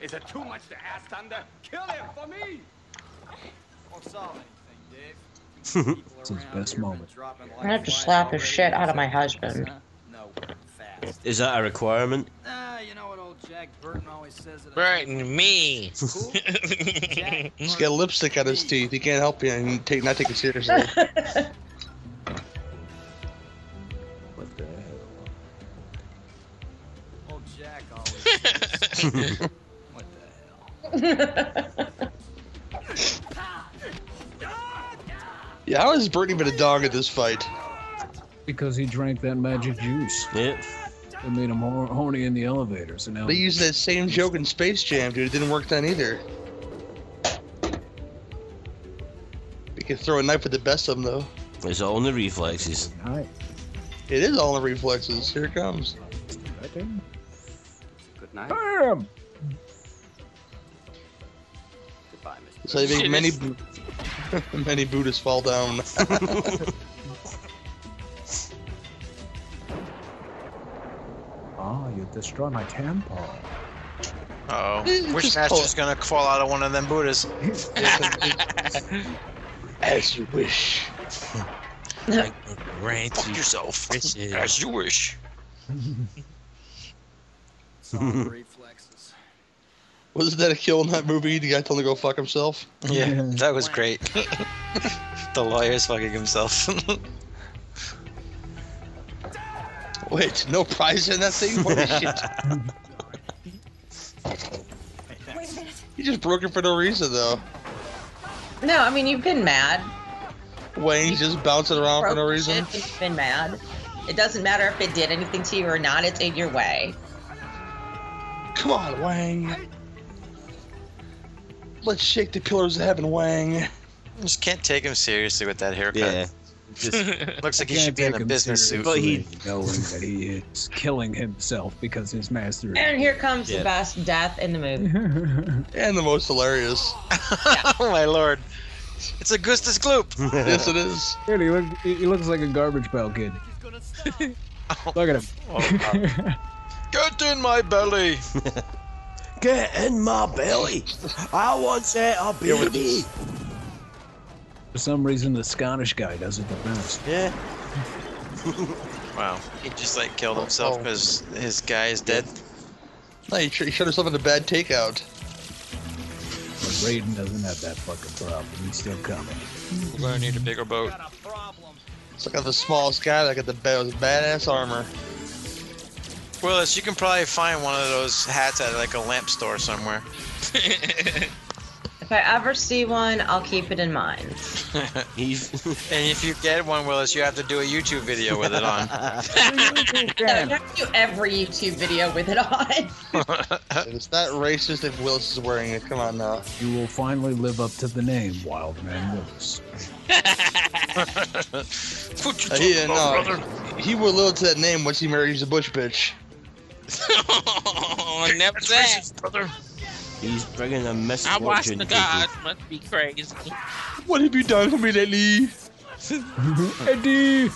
[SPEAKER 15] Is it too much to ask, Thunder? Kill him for me! Won't solve anything, Dave.
[SPEAKER 6] it's his best moment.
[SPEAKER 4] I have to slap the shit out of my husband.
[SPEAKER 3] Is that a requirement?
[SPEAKER 10] Ah, you know what old Jack Burton always says that
[SPEAKER 2] Burton, me.
[SPEAKER 1] He's got lipstick on his teeth. He can't help you and take not take it seriously.
[SPEAKER 6] What the hell?
[SPEAKER 10] old Jack always says. what
[SPEAKER 1] yeah, how is Bert even a dog at this fight?
[SPEAKER 6] Because he drank that magic juice.
[SPEAKER 3] Yeah.
[SPEAKER 6] It made him hor- horny in the elevator. So now
[SPEAKER 1] They used that same joke in Space Jam, dude. It didn't work then either. They could throw a knife at the best of them, though.
[SPEAKER 3] It's all in the reflexes.
[SPEAKER 6] Hi.
[SPEAKER 1] It is all in the reflexes. Here it comes.
[SPEAKER 11] Good night.
[SPEAKER 6] Bam!
[SPEAKER 11] Goodbye, Mr.
[SPEAKER 1] It's like
[SPEAKER 11] Burton.
[SPEAKER 1] many, Bu- many Buddhists fall down.
[SPEAKER 6] Ah, you destroy my temple.
[SPEAKER 5] Oh,
[SPEAKER 1] It's
[SPEAKER 5] which
[SPEAKER 1] just
[SPEAKER 5] master's gonna fall out of one of them Buddhas?
[SPEAKER 1] As you wish.
[SPEAKER 2] Like, grant
[SPEAKER 8] Fuck
[SPEAKER 2] you
[SPEAKER 8] yourself.
[SPEAKER 2] riches.
[SPEAKER 8] As you wish.
[SPEAKER 10] Solid reflexes.
[SPEAKER 1] Wasn't that a kill in that movie? The guy told him to go fuck himself.
[SPEAKER 5] Yeah,
[SPEAKER 6] Yeah.
[SPEAKER 5] that was great. the lawyer's fucking himself.
[SPEAKER 1] Wait, no prize in that thing? Holy shit.
[SPEAKER 12] Wait a minute.
[SPEAKER 1] He just broke it for no reason, though.
[SPEAKER 4] No, I mean you've been mad.
[SPEAKER 1] Wayne's just bouncing around for no
[SPEAKER 4] Broke
[SPEAKER 1] reason.
[SPEAKER 4] shit, You've been mad. It doesn't matter if it did anything to you or not. It's in your way.
[SPEAKER 1] Come on, Wang. Let's shake the pillars of heaven, Wang.
[SPEAKER 5] Just can't take him seriously with that
[SPEAKER 3] Yeah.
[SPEAKER 5] haircut.
[SPEAKER 3] Just,
[SPEAKER 5] Looks like he
[SPEAKER 6] Can't
[SPEAKER 5] should be in
[SPEAKER 6] take
[SPEAKER 5] a
[SPEAKER 6] him
[SPEAKER 5] business suit.
[SPEAKER 3] But he-
[SPEAKER 6] seriously, knowing that he is killing himself because his master.
[SPEAKER 4] And here comes
[SPEAKER 3] Yeah.
[SPEAKER 4] the best death in the movie.
[SPEAKER 1] And the most hilarious.
[SPEAKER 5] oh my lord. It's Augustus Gloop.
[SPEAKER 1] yes, it is.
[SPEAKER 6] Dude, he, look, he he looks like a garbage pail kid. Look at him.
[SPEAKER 3] Oh,
[SPEAKER 5] Get in my belly.
[SPEAKER 3] Get in my belly! I want it a baby!
[SPEAKER 6] For some reason, the Scottish guy does it the best.
[SPEAKER 3] Yeah.
[SPEAKER 5] Wow. He just like
[SPEAKER 6] Oh,
[SPEAKER 5] killed himself because his guy is dead.
[SPEAKER 1] No, you, sh- you shot yourself in a bad takeout.
[SPEAKER 6] But Raiden doesn't have that fucking problem. He's still coming.
[SPEAKER 5] We're gonna need a bigger boat.
[SPEAKER 1] It's like the smallest guy that got the ba- badass armor.
[SPEAKER 5] Willis, you can probably find one of those hats at like a lamp store somewhere.
[SPEAKER 4] If I ever see one, I'll keep it in mind.
[SPEAKER 3] He's.
[SPEAKER 5] And if you get one, Willis, you have to do a YouTube video with it on.
[SPEAKER 4] No, you have to do every YouTube video with it on.
[SPEAKER 1] it's not racist if Willis is wearing it. Come on now.
[SPEAKER 6] You will finally live up to the name, Wild Man Willis.
[SPEAKER 8] That's what you
[SPEAKER 1] Uh,
[SPEAKER 8] talking
[SPEAKER 1] yeah,
[SPEAKER 8] about,
[SPEAKER 1] no.
[SPEAKER 8] brother.
[SPEAKER 1] He will live to that name once he marries a bush bitch.
[SPEAKER 2] oh, never
[SPEAKER 8] That's
[SPEAKER 2] that.
[SPEAKER 8] racist, brother.
[SPEAKER 3] He's bringing a
[SPEAKER 2] I watched
[SPEAKER 3] misfortune.
[SPEAKER 2] the
[SPEAKER 3] to
[SPEAKER 2] gods. Must be crazy.
[SPEAKER 1] What have you done for me lately?
[SPEAKER 6] Eddie!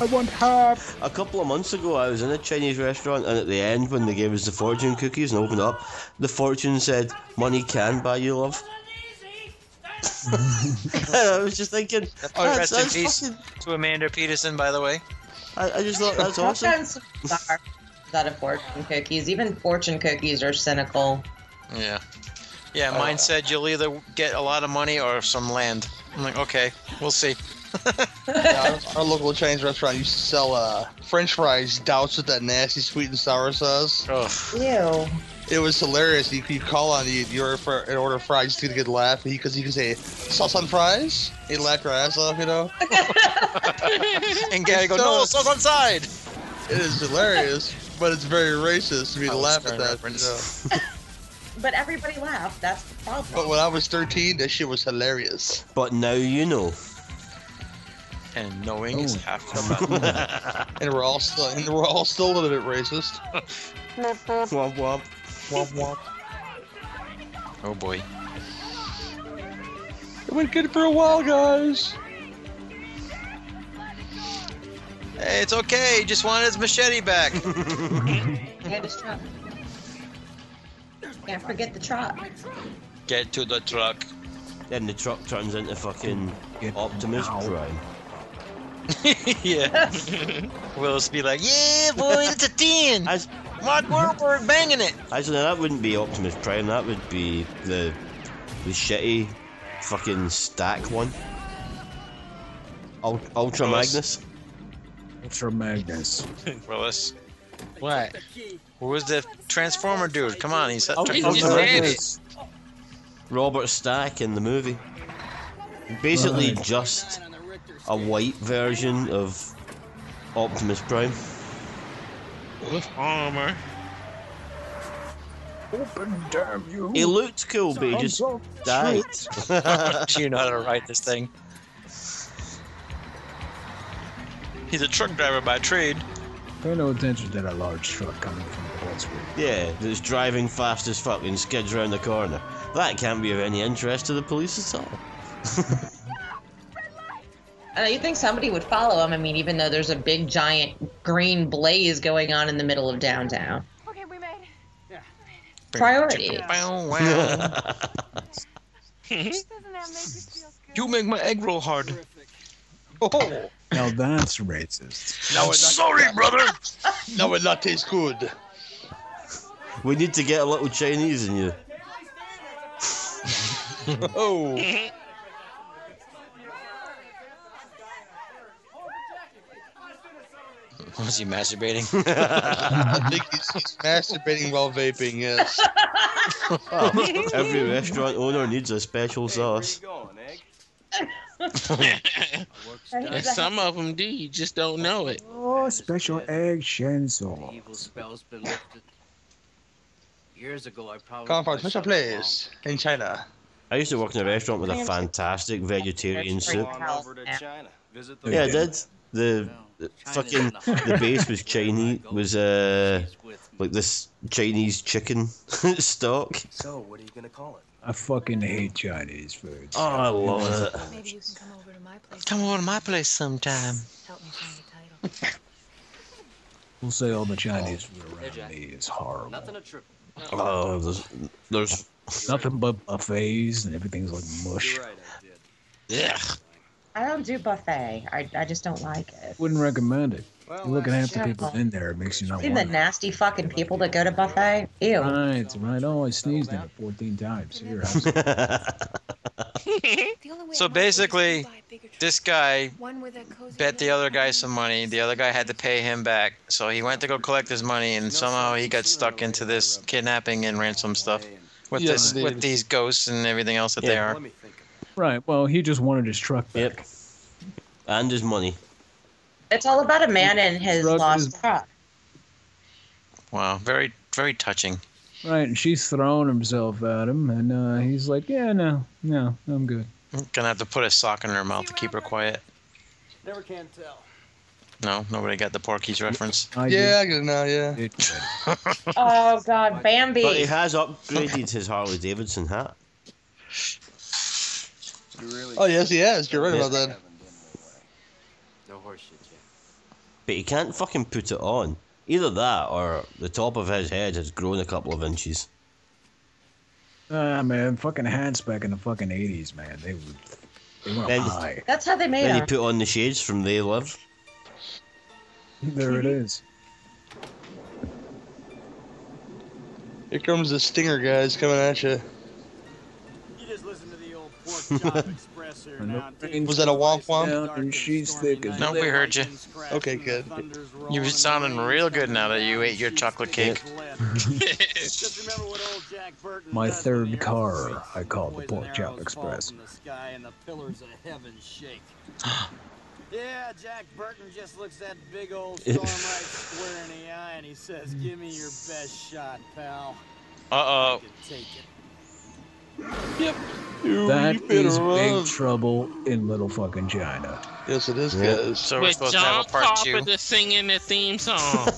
[SPEAKER 6] I want half!
[SPEAKER 3] A couple of months ago, I was in a Chinese restaurant, and at the end, when they gave us the fortune cookies and opened up, the fortune said, "Money can buy you love." and I was just thinking,
[SPEAKER 5] Oh,
[SPEAKER 3] that's,
[SPEAKER 5] rest in
[SPEAKER 3] that's
[SPEAKER 5] peace
[SPEAKER 3] fucking.
[SPEAKER 5] to Amanda Peterson, by the way.
[SPEAKER 3] I, I just thought that's
[SPEAKER 4] I've
[SPEAKER 3] awesome.
[SPEAKER 4] done some bizarre things out of fortune cookies. Even fortune cookies are cynical.
[SPEAKER 5] Yeah. Uh, Yeah, mine said you'll either get a lot of money or some land. I'm like, okay, we'll see.
[SPEAKER 1] Yeah, our, our local Chinese restaurant used to sell uh, French fries doused with that nasty sweet and sour sauce.
[SPEAKER 5] Ugh.
[SPEAKER 4] Ew.
[SPEAKER 1] It was hilarious. You, you call on you, you order for an order of fries to get a laugh because you can say sauce on fries. He laughed your ass off, you know.
[SPEAKER 5] And Gary go, no, it's on side.
[SPEAKER 1] It is hilarious, but it's very racist to be to
[SPEAKER 5] Oh,
[SPEAKER 1] laugh
[SPEAKER 5] sorry,
[SPEAKER 1] at that. You
[SPEAKER 5] reference.
[SPEAKER 1] know?
[SPEAKER 4] But everybody laughed. That's the problem.
[SPEAKER 1] But when I was 13, that shit was hilarious.
[SPEAKER 3] But now you know.
[SPEAKER 5] And knowing is
[SPEAKER 6] Oh.
[SPEAKER 5] half the battle.
[SPEAKER 1] And we're all still and we're all still a little bit racist.
[SPEAKER 3] Womp womp.
[SPEAKER 1] Womp womp.
[SPEAKER 5] oh boy.
[SPEAKER 1] It went good for a while, guys.
[SPEAKER 5] Hey, it's okay. He just wanted his machete back.
[SPEAKER 4] Yeah, just try. Can't forget the truck.
[SPEAKER 5] Get to the truck.
[SPEAKER 3] Then the truck turns into fucking Optimus Prime.
[SPEAKER 5] yeah. Will's be like, yeah, boy, it's a 10. Mark Wahlberg banging it.
[SPEAKER 3] Actually, that wouldn't be Optimus Prime. That would be the the shitty fucking stack one. Ul- Ultra
[SPEAKER 5] Willis.
[SPEAKER 3] Magnus.
[SPEAKER 6] Ultra Magnus.
[SPEAKER 5] Willis.
[SPEAKER 2] What?
[SPEAKER 5] Who was the Transformer dude? Come on, Oh, he's
[SPEAKER 3] Ultra Magnus. Robert Stack in the movie. Basically,
[SPEAKER 6] Right.
[SPEAKER 3] just a white version of Optimus Prime.
[SPEAKER 2] With armor.
[SPEAKER 6] Open, damn you.
[SPEAKER 3] He looked cool, but he just died.
[SPEAKER 5] Do you know how to write this thing? He's a truck driver by trade.
[SPEAKER 6] Pay no attention to that large truck coming from Portsmouth.
[SPEAKER 3] Yeah, that's driving fast as fuck and skids round the corner. That can't be of any interest to the police at all.
[SPEAKER 4] Uh, you think somebody would follow him? I mean, even though there's a big giant green blaze going on in the middle of downtown.
[SPEAKER 12] Okay, we made it.
[SPEAKER 4] Priority.
[SPEAKER 5] Bow, wow.
[SPEAKER 12] Doesn't that make you feel
[SPEAKER 5] you make my egg roll hard.
[SPEAKER 1] Oh,
[SPEAKER 6] Now that's racist.
[SPEAKER 1] now it
[SPEAKER 8] Sorry, brother.
[SPEAKER 1] now it not taste good.
[SPEAKER 3] We need to get a little Chinese in you.
[SPEAKER 1] Oh,
[SPEAKER 5] Was he masturbating?
[SPEAKER 1] I think he's, he's masturbating while vaping. Yes.
[SPEAKER 3] Oh. Every restaurant owner needs a special sauce.
[SPEAKER 2] And some of them do. You just don't know it.
[SPEAKER 6] Oh, special egg chainsaw.
[SPEAKER 10] Evil spell's been lifted. Years ago, I probably.
[SPEAKER 1] Come from special place in China.
[SPEAKER 3] I used to work in a restaurant with a fantastic vegetarian soup.
[SPEAKER 10] over to China. Visit the
[SPEAKER 3] Yeah, I did. The the fucking the base was Chinese was uh like this Chinese chicken stock.
[SPEAKER 14] So, what are you gonna call it?
[SPEAKER 6] I fucking hate Chinese food.
[SPEAKER 3] Oh, I love it.
[SPEAKER 12] Maybe you can come over to my place.
[SPEAKER 5] Come over to my place sometime.
[SPEAKER 12] Help me find a title.
[SPEAKER 6] We'll say all the Chinese food around me is horrible.
[SPEAKER 10] Nothing a trip.
[SPEAKER 3] Oh, there's, there's
[SPEAKER 6] Nothing but buffets and everything's like mush.
[SPEAKER 10] You're right, I did.
[SPEAKER 2] Yeah.
[SPEAKER 4] I don't do buffet. I, I just don't like it.
[SPEAKER 6] Wouldn't recommend it.
[SPEAKER 14] Well,
[SPEAKER 6] You look at half the
[SPEAKER 4] yeah.
[SPEAKER 6] people in there, it makes you not
[SPEAKER 4] See
[SPEAKER 6] want
[SPEAKER 4] the
[SPEAKER 6] it.
[SPEAKER 4] nasty fucking people that go to buffet? Ew.
[SPEAKER 3] Uh,
[SPEAKER 6] Right, right. Oh, I sneezed in it 14 times. You're absolutely
[SPEAKER 12] The only way
[SPEAKER 5] So
[SPEAKER 12] I'm out is if you
[SPEAKER 5] basically,
[SPEAKER 12] buy a bigger truck.
[SPEAKER 5] This guy
[SPEAKER 12] One with a cozy
[SPEAKER 5] bet the
[SPEAKER 12] little
[SPEAKER 5] other guy
[SPEAKER 12] cabin.
[SPEAKER 5] some money. The other guy had to pay him back. So he went to go collect his money, and somehow he got stuck into this kidnapping and ransom stuff with
[SPEAKER 1] Yes,
[SPEAKER 5] this, with
[SPEAKER 1] indeed.
[SPEAKER 5] these ghosts and everything else that they
[SPEAKER 3] Yeah.
[SPEAKER 5] are.
[SPEAKER 14] Let me think. of
[SPEAKER 6] right. Well, he just wanted his truck back.
[SPEAKER 3] Yep. and his money.
[SPEAKER 4] It's all about a man and his
[SPEAKER 6] Drugs
[SPEAKER 4] lost
[SPEAKER 6] is-
[SPEAKER 4] prop.
[SPEAKER 5] Wow, very very touching.
[SPEAKER 6] Right, and she's throwing herself at him, and uh, he's like, "Yeah, no, no, I'm good."
[SPEAKER 5] Gonna have to put a sock in her mouth to keep her quiet.
[SPEAKER 14] it. Never can tell.
[SPEAKER 5] No, nobody got the Porky's reference.
[SPEAKER 6] I
[SPEAKER 1] Yeah, I get it now. Yeah.
[SPEAKER 6] did it.
[SPEAKER 4] Oh god,
[SPEAKER 3] But he
[SPEAKER 4] Bambi.
[SPEAKER 3] has upgraded his Harley Davidson hat.
[SPEAKER 14] You really.
[SPEAKER 1] Oh yes, he has. You're right
[SPEAKER 3] Yeah.
[SPEAKER 1] about that.
[SPEAKER 10] No horseshit, Jack.
[SPEAKER 3] But he can't fucking put it on. Either that or the top of his head has grown a couple of inches.
[SPEAKER 6] Ah, man, fucking hats back in the fucking '80s, man. They were, they went
[SPEAKER 3] Then-
[SPEAKER 6] high.
[SPEAKER 4] That's how they made
[SPEAKER 3] Then
[SPEAKER 4] him.
[SPEAKER 3] he put on the shades from They Live.
[SPEAKER 6] There it is.
[SPEAKER 1] Here comes the stinger guys coming at you.
[SPEAKER 14] You just listen to the old pork chop express here now. Dave.
[SPEAKER 1] Was that a womp womp?
[SPEAKER 6] Down and she's thick as-
[SPEAKER 5] No, we heard you.
[SPEAKER 1] Okay, good.
[SPEAKER 5] You were sounding real good now that you ate your chocolate cake.
[SPEAKER 14] Just remember what old Jack Burton
[SPEAKER 6] My
[SPEAKER 14] does when
[SPEAKER 6] third
[SPEAKER 14] the earth
[SPEAKER 6] car,
[SPEAKER 14] shakes
[SPEAKER 6] I
[SPEAKER 14] and
[SPEAKER 6] call the
[SPEAKER 14] poison
[SPEAKER 6] Pork Chop
[SPEAKER 14] arrows fall
[SPEAKER 6] Express.
[SPEAKER 14] from the sky and the pillars of heaven shake. yeah, Jack Burton just looks that big old storm right square in the eye and he says, "Give me your best shot, pal. I
[SPEAKER 5] Uh
[SPEAKER 14] can take it."
[SPEAKER 6] That is big trouble in little fucking China.
[SPEAKER 1] Yes, it is,
[SPEAKER 3] Yeah.
[SPEAKER 1] guys.
[SPEAKER 5] So we're
[SPEAKER 2] With
[SPEAKER 5] supposed
[SPEAKER 2] John
[SPEAKER 5] to have a part two.
[SPEAKER 2] Carpenter singing the theme song.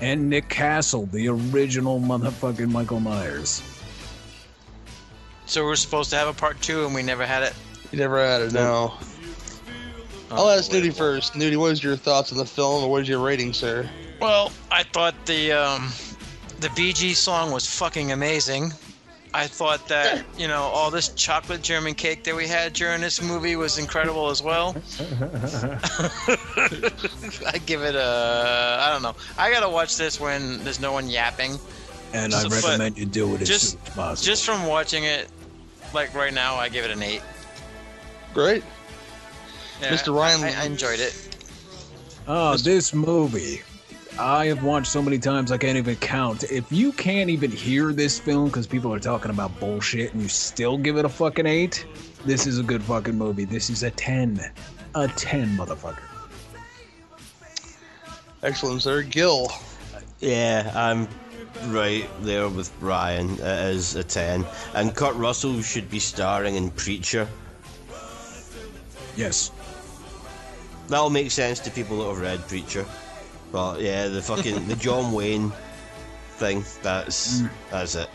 [SPEAKER 6] And Nick Castle, the original motherfucking Michael Myers.
[SPEAKER 5] So we're supposed to have a part two, and we never had it.
[SPEAKER 1] You never had it, no. I'll ask Nudie first. Nudie, what is your thoughts on the film, and what is your rating, sir?
[SPEAKER 5] Well, I thought the um, the BG song was fucking amazing. I thought that you know all this chocolate German cake that we had during this movie was incredible as well. I give it a I don't know. I gotta watch this when there's no one yapping.
[SPEAKER 6] And I
[SPEAKER 5] So- but
[SPEAKER 6] recommend you do it as
[SPEAKER 5] just-
[SPEAKER 6] soon as possible.
[SPEAKER 5] Just from watching it, like right now, I give it an eight.
[SPEAKER 1] Great.
[SPEAKER 5] Yeah,
[SPEAKER 1] Mr. Ryan-
[SPEAKER 5] I, I enjoyed it.
[SPEAKER 6] Oh, this movie. I have watched so many times I can't even count. If you can't even hear this film because people are talking about bullshit and you still give it a fucking eight, this is a good fucking movie. This is a 10. A 10, motherfucker.
[SPEAKER 1] Excellent, sir. Gil.
[SPEAKER 3] Yeah, I'm right there with Ryan. It is a 10. And Kurt Russell should be starring in Preacher.
[SPEAKER 6] Yes.
[SPEAKER 3] That'll make sense to people that have read Preacher. But yeah, the fucking the John Wayne thing, that's that's it.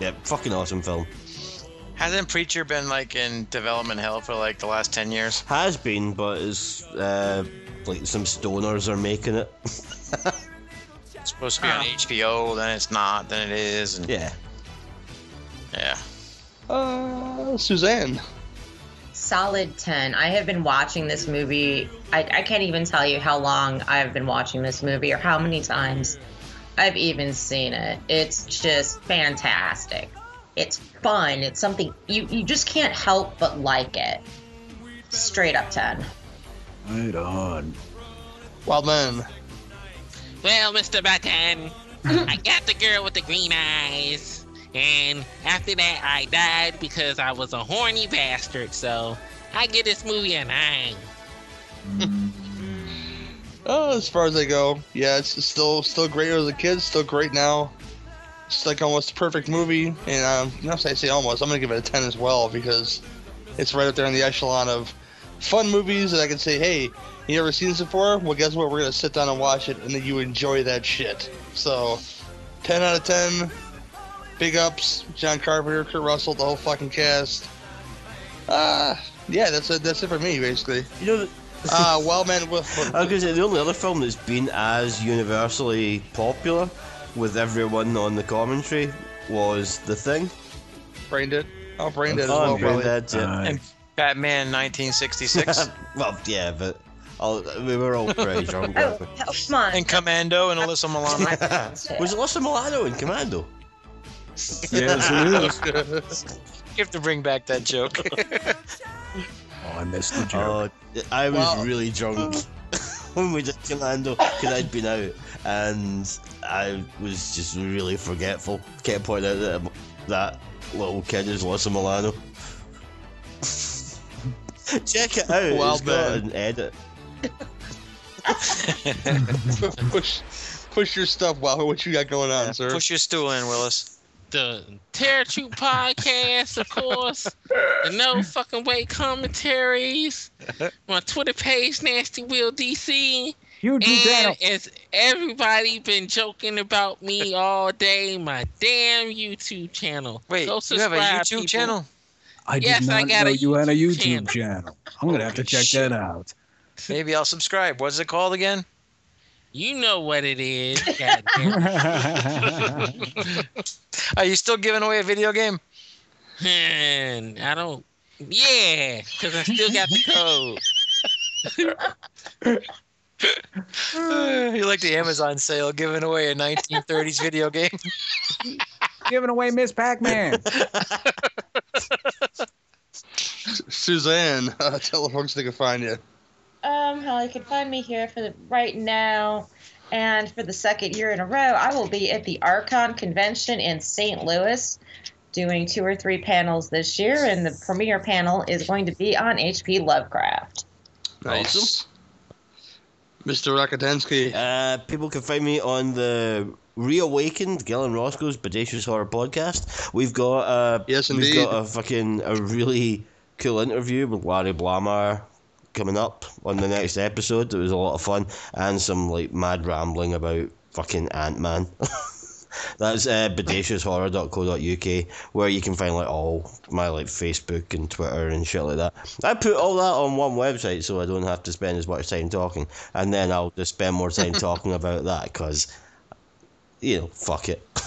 [SPEAKER 3] Yeah, fucking awesome film.
[SPEAKER 5] Hasn't Preacher been like in development hell for like the last ten years?
[SPEAKER 3] Has been, but it's uh, like some stoners are making it.
[SPEAKER 5] It's supposed to be on HBO, then it's not, then it is. And
[SPEAKER 3] yeah.
[SPEAKER 5] Yeah.
[SPEAKER 1] Uh, Suzanne.
[SPEAKER 4] Solid 10. I have been watching this movie. I, I can't even tell you how long I've been watching this movie or how many times I've even seen it. It's just fantastic. It's fun. It's something you, you just can't help but like it. Straight up 10.
[SPEAKER 6] Right on.
[SPEAKER 1] Well, man.
[SPEAKER 2] Well, Mr. Button, I got the girl with the green eyes, and after that, I died because I was a horny bastard. So I give this movie a nine.
[SPEAKER 1] Oh, as far as they go, yeah, it's still still great as a kid, still great now. It's like almost a perfect movie, and um, not say I say almost. I'm gonna give it a ten as well because it's right up there in the echelon of fun movies that I can say, hey, you ever seen this before? Well, guess what? We're gonna sit down and watch it, and then you enjoy that shit. So, ten out of ten. Big ups, John Carpenter, Kurt Russell, the whole fucking cast. Uh, yeah, that's it. That's it for me, basically.
[SPEAKER 3] You know,
[SPEAKER 1] uh, well, man, with,
[SPEAKER 3] I was gonna say the only other film that's been as universally popular with everyone on the commentary was The Thing.
[SPEAKER 1] Brain dead. Oh, brain dead as
[SPEAKER 3] Oh,
[SPEAKER 1] well,
[SPEAKER 3] Brain
[SPEAKER 1] probably.
[SPEAKER 3] Dead's it.
[SPEAKER 5] And Batman 1966.
[SPEAKER 3] well, yeah, but all, we were all pretty drunk. weren't
[SPEAKER 4] Oh,
[SPEAKER 3] we?
[SPEAKER 5] And Commando and Alyssa Milano.
[SPEAKER 3] was it Alyssa Milano in Commando?
[SPEAKER 5] Yes, you have to bring back that joke.
[SPEAKER 6] Oh, I missed the
[SPEAKER 5] Uh,
[SPEAKER 3] joke. Oh, I was really drunk when we did Commando because I'd been out and I was just really forgetful. Can't point out that I'm- that little kid is Alyssa Milano. Check it out.
[SPEAKER 1] Well
[SPEAKER 3] it's got
[SPEAKER 1] done.
[SPEAKER 3] an edit.
[SPEAKER 1] push, push your stuff. Wow, what you got going on, sir?
[SPEAKER 5] Push your stool in, Willis.
[SPEAKER 2] The Terror Troop podcast, of course. The No Fucking Way commentaries. My Twitter page, Nasty Will DC.
[SPEAKER 6] You
[SPEAKER 2] do and as everybody been joking about me all day, my damn YouTube channel.
[SPEAKER 5] Wait,
[SPEAKER 2] Go
[SPEAKER 5] you have a
[SPEAKER 2] subscribe,
[SPEAKER 5] YouTube
[SPEAKER 2] people.
[SPEAKER 5] channel?
[SPEAKER 6] I did
[SPEAKER 2] Yes,
[SPEAKER 6] not
[SPEAKER 2] I got
[SPEAKER 6] know
[SPEAKER 2] a
[SPEAKER 6] you had a YouTube channel. I'm going to have to check that out.
[SPEAKER 5] Maybe I'll subscribe. What's it called again?
[SPEAKER 2] You know what it is. goddamn.
[SPEAKER 5] Are you still giving away a video game?
[SPEAKER 2] And I don't. Yeah, because I still got the code.
[SPEAKER 5] You're like the Amazon sale giving away a 1930s video game.
[SPEAKER 6] Giving away Miss Pac Man.
[SPEAKER 1] Suzanne, uh, tell the folks they can find you.
[SPEAKER 4] Um, how you can find me here for the right now, and for the second year in a row, I will be at the Archon Convention in St. Louis, doing two or three panels this year, and the premiere panel is going to be on H.P. Lovecraft.
[SPEAKER 1] Nice. Mr. Rakotensky.
[SPEAKER 3] Uh, people can find me on the Reawakened Gillen Roscoe's Bodacious Horror Podcast. We've got uh,
[SPEAKER 1] yes,
[SPEAKER 3] we've
[SPEAKER 1] indeed.
[SPEAKER 3] got a fucking a really cool interview with Larry Blamar coming up on the next episode. It was a lot of fun and some like mad rambling about fucking Ant Man. That's uh, bodacioushorror.co.uk, where you can find like all my like Facebook and Twitter and shit like that. I put all that on one website so I don't have to spend as much time talking, and then I'll just spend more time talking about that because, you know, fuck it.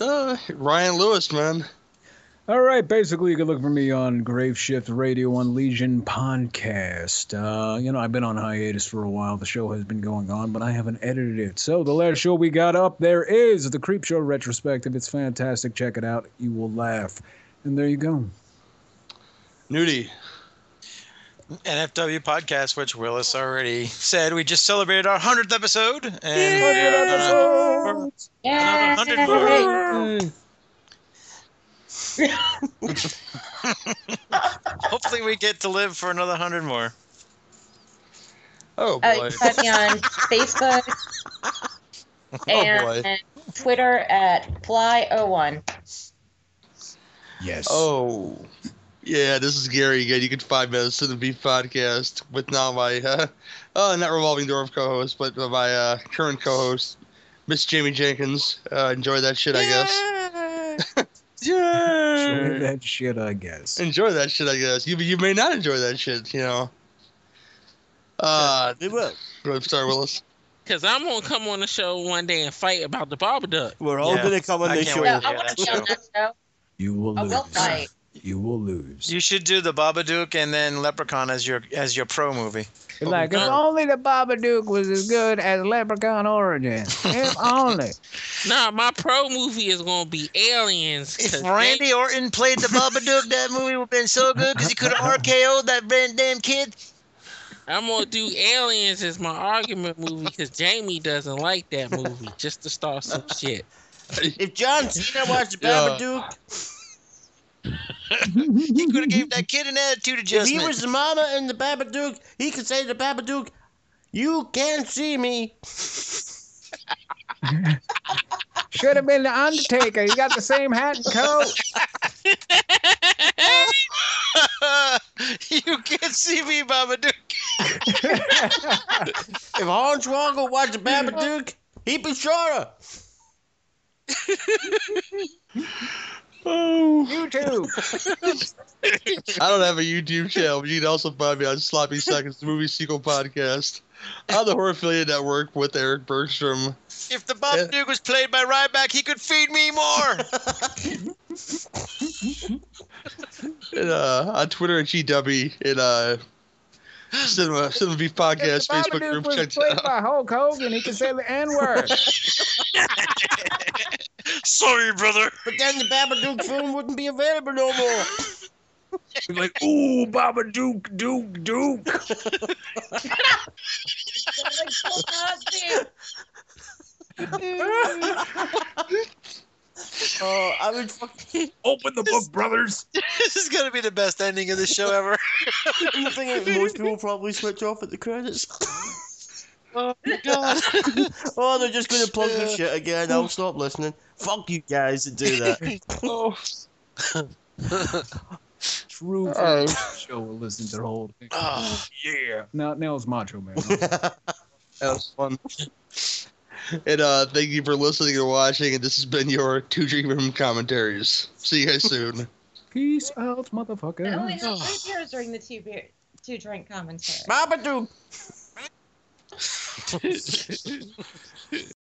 [SPEAKER 1] Uh, Ryan Lewis, man.
[SPEAKER 6] All right, basically, you can look for me on Grave Shift Radio on Legion Podcast. Uh, you know, I've been on hiatus for a while. The show has been going on, but I haven't edited it. So, the last show we got up there is the Creep Show Retrospective. It's fantastic. Check it out. You will laugh. And there you go.
[SPEAKER 1] Nudie.
[SPEAKER 5] NFW podcast, which Willis already said, we just celebrated our hundredth episode and uh,
[SPEAKER 4] Yeah.
[SPEAKER 5] another hundred. Hopefully, we get to live for another hundred more.
[SPEAKER 1] Oh
[SPEAKER 4] Uh, you can find me on Facebook and, and Twitter at Fly01.
[SPEAKER 6] Yes.
[SPEAKER 1] Oh, yeah. This is Gary again. You can find me on the Sin and Beef podcast with now my uh, uh not revolving door of co-host, but my uh, current co-host, Miss Jamie Jenkins. Uh, enjoy that shit, I guess.
[SPEAKER 6] Enjoy
[SPEAKER 1] yeah.
[SPEAKER 6] that shit, I guess.
[SPEAKER 1] Enjoy that shit, I guess. You you may not enjoy that shit, you know. Uh,
[SPEAKER 3] they will.
[SPEAKER 1] I'm sorry, Willis.
[SPEAKER 2] Because I'm going to come on the show one day and fight about the Baba Duck.
[SPEAKER 3] We're all Yeah, gonna come on I this can't show. wait
[SPEAKER 4] No, I want to be on that show.
[SPEAKER 6] You will
[SPEAKER 4] I
[SPEAKER 6] lose.
[SPEAKER 4] will fight.
[SPEAKER 6] You will lose.
[SPEAKER 5] You should do the Babadook and then Leprechaun as your as your pro movie.
[SPEAKER 6] Like, if only the Babadook was as good as Leprechaun Origin. If only.
[SPEAKER 2] Nah, my pro movie is going to be Aliens. 'cause
[SPEAKER 5] If Randy Orton played the Babadook, that movie would have been so good because he could have RKO'd that brand damn kid.
[SPEAKER 2] I'm gonna do Aliens as my argument movie because Jamie doesn't like that movie. Just to start some shit.
[SPEAKER 3] If John Cena watched
[SPEAKER 2] Yeah.
[SPEAKER 3] Babadook,
[SPEAKER 5] he could have gave that kid an attitude
[SPEAKER 3] if he
[SPEAKER 5] adjustment.
[SPEAKER 3] was the mama in the Babadook, he could say to Babadook, "You can't see me."
[SPEAKER 6] Should have been the Undertaker. You got the same hat and coat.
[SPEAKER 5] you can't see me, Babadook.
[SPEAKER 3] If Hornswoggle watched the Babadook, he'd be shorter.
[SPEAKER 1] Oh.
[SPEAKER 6] YouTube.
[SPEAKER 1] I don't have a YouTube channel, but you can also find me on Sloppy Seconds, the movie sequel podcast, on the Horrorphilia Network with Eric Bergstrom.
[SPEAKER 5] If the Babadook was played by Ryback, he could feed me more.
[SPEAKER 1] and, uh, on Twitter at GW and uh, Cinema Cinema Beef Podcast Facebook
[SPEAKER 6] Babadook
[SPEAKER 1] group.
[SPEAKER 6] was
[SPEAKER 1] Check
[SPEAKER 6] played by Hulk Hogan. He can say the N word.
[SPEAKER 8] Sorry, brother.
[SPEAKER 3] But then the Babadook film wouldn't be available no more.
[SPEAKER 6] like, ooh, Babadook, Duke, Duke.
[SPEAKER 3] Oh, I would fucking
[SPEAKER 6] open the book, brothers.
[SPEAKER 5] this is gonna be the best ending of the show ever.
[SPEAKER 3] the thing is, most people probably switch off at the credits.
[SPEAKER 5] oh my god.
[SPEAKER 3] oh, they're just gonna plug this shit again. I'll stop listening. Fuck you guys that do that.
[SPEAKER 1] oh.
[SPEAKER 6] True
[SPEAKER 1] Oh.
[SPEAKER 6] show will listen to the whole thing.
[SPEAKER 1] Oh,
[SPEAKER 6] yeah. Now, now it's Macho Man.
[SPEAKER 1] That was fun. and uh, thank you for listening and watching. And this has been your Two Drink Room commentaries. See you guys soon.
[SPEAKER 6] Peace out,
[SPEAKER 4] I only
[SPEAKER 6] motherfucker.
[SPEAKER 4] had three beers during the two beer, two drink commentary.
[SPEAKER 3] Babadook.